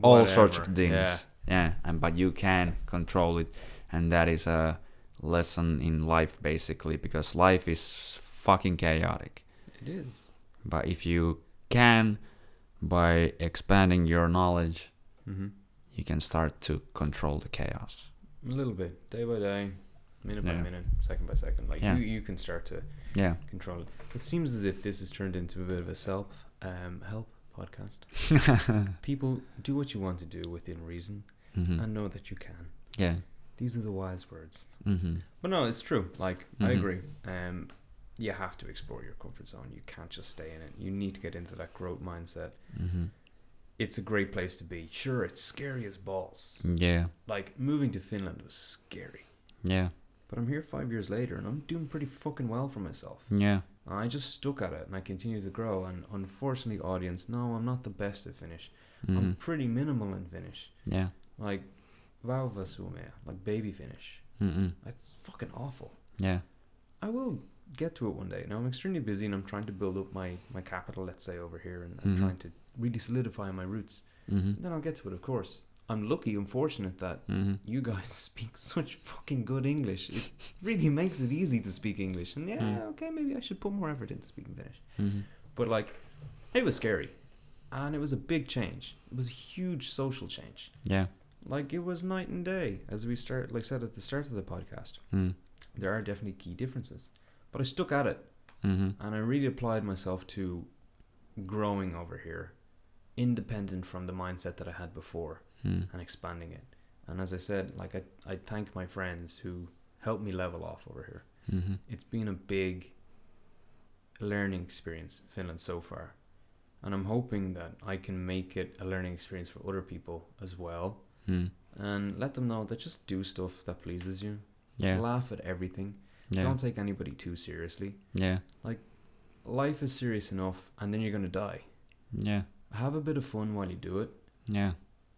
A: all sorts of
B: Whatever.
A: things
B: Yeah.
A: yeah. and but you can control it and that is a lesson in life basically because life is fucking chaotic
B: It is.
A: but if you can, by expanding your knowledge,
B: Mm-hmm.
A: you can start to control the chaos.
B: A little bit, day by day, minute by
A: Yeah.
B: minute, second by second. Like
A: Yeah.
B: you, you can start to
A: Yeah.
B: control it. It seems as if this has turned into a bit of a self um, help podcast. People, do what you want to do within reason,
A: hmm
B: and know that you can.
A: Yeah.
B: These are the wise words.
A: hmm
B: But no, it's true. Like I
A: Mhm.
B: agree. Um, you have to explore your comfort zone. You can't just stay in it. You need to get into that growth mindset.
A: hmm
B: It's a great place to be. Sure, it's scary as balls.
A: Yeah.
B: Like moving to Finland was scary.
A: Yeah.
B: But I'm here five years later, and I'm doing pretty fucking well for myself.
A: Yeah.
B: And I just stuck at it and I continue to grow. And unfortunately, audience, no, I'm not the best at Finnish.
A: hmm
B: I'm pretty minimal in Finnish.
A: Yeah.
B: Like, vauva suomea, like baby Finnish.
A: mm
B: That's fucking awful.
A: Yeah.
B: I will get to it one day. Now, I'm extremely busy and I'm trying to build up my, my capital, let's say, over here and, and
A: Mhm.
B: trying to really solidify my roots.
A: hmm
B: Then I'll get to it, of course. I'm lucky and fortunate that
A: hmm
B: you guys speak such fucking good English. It really makes it easy to speak English. And yeah,
A: Mm.
B: okay, maybe I should put more effort into speaking Finnish.
A: hmm
B: But like, it was scary, and it was a big change. It was a huge social change.
A: Yeah.
B: Like it was night and day, as we start like said at the start of the podcast.
A: Mm-hmm.
B: There are definitely key differences, but I stuck at it,
A: Mm-hmm.
B: and I really applied myself to growing over here, independent from the mindset that I had before,
A: mm
B: and expanding it. And as I said, like I, I thank my friends who helped me level off over here.
A: Mm-hmm.
B: It's been a big learning experience Finland so far. And I'm hoping that I can make it a learning experience for other people as well.
A: mm
B: And let them know that just do stuff that pleases you.
A: Yeah.
B: Laugh at everything.
A: Yeah.
B: Don't take anybody too seriously.
A: Yeah.
B: Life is serious enough and then you're gonna die.
A: Yeah.
B: Have a bit of fun while you do it.
A: Yeah.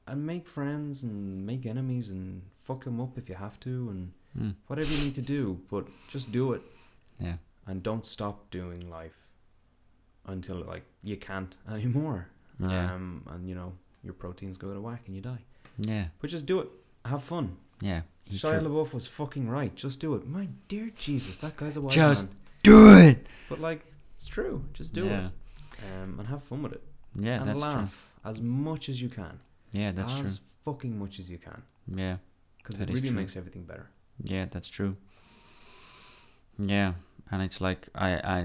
B: And make friends and make enemies and fuck them up if you have to and
A: Mm.
B: whatever you need to do, but just do it.
A: Yeah.
B: and don't stop doing life until like you can't anymore.
A: Yeah.
B: Um, and you know your proteins go to whack and you die.
A: Yeah.
B: But just do it. Have fun.
A: Yeah. He
B: Shia
A: could-
B: LaBeouf was fucking right. Just do it. My dear Jesus, that guy's a wise
A: Just
B: man.
A: Do it.
B: But like, it's true. Just do
A: yeah.
B: it. Um, and have fun with it.
A: Yeah,
B: and
A: that's
B: laugh as much as you can.
A: true. Yeah, that's
B: as fucking much as you can,
A: true. Yeah.
B: because it
A: That is
B: really
A: true.
B: makes everything better.
A: Yeah, that's true. Yeah, and it's like I I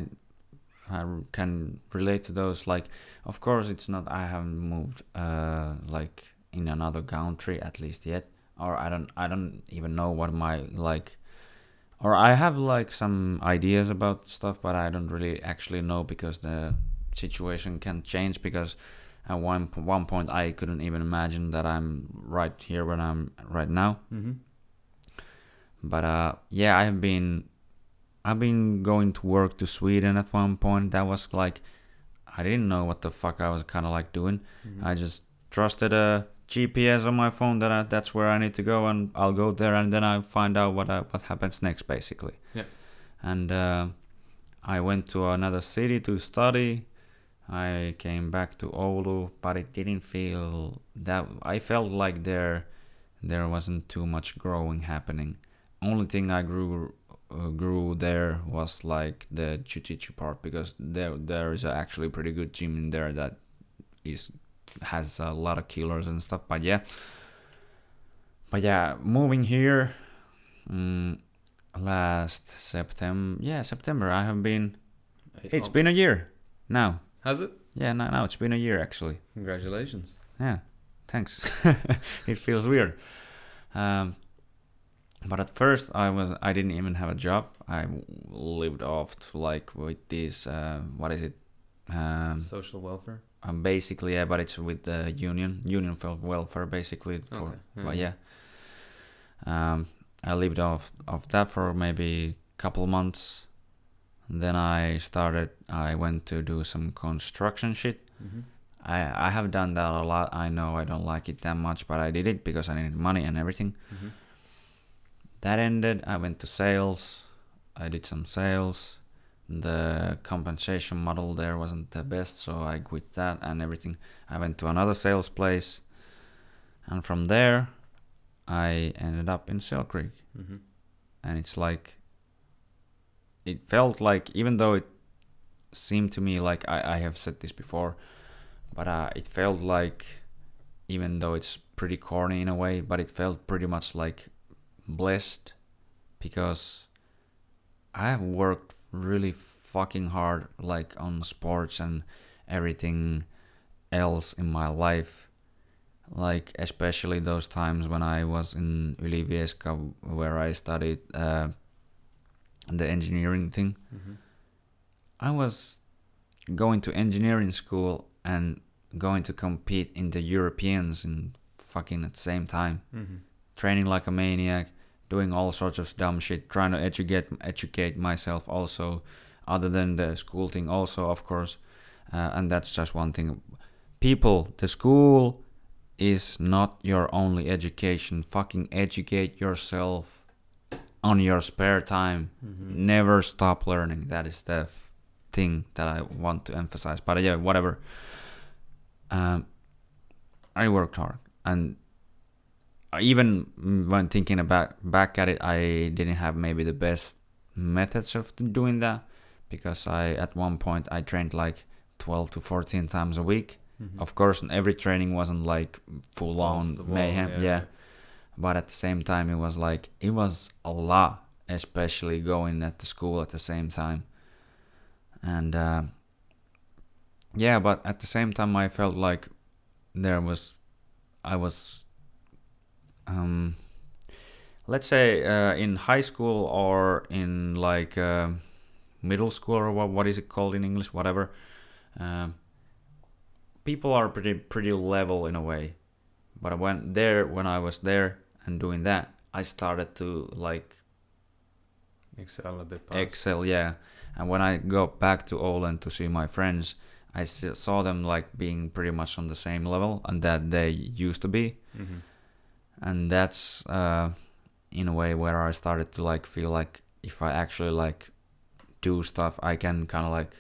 A: I r- can relate to those. Like, of course, it's not. I haven't moved uh like in another country at least yet, or I don't I don't even know what my like, or I have like some ideas about stuff, but I don't really actually know because the situation can change because. At one p- one point, I couldn't even imagine that I'm right here when I'm right now
B: Mm-hmm.
A: but uh yeah i've been i've been going to work to sweden at one point that was like i didn't know what the fuck i was kind of like doing i just trusted a gps on my phone that I, that's where i need to go and i'll go there and then i find out what I, what happens next basically
B: Yeah.
A: and uh, i went to another city to study i came back to oulu but it didn't feel that i felt like there there wasn't too much growing happening only thing I grew uh, grew there was like the jiu-jitsu part because there there is a actually pretty good gym in there that is has a lot of killers and stuff. But yeah, but yeah, moving here mm, last September, yeah September. I have been. It's
B: Oh,
A: been a year now.
B: has it?
A: Yeah, now now it's been a year actually.
B: Congratulations.
A: Yeah, thanks. it feels weird. Um, but at first, I was I didn't even have a job. I w- lived off to, like with these uh, what is it? Um,
B: Social welfare.
A: um, basically, yeah, but it's with the union, union for welfare, basically. For,
B: Okay, yeah,
A: But
B: yeah.
A: yeah, um, I lived off of that for maybe couple months. And then I started. I went to do some construction shit.
B: Mm-hmm.
A: I I have done that a lot. I know I don't like it that much, but I did it because I needed money and everything.
B: Mm-hmm.
A: That ended. I went to sales. I did some sales. The compensation model there wasn't the best, so I quit that and everything. I went to another sales place, and from there, I ended up in Sail Creek.
B: Mm-hmm.
A: And it's like, it felt like, even though it seemed to me like I, I have said this before, but uh, it felt like, even though it's pretty corny in a way, but it felt pretty much like blessed because I have worked really fucking hard, like on sports and everything else in my life. Like, especially those times when I was in Ylivieska, where I studied uh, the engineering thing.
B: Mm-hmm.
A: I was going to engineering school and going to compete in the Europeans in fucking at the same time
B: Mm-hmm.
A: training like a maniac, doing all sorts of dumb shit, trying to educate educate myself also, other than the school thing also of course, uh, and that's just one thing. People, the school is not your only education. Fucking educate yourself on your spare time.
B: Mm-hmm.
A: Never stop learning. That is the f- thing that I want to emphasize. But yeah, whatever. Um, I worked hard, and I even mm, when thinking about back at it, I didn't have maybe the best methods of doing that because I at one point I trained like twelve to fourteen times a week.
B: Mm-hmm.
A: Of course, and every training wasn't like full on mayhem. yeah but at the same time it was like it was a lot especially going at the school at the same time and uh, yeah but at the same time i felt like there was i was um let's say uh, in high school or in like uh, middle school or what, what is it called in english whatever um, people are pretty pretty level in a way but when there when i was there and doing that i started to like
B: Excel a bit. Past.
A: excel yeah and when i got back to Åland to see my friends i s- saw them like being pretty much on the same level and that they used to be
B: Mm-hmm.
A: and that's uh, in a way where i started to like feel like if i actually like do stuff i can kind of like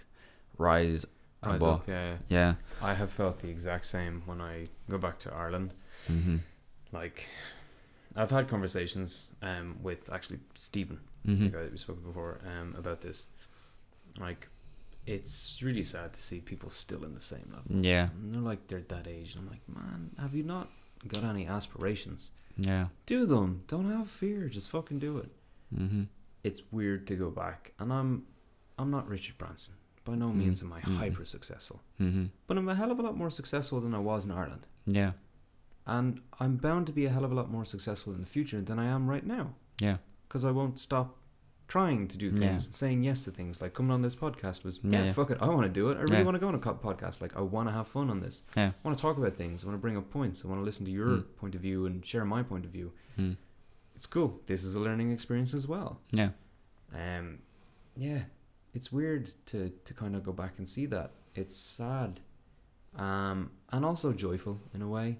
A: rise
B: Eyes
A: above
B: up, yeah, yeah.
A: yeah
B: I have felt the exact same when I go back to Ireland.
A: mm-hmm.
B: Like, I've had conversations um, with actually Stephen,
A: Mm-hmm.
B: the guy that we spoke before, um, about this. Like, it's really sad to see people still in the same level.
A: yeah
B: And they're like, they're that age. And I'm like, man, have you not got any aspirations?
A: yeah
B: Do them. Don't have fear. Just fucking do it.
A: mm-hmm.
B: It's weird to go back. And I'm, I'm not Richard Branson. By no
A: Mm.
B: means am I
A: Mm.
B: hyper successful.
A: Mm-hmm.
B: But I'm a hell of a lot more successful than I was in Ireland.
A: yeah
B: And I'm bound to be a hell of a lot more successful in the future than I am right now.
A: yeah
B: Because I won't stop trying to do things
A: Yeah.
B: and saying yes to things. Like coming on this podcast was,
A: Yeah,
B: yeah,
A: yeah.
B: fuck it, I want to do it. I really
A: Yeah.
B: want to go on a co- podcast. Like, I want to have fun on this.
A: Yeah.
B: I want to talk about things. I want to bring up points. I want to listen to your
A: Mm.
B: point of view and share my point of view.
A: mm.
B: It's cool. This is a learning experience as well.
A: yeah
B: Um, yeah, it's weird to, to kind of go back and see that. It's sad, um, and also joyful in a way.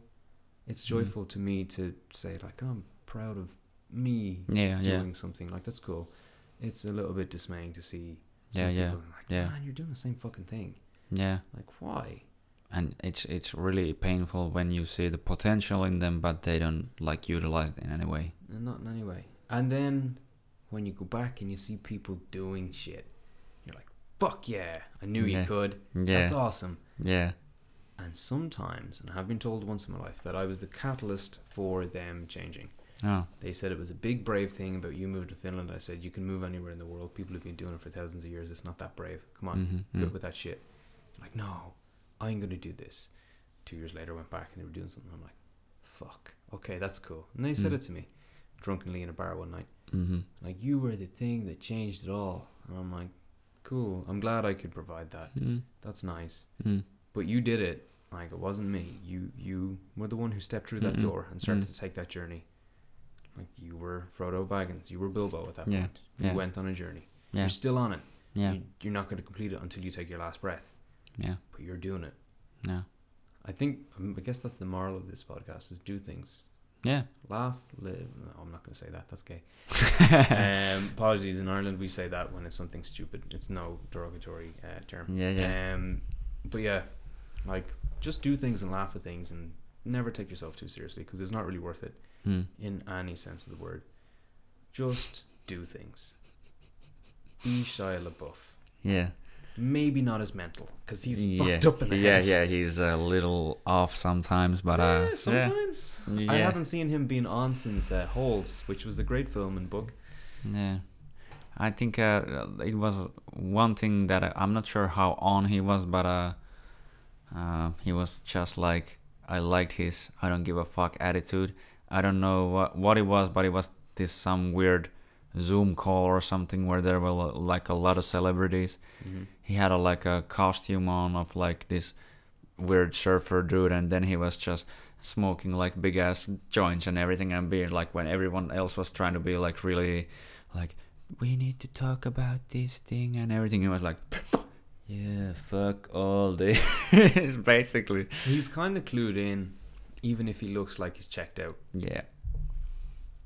B: It's
A: Mhm.
B: joyful to me to say like I'm proud of me
A: yeah yeah
B: doing something like that's cool. It's a little bit dismaying to see. some
A: Yeah, yeah,
B: people Like,
A: yeah.
B: Man, you're doing the same fucking thing.
A: yeah
B: Like why?
A: and it's it's really painful when you see the potential in them but they don't like utilize it in any way
B: And not in any way. And then when you go back and you see people doing shit, you're like, fuck yeah, I knew
A: Yeah.
B: you could. That's
A: yeah
B: awesome.
A: yeah
B: And sometimes, and I have been told once in my life, that I was the catalyst for them changing.
A: oh
B: They said it was a big, brave thing about you moved to Finland. I said, you can move anywhere in the world. People have been doing it for thousands of years. It's not that brave. Come on,
A: mhm,
B: quit
A: mm.
B: with that shit. Like, no, I'm going to do this. Two years later, I went back and they were doing something. I'm like, fuck. Okay, that's cool. And they said
A: Mm.
B: it to me drunkenly in a bar one night.
A: Mm-hmm.
B: Like, you were the thing that changed it all. And I'm like, cool. I'm glad I could provide that.
A: Mm-hmm.
B: That's nice. But you did it. Like, it wasn't me. You you were the one who stepped through that
A: Mm-mm.
B: door and started
A: Mm.
B: to take that journey. Like, you were Frodo Baggins. You were Bilbo at that
A: Yeah,
B: point.
A: yeah.
B: You went on a journey.
A: Yeah.
B: You're still on it.
A: Yeah.
B: You, you're not going to complete it until you take your last breath.
A: Yeah.
B: But you're doing it.
A: Yeah.
B: I think, um, I guess that's the moral of this podcast is do things.
A: Yeah.
B: Laugh, live. No, I'm not going to say that. That's gay. um, apologies. In Ireland, we say that when it's something stupid. It's no derogatory uh, term.
A: Yeah. Yeah.
B: Um, but yeah, like just do things and laugh at things and never take yourself too seriously because it's not really worth it
A: Mm.
B: in any sense of the word. Just do things. Be Shia LaBeouf.
A: Yeah.
B: Maybe not as mental because he's
A: yeah.
B: fucked up in the
A: yeah.
B: head.
A: Yeah. He's a little off sometimes, but uh,
B: Yeah, sometimes.
A: yeah.
B: I
A: yeah.
B: haven't seen him being on since uh, Holes, which was a great film and book.
A: Yeah, I think uh, it was one thing that I, I'm not sure how on he was, but uh, uh, he was just like I liked his I don't give a fuck attitude. I don't know what what it was, but it was this some weird Zoom call or something where there were lo- like a lot of celebrities. He had a, like a costume on of like this weird surfer dude, and then he was just smoking like big ass joints and everything, and being like when everyone else was trying to be like really like we need to talk about this thing and everything. He was like, yeah, fuck all this, basically.
B: He's kind of clued in, even if he looks like he's checked out.
A: Yeah.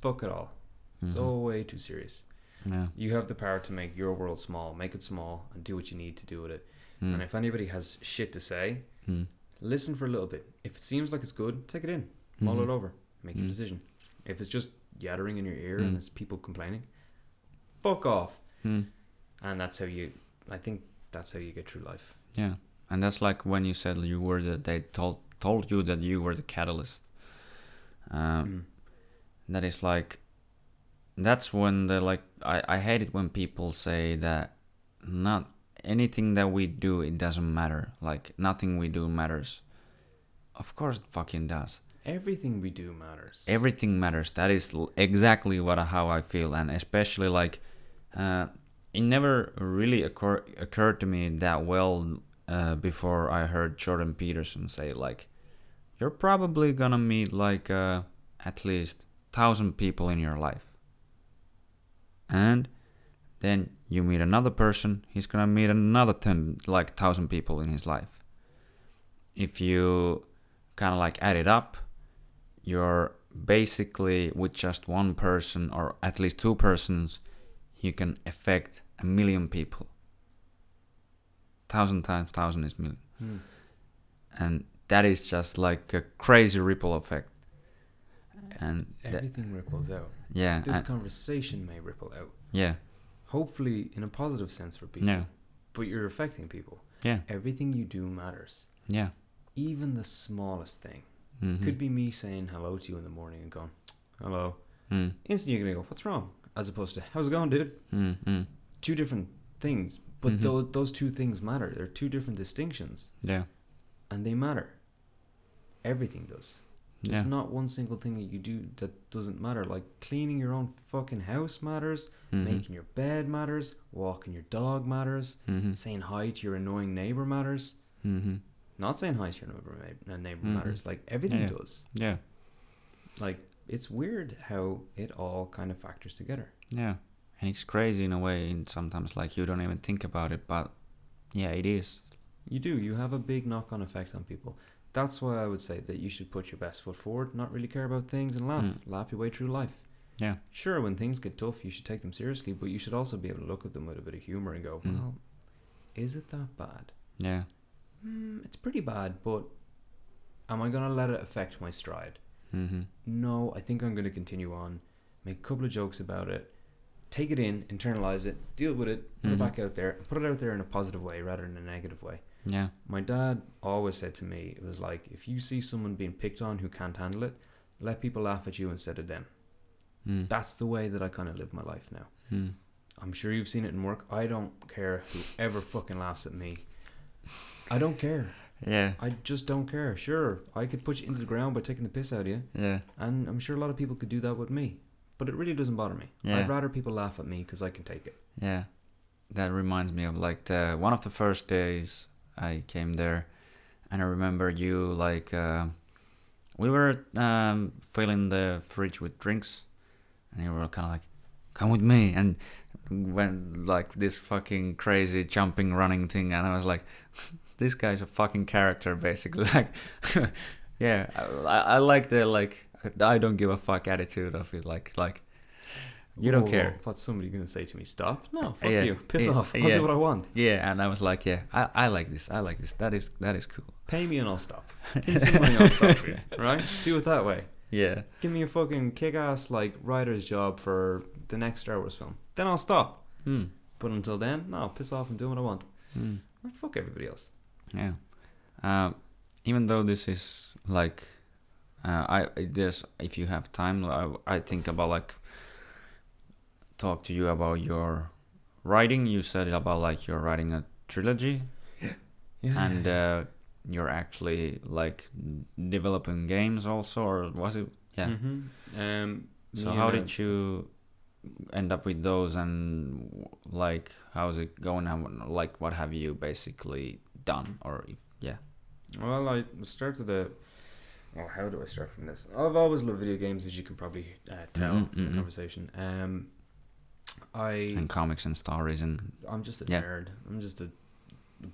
B: Fuck it all. It's
A: Mhm.
B: all way too serious.
A: yeah.
B: You have the power to make your world small. Make it small and do what you need to do with it.
A: Mm.
B: And if anybody has shit to say,
A: Mm.
B: listen for a little bit. If it seems like it's good, take it in. Mull
A: Mhm.
B: it over. Make your
A: Mm.
B: decision. If it's just yattering in your ear
A: Mm.
B: and it's people complaining, fuck off.
A: Mm.
B: And that's how you, I think that's how you get through life.
A: Yeah, and that's like when you said you were the they told told you that you were the catalyst. Um,
B: Mm.
A: that is like that's when the like I, I hate it when people say that not anything that we do it doesn't matter like nothing we do matters of course it fucking does
B: Everything we do matters.
A: everything matters that is l- exactly what how i feel and especially like uh, it never really occur- occurred to me that well uh, before i heard jordan peterson say like you're probably gonna meet like uh, at least thousand people in your life and then you meet another person he's gonna meet another ten like thousand people in his life if you kind of like add it up you're basically with just one person or at least two persons you can affect a million people thousand times thousand is million
B: Mm.
A: and that is just like a crazy ripple effect and that, Uh,
B: Everything ripples out.
A: yeah
B: This
A: and-
B: conversation may ripple out.
A: yeah
B: Hopefully, in a positive sense for people.
A: yeah
B: But you're affecting people.
A: yeah
B: Everything you do matters.
A: yeah
B: Even the smallest thing.
A: mm-hmm.
B: Could be me saying hello to you in the morning and going, hello.
A: mm,
B: Instantly, you're going to go, what's wrong? As opposed to, how's it going, dude?
A: mm, mm.
B: Two different things. But
A: Mhm.
B: tho- those two things matter. They're two different distinctions.
A: yeah
B: And they matter. Everything does. There's
A: yeah
B: not one single thing that you do that doesn't matter. Like cleaning your own fucking house matters,
A: mm-hmm.
B: making your bed matters, walking your dog matters,
A: Mm-hmm.
B: saying hi to your annoying neighbor matters.
A: Mm-hmm.
B: Not saying hi to your neighbor, ma- uh, neighbor
A: Mhm.
B: matters. Like everything
A: Yeah.
B: does.
A: yeah
B: Like it's weird how it all kind of factors together.
A: Yeah, and it's crazy in a way. And sometimes, like you don't even think about it, but yeah, it is.
B: You do. You have a big knock-on effect on people. That's why I would say that you should put your best foot forward, not really care about things, and laugh.
A: Mm.
B: Laugh your way through life.
A: Yeah.
B: Sure, when things get tough, you should take them seriously, but you should also be able to look at them with a bit of humor and go,
A: Mm.
B: "Well, is it that bad?
A: Yeah.
B: Mm, it's pretty bad, but am I gonna let it affect my stride?
A: Mm-hmm.
B: No, I think I'm gonna continue on, make a couple of jokes about it, take it in, internalize it, deal with it, put
A: Mhm.
B: it back out there, and put it out there in a positive way rather than a negative way.
A: Yeah.
B: My dad always said to me, it was like, if you see someone being picked on who can't handle it, let people laugh at you instead of them.
A: Mm.
B: That's the way that I kind of live my life now.
A: Mm.
B: I'm sure you've seen it in work. I don't care whoever fucking laughs at me. I don't care.
A: Yeah.
B: I just don't care. Sure, I could put you into the ground by taking the piss out of you,
A: Yeah.
B: and I'm sure a lot of people could do that with me. But it really doesn't bother me.
A: Yeah.
B: I'd rather people laugh at me because I can take it.
A: Yeah, that reminds me of like the one of the first days I came there, and I remember you like uh, we were um, filling the fridge with drinks, and you were kind of like, "Come with me," and went like this fucking crazy jumping running thing, and I was like, "This guy's a fucking character, basically." Like, yeah, I- I, I like the like I don't give a fuck attitude of it. Like, like you don't
B: Whoa,
A: care.
B: whoa, What's somebody gonna say to me? Stop! No, fuck
A: Yeah.
B: you. Piss
A: Yeah.
B: off. I'll
A: Yeah.
B: do what I want.
A: Yeah, and I was like, yeah, I, I like this. I like this. That is that is cool.
B: Pay me and I'll stop. Give me some money, I'll stop for you. Right? Do it that way.
A: Yeah,
B: Give me a fucking kick-ass like writer's job for the next Star Wars film. Then I'll stop.
A: hmm.
B: But until then, no, piss off and do what I want.
A: Hmm.
B: Like, fuck everybody else.
A: yeah. Uh, even though this is like, uh, I there's if you have time, I, I think about like talk to you about your writing. You said about like you're writing a trilogy,
B: Yeah.
A: and uh, you're actually like developing games also, or was it? Yeah.
B: Mm-hmm. Um.
A: So how did you end up with those, and w- like how's it going? How, like what have you basically done, or if, yeah,
B: Well, I started a. Well, how do I start from this? I've always loved video games, as you can probably uh, tell
A: Mhm,
B: in
A: mhm.
B: the conversation. Um, I
A: and comics and stories and
B: I'm just a
A: Yeah.
B: nerd. I'm just a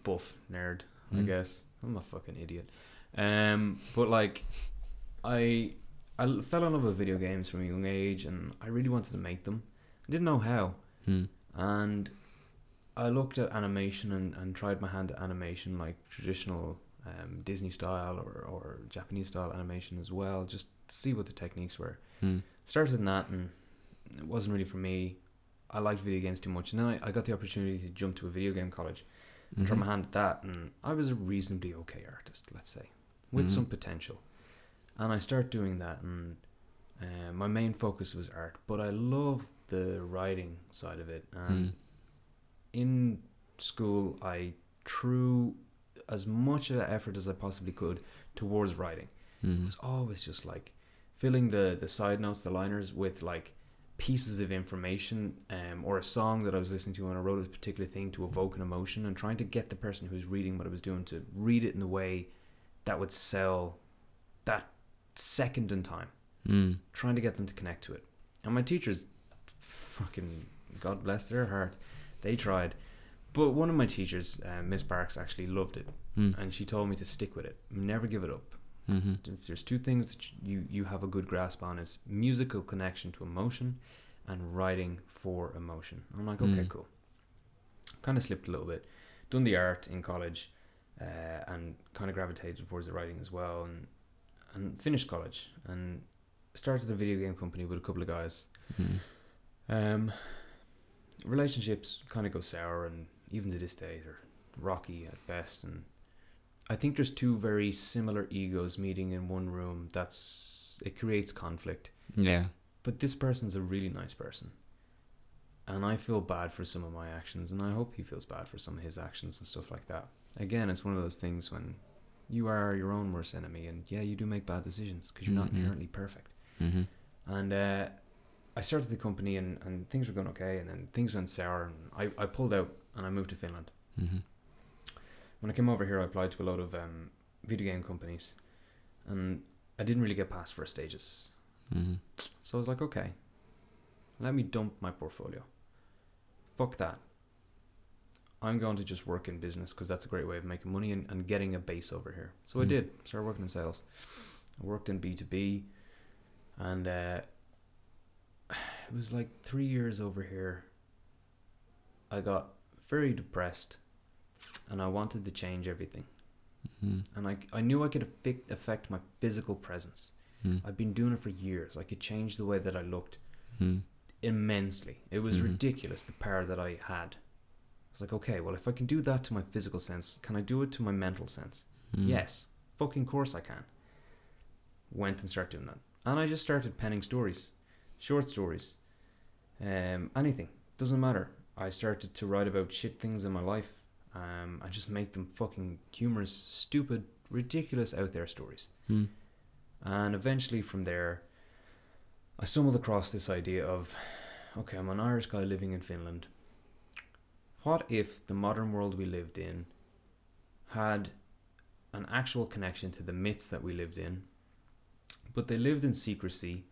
B: buff nerd, I
A: Mm.
B: guess. I'm a fucking idiot. Um, but like, I I l- fell in love with video games from a young age, and I really wanted to make them. I didn't know how,
A: Hmm.
B: and I looked at animation and, and tried my hand at animation, like traditional um, Disney style or, or Japanese style animation as well, just to see what the techniques were
A: Hmm.
B: started in that and it wasn't really for me. I liked video games too much. And then I, I got the opportunity to jump to a video game college and try
A: Mhm.
B: my hand at that. And I was a reasonably okay artist, let's say, with
A: Mhm.
B: some potential. And I started doing that. And uh, my main focus was art, but I loved the writing side of it. And
A: Hmm.
B: in school, I threw as much of the effort as I possibly could towards writing it
A: Hmm.
B: was always just like filling the the side notes the liners with like pieces of information um, or a song that i was listening to and i wrote a particular thing to evoke an emotion and trying to get the person who's reading what i was doing to read it in the way that would sell that second in time
A: Hmm.
B: trying to get them to connect to it and my teachers fucking god bless their heart they tried but one of my teachers uh, miss barks actually loved it
A: Hmm.
B: and she told me to stick with it never give it up
A: Mhm.
B: if there's two things that you you have a good grasp on is musical connection to emotion and writing for emotion i'm like okay
A: Mm.
B: cool kind of slipped a little bit done the art in college uh, and kind of gravitated towards the writing as well and and finished college and started a video game company with a couple of guys
A: Hmm.
B: um, relationships kind of go sour, and even to this day, they're rocky at best. And I think there's two very similar egos meeting in one room. That's it creates conflict.
A: Yeah.
B: But this person's a really nice person, and I feel bad for some of my actions, and I hope he feels bad for some of his actions and stuff like that. Again, it's one of those things when you are your own worst enemy, and yeah, you do make bad decisions because you're not
A: Mhm.
B: inherently perfect
A: Mhm.
B: and uh, I started the company and, and things were going okay and then things went sour and I, I pulled out and I moved to Finland.
A: Mhm.
B: When I came over here I applied to a lot of um, video game companies and I didn't really get past first stages.
A: Mhm.
B: So I was like, okay, let me dump my portfolio. Fuck that. I'm going to just work in business because that's a great way of making money and, and getting a base over here. So I
A: Mm.
B: did. Started working in sales. I worked in B2B and uh, it was like three years over here. I got very depressed and I wanted to change everything.
A: Mhm.
B: And I, I knew I could affect, affect my physical presence.
A: Hmm.
B: I've been doing it for years. I could change the way that I looked
A: Hmm.
B: immensely. It was
A: Mhm.
B: ridiculous the power that I had. I was like, okay, well, if I can do that to my physical sense, can I do it to my mental sense?
A: Hmm.
B: Yes, fucking course I can. Went and started doing that, and I just started penning stories, short stories, um, anything doesn't matter. I started to write about shit things in my life. um, and just make them fucking humorous, stupid, ridiculous, out there stories.
A: Hmm.
B: And eventually from there, I stumbled across this idea of okay, I'm an Irish guy living in Finland. What if the modern world we lived in had an actual connection to the myths that we lived in, but they lived in secrecy,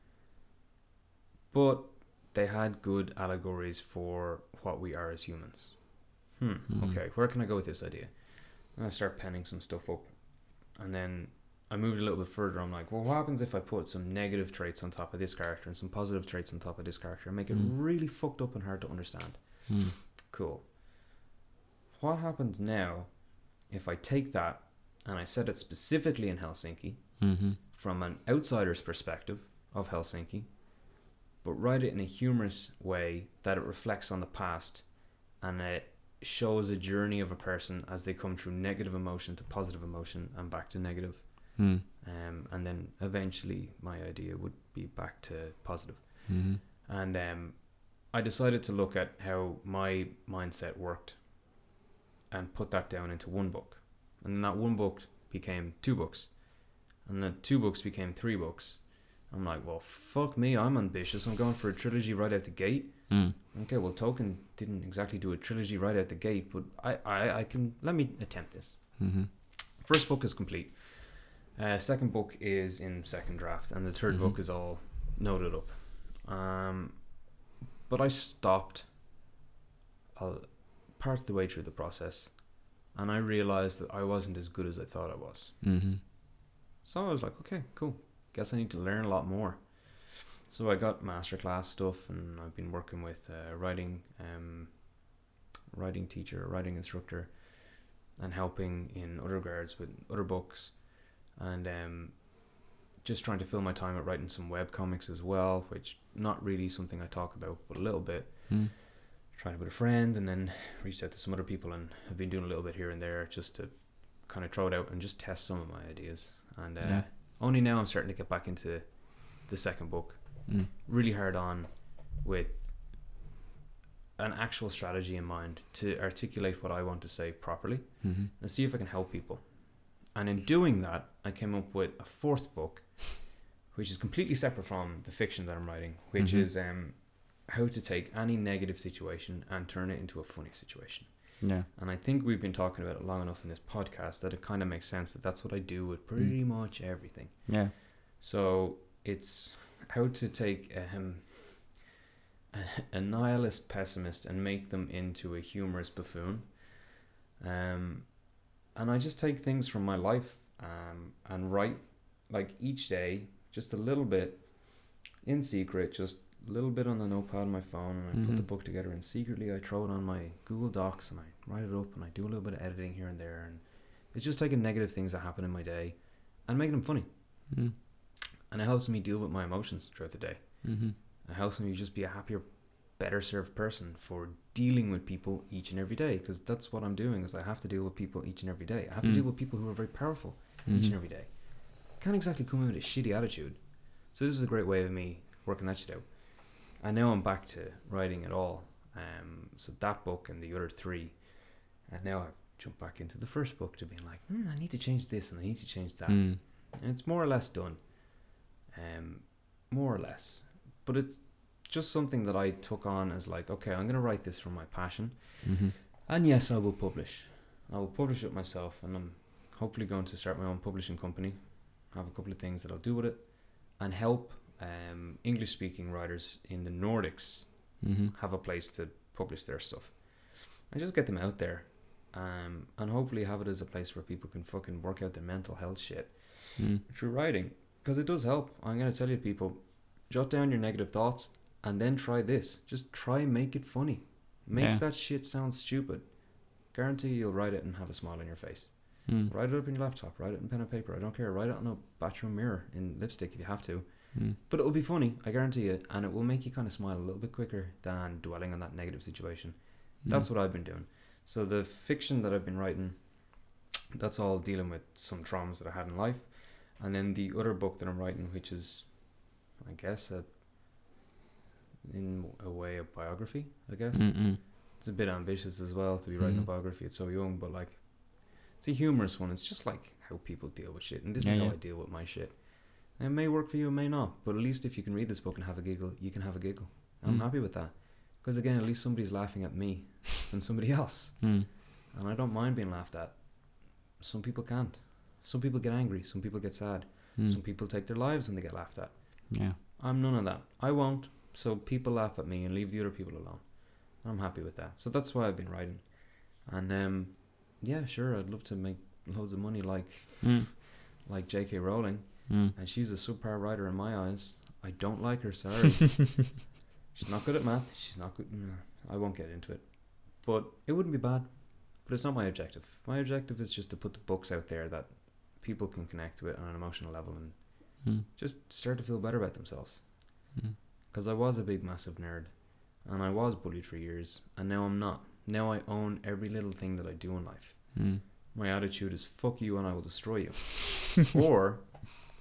B: but they had good allegories for what we are as humans? Hmm,
A: Hmm.
B: okay, where can I go with this idea? And I start penning some stuff up. And then I moved a little bit further. I'm like, well, what happens if I put some negative traits on top of this character and some positive traits on top of this character and make it
A: Mm.
B: really fucked up and hard to understand?
A: Hmm.
B: Cool. What happens now if I take that and I set it specifically in Helsinki
A: Mm-hmm.
B: from an outsider's perspective of Helsinki, but write it in a humorous way that it reflects on the past and it shows a journey of a person as they come through negative emotion to positive emotion and back to negative
A: Hmm.
B: um, and then eventually my idea would be back to positive.
A: Mm-hmm.
B: And um, I decided to look at how my mindset worked and put that down into one book. And then that one book became two books. And then two books became three books. I'm like, well, fuck me, I'm ambitious. I'm going for a trilogy right out the gate.
A: Mm.
B: Okay, well, Tolkien didn't exactly do a trilogy right out the gate, but I, I, I can, let me attempt this.
A: Mm-hmm.
B: First book is complete. Uh, second book is in second draft, and the 3rd
A: Mhm.
B: book is all noted up. Um, but I stopped uh, part of the way through the process, and I realized that I wasn't as good as I thought I was.
A: Mm-hmm.
B: So I was like, okay, cool. Guess I need to learn a lot more. So I got masterclass stuff, and I've been working with a writing, um, writing teacher, writing instructor, and helping in other regards with other books, and um, just trying to fill my time at writing some web comics as well, which not really something I talk about, but a little bit.
A: Mm.
B: Tried it with a friend, and then reached out to some other people, and I've been doing a little bit here and there just to kind of throw it out and just test some of my ideas. And uh,
A: Yeah.
B: only now I'm starting to get back into the second book
A: Mm.
B: really hard on with an actual strategy in mind to articulate what I want to say properly
A: Mm-hmm.
B: and see if I can help people. And in doing that, I came up with a fourth book, which is completely separate from the fiction that I'm writing, which
A: Mhm.
B: is um, how to take any negative situation and turn it into a funny situation.
A: Yeah.
B: And I think we've been talking about it long enough in this podcast that it kind of makes sense that that's what I do with pretty much everything.
A: Yeah.
B: So it's how to take um, a, a nihilist pessimist and make them into a humorous buffoon. Um, and I just take things from my life um, and write like each day, just a little bit in secret, just a little bit on the notepad on my phone. And I put the
A: Mhm.
B: book together and secretly I throw it on my Google Docs and I write it up and I do a little bit of editing here and there. And it's just taking negative things that happen in my day and making them funny
A: Mm.
B: and it helps me deal with my emotions throughout the day.
A: Mm-hmm.
B: It helps me just be a happier, better served person for dealing with people each and every day because that's what I'm doing is I have to deal with people each and every day. I have to
A: Mm.
B: deal with people who are very powerful each and
A: Mm-hmm.
B: every day. Can't exactly come in with a shitty attitude. So this is a great way of me working that shit out. And now I'm back to writing it all. Um, so that book and the other three, and now I've jumped back into the first book to being like, hmm, I need to change this and I need to change that
A: Mm.
B: and it's more or less done, um, more or less. But it's just something that I took on as like, okay, I'm gonna write this from my passion,
A: Mm-hmm.
B: and yes, I will publish. I will publish it myself, and I'm hopefully going to start my own publishing company. I have a couple of things that I'll do with it, and help um, English-speaking writers in the Nordics
A: Mm-hmm.
B: have a place to publish their stuff and just get them out there um, and hopefully have it as a place where people can fucking work out their mental health shit
A: Mm.
B: through writing because it does help i'm going to tell you people jot down your negative thoughts and then try this just try make it funny make
A: Yeah.
B: that shit sound stupid guarantee you'll write it and have a smile on your face
A: Mm.
B: write it up in your laptop write it in pen and paper i don't care write it on a bathroom mirror in lipstick if you have to
A: Mm.
B: but it'll be funny, I guarantee it, and it will make you kind of smile a little bit quicker than dwelling on that negative situation.
A: Hmm.
B: That's what I've been doing. So the fiction that I've been writing, that's all dealing with some traumas that I had in life, and then the other book that I'm writing, which is, I guess, a, in a way, a biography. I guess
A: Mm-hmm. Mm-mm.
B: It's a bit ambitious as well to be writing
A: Mhm.
B: a biography at so young, but like, it's a humorous one. It's just like how people deal with shit, and this
A: Yeah,
B: is how
A: yeah.
B: I deal with my shit. And it may work for you, it may not, but at least if you can read this book and have a giggle, you can have a giggle. And
A: Mm.
B: I'm happy with that, because again, at least somebody's laughing at me than somebody else,
A: Mm.
B: and I don't mind being laughed at. Some people can't. Some people get angry. Some people get sad.
A: Mm.
B: Some people take their lives when they get laughed at.
A: Yeah.
B: I'm none of that. I won't. So people laugh at me and leave the other people alone. I'm happy with that. So that's why I've been writing. And um, yeah, sure, I'd love to make loads of money like
A: Mm.
B: like J.K. Rowling,
A: Mm.
B: and she's a subpar writer in my eyes. I don't like her. Sorry, she's not good at math. She's not good. mm, I won't get into it, but it wouldn't be bad. But it's not my objective. My objective is just to put the books out there that people can connect with on an emotional level and
A: Mm.
B: just start to feel better about themselves.
A: Mm.
B: Because I was a big, massive nerd, and I was bullied for years, and now I'm not. Now I own every little thing that I do in life.
A: Mm.
B: My attitude is fuck you and I will destroy you. or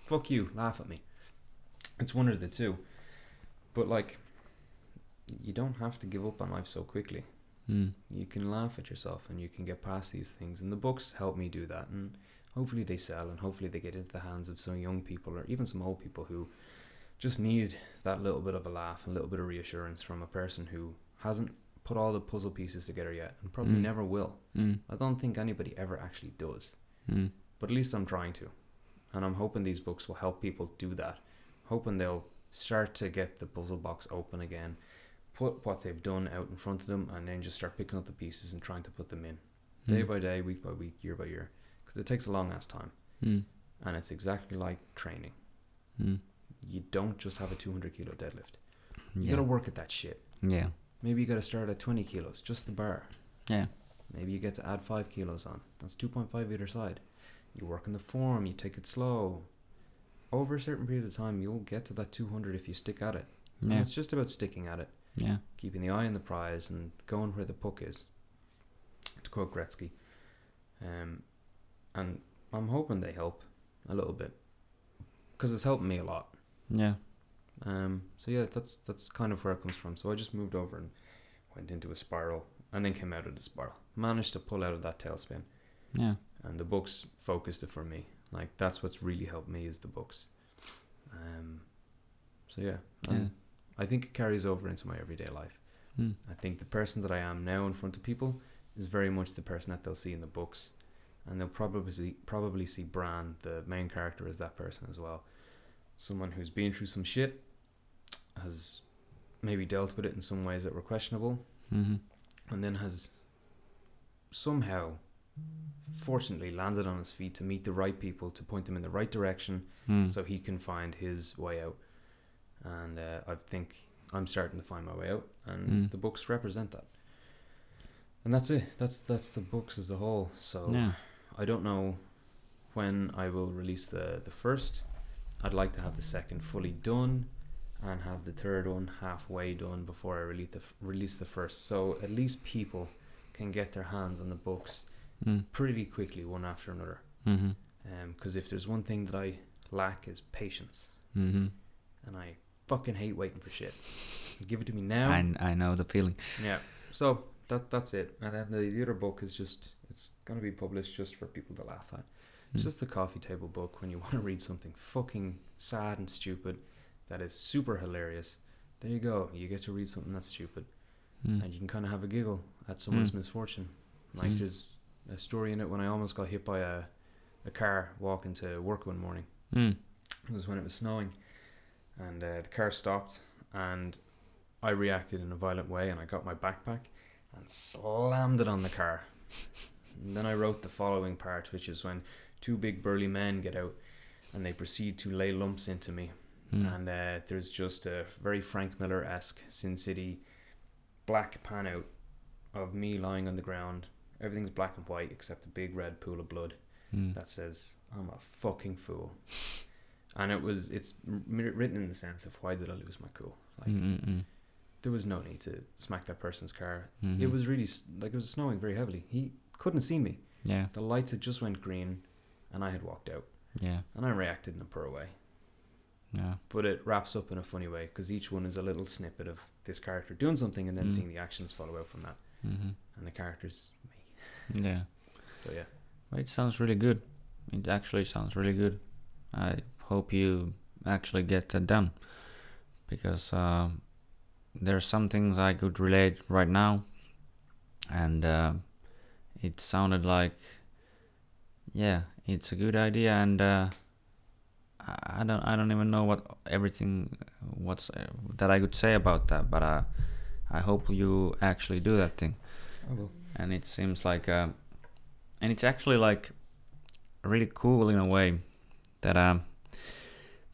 B: fuck you, laugh at me. It's one of the two. But like, you don't have to give up on life so quickly.
A: Mm.
B: You can laugh at yourself and you can get past these things. And the books help me do that. And hopefully they sell and hopefully they get into the hands of some young people or even some old people who just need that little bit of a laugh and a little bit of reassurance from a person who hasn't put all the puzzle pieces together yet and probably
A: Mm.
B: never will.
A: Mm.
B: I don't think anybody ever actually does
A: Mm.
B: but at least I'm trying to. And I'm hoping these books will help people do that. Hoping they'll start to get the puzzle box open again, put what they've done out in front of them, and then just start picking up the pieces and trying to put them in day
A: Mm.
B: by day, week by week, year by year. Because it takes a long ass time.
A: Mm.
B: And it's exactly like training.
A: Mm.
B: You don't just have a 200 kilo deadlift, you
A: Yeah.
B: gotta work at that shit.
A: yeah.
B: Maybe you gotta start at 20 kilos, just the bar.
A: Yeah.
B: Maybe you get to add five kilos on. That's 2.5 either side. You work on the form, you take it slow. Over a certain period of time, you'll get to that 200 if you stick at it. And
A: Yeah.
B: it's just about sticking at it,
A: Yeah.
B: keeping the eye on the prize, and going where the puck is. To quote Gretzky. Um, and I'm hoping they help a little bit because it's helping me a lot.
A: Yeah.
B: Um, so yeah, that's that's kind of where it comes from. So I just moved over and went into a spiral, and then came out of the spiral. Managed to pull out of that tailspin,
A: Yeah.
B: and the books focused it for me. Like that's what's really helped me is the books. Um, so yeah, and
A: Yeah.
B: I think it carries over into my everyday life.
A: Mm.
B: I think the person that I am now in front of people is very much the person that they'll see in the books, and they'll probably see, probably see Bran, the main character, as that person as well. Someone who's been through some shit, has maybe dealt with it in some ways that were questionable,
A: Mm-hmm.
B: and then has somehow, fortunately, landed on his feet to meet the right people to point them in the right direction,
A: Mm.
B: so he can find his way out. And uh, I think I'm starting to find my way out, and
A: Mm.
B: the books represent that. And that's it. That's that's the books as a whole. So
A: yeah.
B: I don't know when I will release the the first. I'd like to have the second fully done, and have the third one halfway done before I release the f- release the first. So at least people can get their hands on the books
A: Mm.
B: pretty quickly, one after another.
A: Mm-hmm.
B: Because if there's one thing that I lack is patience
A: Mm-hmm.
B: and I fucking hate waiting for shit. Give it to me now.
A: I, I know the feeling.
B: Yeah. So that that's it. And then the, the other book is just it's gonna be published just for people to laugh at. It's
A: Mm.
B: just a coffee table book when you want to read something fucking sad and stupid that is super hilarious. There you go. You get to read something that's stupid,
A: Mm.
B: and you can kind of have a giggle at someone's
A: Mm.
B: misfortune. Like
A: Mm.
B: there's a story in it when I almost got hit by a a car walking to work one morning.
A: Mm.
B: It was when it was snowing, and uh, the car stopped, and I reacted in a violent way, and I got my backpack and slammed it on the car. And then I wrote the following part, which is when two big burly men get out, and they proceed to lay lumps into me,
A: Mm.
B: and uh, there's just a very Frank Miller esque Sin City black pan out of me lying on the ground. Everything's black and white except a big red pool of blood
A: Mm.
B: that says I'm a fucking fool, and it was it's m- written in the sense of why did I lose my cool? Like
A: Mm, mm,
B: there was no need to smack that person's car.
A: mm.
B: It
A: Mhm.
B: was really s- like it was snowing very heavily. He couldn't see me.
A: Yeah.
B: The lights had just went green, and I had walked out,
A: Yeah.
B: and I reacted in a poor way.
A: Yeah.
B: But it wraps up in a funny way because each one is a little snippet of this character doing something and then
A: Mm.
B: seeing the actions follow out from that.
A: Mm-hmm.
B: and the characters.
A: Yeah.
B: So yeah,
A: But it sounds really good. It actually sounds really good. I hope you actually get that done because uh, there are some things I could relate right now, and uh, it sounded like, yeah, it's a good idea, and uh, I I don't, I don't even know what everything, what's uh, that I could say about that, but uh, I hope you actually do that thing
B: I will.
A: and it seems like uh, and it's actually like really cool in a way that um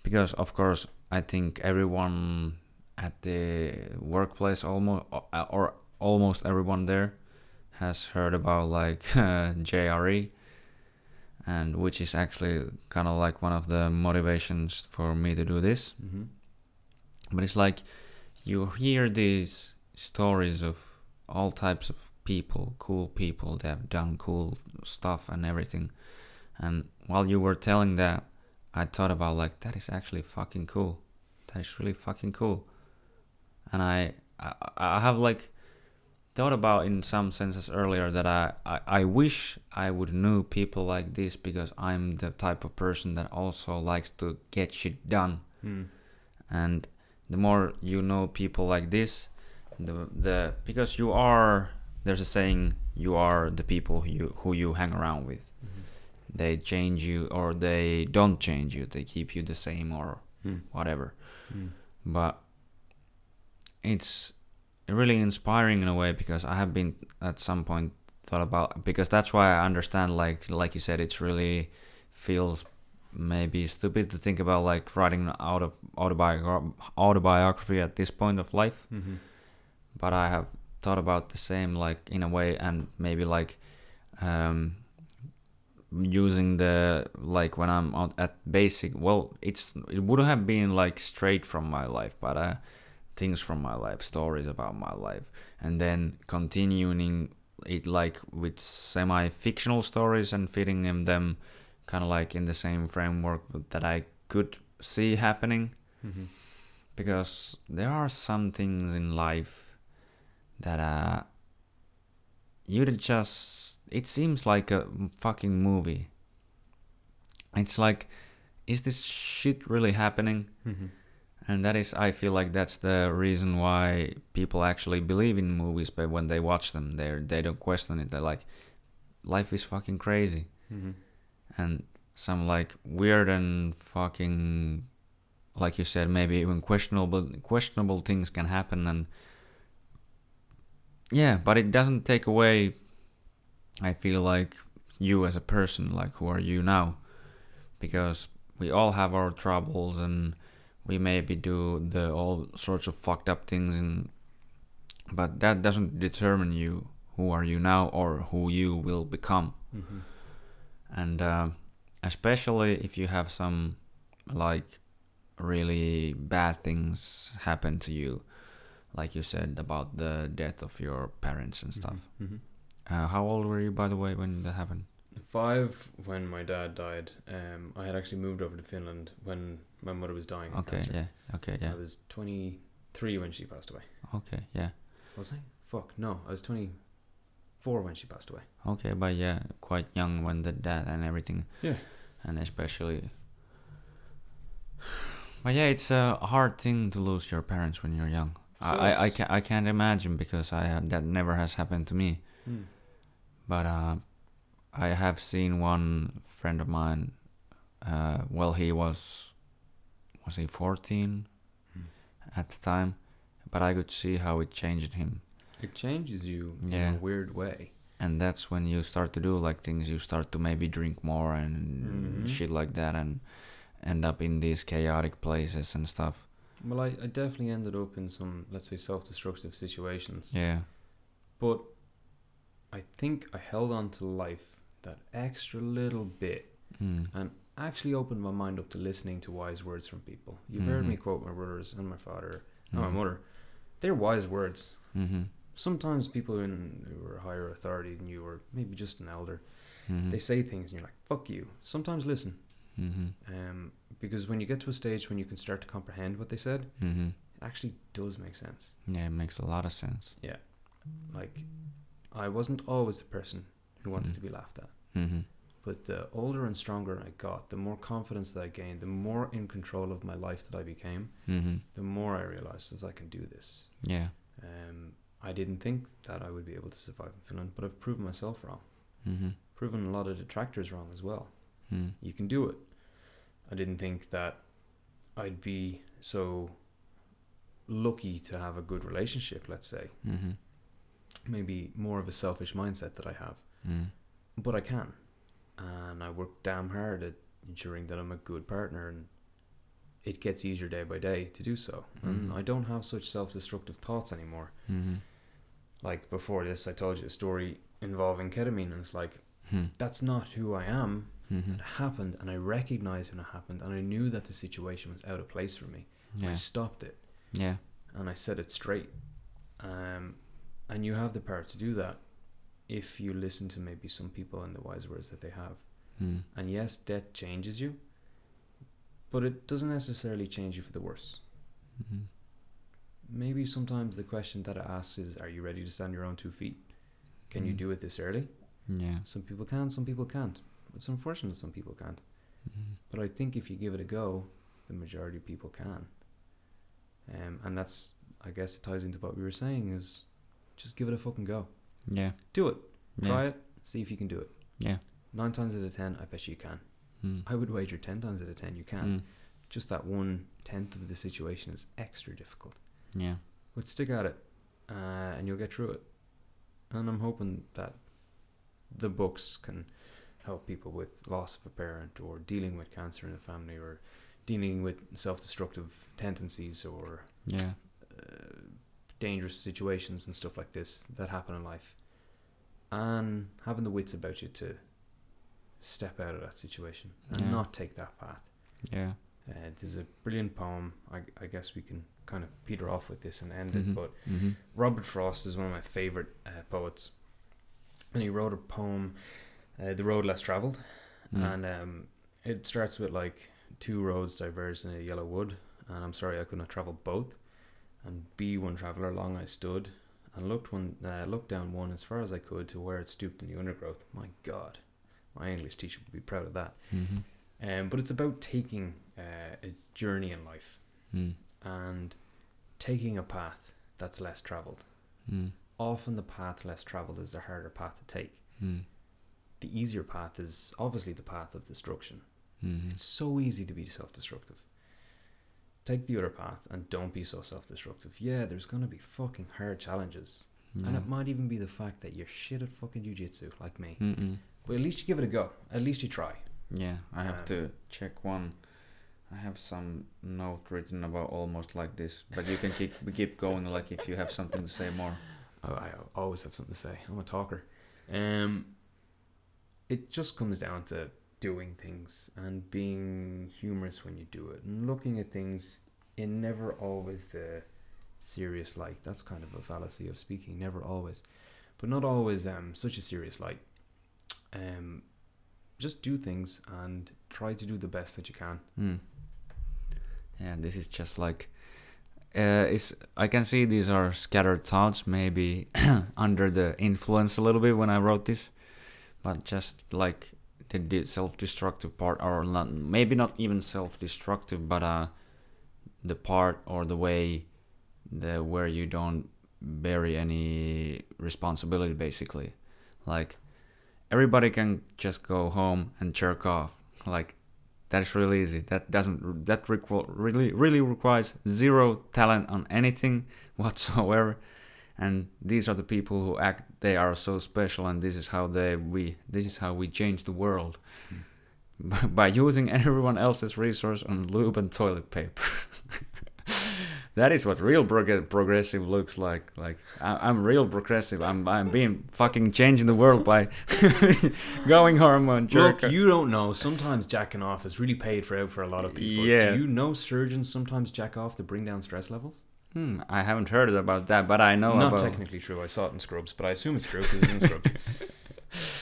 A: because of course i think everyone at the workplace almost or almost everyone there has heard about like uh, jre and which is actually kind of like one of the motivations for me to do this
B: Mm-hmm.
A: but it's like you hear these stories of all types of people, cool people that have done cool stuff and everything. And while you were telling that, I thought about like that is actually fucking cool. That is really fucking cool. And I I, I have like thought about in some senses earlier that I, I I wish I would knew people like this because I'm the type of person that also likes to get shit done
B: Mm.
A: and the more you know people like this the the because you are there's a saying you are the people who you, who you hang around with they change you or they don't change you they keep you the same or
B: Mm.
A: whatever
B: Mm.
A: but it's really inspiring in a way because i have been at some point thought about because that's why i understand like like you said it's really feels maybe stupid to think about like writing an out of autobiography autobiography at this point of life
B: Mm-hmm.
A: but i have thought about the same like in a way and maybe like um using the like when i'm out at basic well it's it would have been like straight from my life but uh things from my life stories about my life and then continuing it like with semi fictional stories and fitting in them kind of like in the same framework that i could see happening
B: Mm-hmm.
A: because there are some things in life that uh you just it seems like a fucking movie it's like is this shit really happening
B: Mm-hmm.
A: and that is i feel like that's the reason why people actually believe in movies but when they watch them they they don't question it they're like life is fucking crazy
B: Mm-hmm.
A: and some like weird and fucking like you said maybe even questionable questionable things can happen and yeah but it doesn't take away i feel like you as a person like who are you now because we all have our troubles and we maybe do the all sorts of fucked up things and but that doesn't determine you who are you now or who you will become
B: Mm-hmm.
A: and uh, especially if you have some like really bad things happen to you like you said about the death of your parents and stuff
B: Mm-hmm.
A: uh, how old were you by the way when that happened
B: Five when my dad died. Um, I had actually moved over to Finland when my mother was dying. of
A: okay
B: cancer. Uh,
A: yeah okay yeah
B: I was twenty three when she passed away.
A: okay yeah
B: Was I? Fuck no, I was twenty four when she passed away.
A: okay but yeah quite young when the dad and everything
B: Yeah.
A: and especially but yeah it's a hard thing to lose your parents when you're young I,
B: So
A: I, I,
B: it's-
A: ca- I can't imagine because I have, that never has happened to me
B: Mm.
A: but uh, I have seen one friend of mine. Uh, well, he was was he fourteen
B: Hmm.
A: at the time, but I could see how it changed him,
B: It changes you in
A: Yeah.
B: a weird way.
A: and that's when you start to do like things. You start to maybe drink more and
B: Mhm.
A: shit like that, and end up in these chaotic places and stuff.
B: Well, I, I definitely ended up in some, let's say, self destructive situations.
A: Yeah,
B: But I think I held on to life that extra little bit.
A: mm.
B: Actually, opened my mind up to listening to wise words from people. You've heard
A: Mhm.
B: me quote my brothers and my father and my mother. Oh, They're wise words.
A: Mm-hmm.
B: Sometimes people in, who are higher authority than you, or maybe just an elder,
A: Mm-hmm.
B: they say things and you're like, fuck you. Sometimes listen.
A: mm-hmm.
B: Um, because when you get to a stage when you can start to comprehend what they said,
A: Mm-hmm.
B: it actually does make sense.
A: Yeah, it makes a lot of sense.
B: Yeah. like I wasn't always the person who wanted
A: Mhm.
B: to be laughed at.
A: Mm-hmm.
B: But the older and stronger I got, the more confidence that I gained, the more in control of my life that I became,
A: Mm-hmm.
B: the more I realized is I can do this.
A: Yeah.
B: Um, I didn't think that I would be able to survive in Finland, but I've proven myself wrong.
A: Mm-hmm.
B: Proven a lot of detractors wrong as well.
A: Mm-hmm.
B: You can do it. I didn't think that I'd be so lucky to have a good relationship, let's say.
A: Mm-hmm.
B: Maybe more of a selfish mindset that I have. but I can, and I work damn hard at ensuring that I'm a good partner, and it gets easier day by day to do so. And
A: Mhm.
B: I don't have such self-destructive thoughts anymore.
A: Mm-hmm.
B: Like before this, I told you a story involving ketamine, and it's like
A: Mm-hmm.
B: that's not who I am.
A: Mm-hmm.
B: It happened, and I recognized when it happened, and I knew that the situation was out of place for me. I
A: Yeah.
B: stopped it,
A: Yeah.
B: and I said it straight. Um, and you have the power to do that if you listen to maybe some people and the wise words that they have.
A: Mm.
B: And yes, debt changes you, but it doesn't necessarily change you for the worse.
A: Mm-hmm.
B: Maybe sometimes the question that it asks is, Are you ready to stand on your own two feet? Can you
A: Mm.
B: do it this early?
A: Yeah.
B: Some people can, some people can't. It's unfortunate some people can't.
A: Mm-hmm.
B: But I think if you give it a go, the majority of people can. Um, and that's, I guess, it ties into what we were saying is just give it a fucking go.
A: Yeah.
B: Do it. Try
A: Yeah.
B: it. See if you can do it.
A: Yeah.
B: Nine times out of ten, I bet you can.
A: Mm.
B: I would wager ten times out of ten you can.
A: Mm.
B: just that one tenth of the situation is extra difficult.
A: Yeah.
B: But stick at it, uh, and you'll get through it. And I'm hoping that the books can help people with loss of a parent, or dealing with cancer in a family, or dealing with self-destructive tendencies, or
A: Yeah.
B: uh, dangerous situations and stuff like this that happen in life. And having the wits about you to step out of that situation and
A: Yeah.
B: not take that path.
A: Yeah.
B: Uh, this is a brilliant poem. I, I guess we can kind of peter off with this and end
A: Mhm.
B: it. But
A: Mm-hmm.
B: Robert Frost is one of my favorite uh, poets, and he wrote a poem, uh, "The Road Less Traveled,"
A: Mm.
B: and um, it starts with like two roads diverged in a yellow wood, and I'm sorry I could not travel both. And be one traveller long I stood, and looked one uh, looked down one as far as I could to where it stooped in the undergrowth. My God, my English teacher would be proud of that.
A: Mm-hmm.
B: Um, but it's about taking uh, a journey in life
A: Mm.
B: and taking a path that's less traveled.
A: Mm.
B: Often, the path less traveled is the harder path to take.
A: Mm.
B: The easier path is obviously the path of destruction.
A: Mm-hmm.
B: It's so easy to be self destructive. Take the other path and don't be so self destructive. Yeah, there's going to be fucking hard challenges. And
A: Yeah.
B: it might even be the fact that you're shit at fucking jujitsu, like me.
A: Mm-mm.
B: But at least you give it a go. At least you try.
A: Yeah, I have
B: Um,
A: to check one. I have some note written about almost like this, but you can keep keep going. Like if you have something to say more.
B: Oh, I always have something to say. I'm a talker. Um, it just comes down to doing things and being humorous when you do it and looking at things in never always the serious light. That's kind of a fallacy of speaking, never always, but not always um, such a serious light. Um, just do things and try to do the best that you can.
A: Mm. Yeah, this is just like. Uh, it's, I can see these are scattered thoughts, maybe under the influence a little bit when I wrote this, but just like the, the self-destructive part, or not, maybe not even self-destructive, but uh, the part or the way the where you don't bury any responsibility, basically. Like everybody can just go home and jerk off. Like that's really easy. That doesn't that requ- really really requires zero talent on anything whatsoever. And these are the people who act they are so special and this is how they we this is how we change the world. By using everyone else's resource on lube and toilet paper. that is what real prog- progressive looks like. Like I- I'm real progressive. I'm I'm being fucking changing the world by going hormone jerk.
B: Look, you don't know. Sometimes jacking off is really paid for out for a lot of people.
A: Yeah.
B: Do you know surgeons sometimes jack off to bring down stress levels?
A: Hmm, I haven't heard about that, but I know
B: Not
A: about.
B: technically true. I saw it in Scrubs, but I assume it's true because it's in Scrubs. but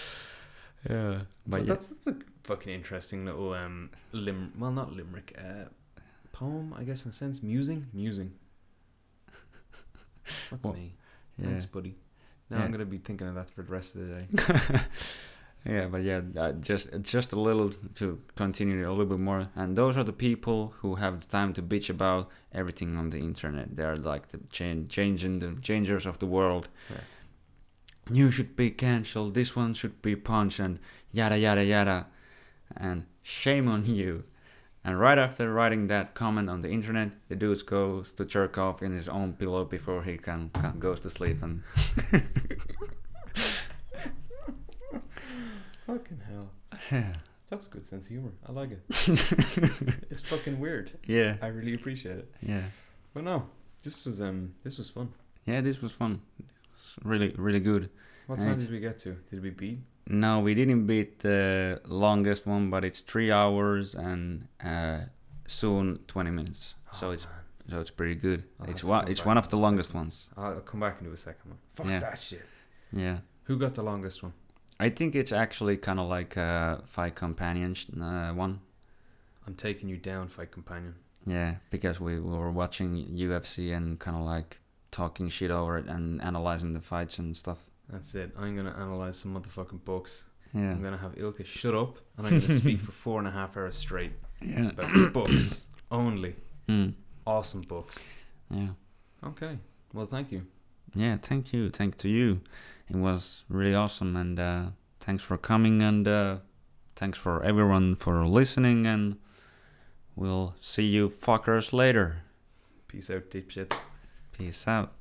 A: Yeah, but yeah.
B: that's, that's a fucking interesting little um lim. Well, not limerick. Uh, poem, I guess, in a sense. Musing, musing. Fuck
A: Well,
B: me.
A: yeah.
B: Thanks, buddy. Now
A: Yeah.
B: I'm gonna be thinking of that for the rest of the day.
A: yeah, but yeah, uh, just just a little to continue a little bit more. And those are the people who have the time to bitch about everything on the internet. They are like the change, changing the changers of the world.
B: Yeah.
A: You should be cancelled. This one should be punched, and yada yada yada. And shame on you. And right after writing that comment on the internet, the dude goes to jerk off in his own pillow before he can, can goes to sleep and
B: Fucking hell. That's a good sense of humor. I like it. it's fucking weird.
A: yeah,
B: I really appreciate it.
A: yeah.
B: But no, this was um, this was fun.
A: Yeah, this was fun. It was really, really good.
B: What time
A: Right.
B: did we get to? Did we beat?
A: No, we didn't beat the longest one, but it's three hours and uh, soon twenty minutes. so
B: Oh,
A: it's
B: man. Oh,
A: so it's pretty good.
B: I'll have
A: it's
B: to
A: one
B: come
A: it's
B: back
A: one of the
B: in a
A: longest ones.
B: I'll I'll come back and do a second one. Fuck
A: Yeah.
B: that shit.
A: Yeah,
B: Who got the longest one?
A: I think it's actually kind of like a fight companion sh- uh, one.
B: I'm taking you down, fight companion.
A: Yeah, because we, we were watching UFC and kind of like talking shit over it and analyzing the fights and stuff.
B: That's it. I'm gonna analyze some motherfucking books.
A: Yeah,
B: I'm gonna have Ilka shut up, and I'm gonna speak for four and a half hours straight
A: yeah,
B: about books only.
A: Mm.
B: Awesome books.
A: yeah.
B: Okay. Well, thank you.
A: Yeah, thank you. Thank to you. It was really awesome and uh, thanks for coming and uh, thanks for everyone for listening and we'll see you fuckers later.
B: Peace out, deep shits.
A: Peace out.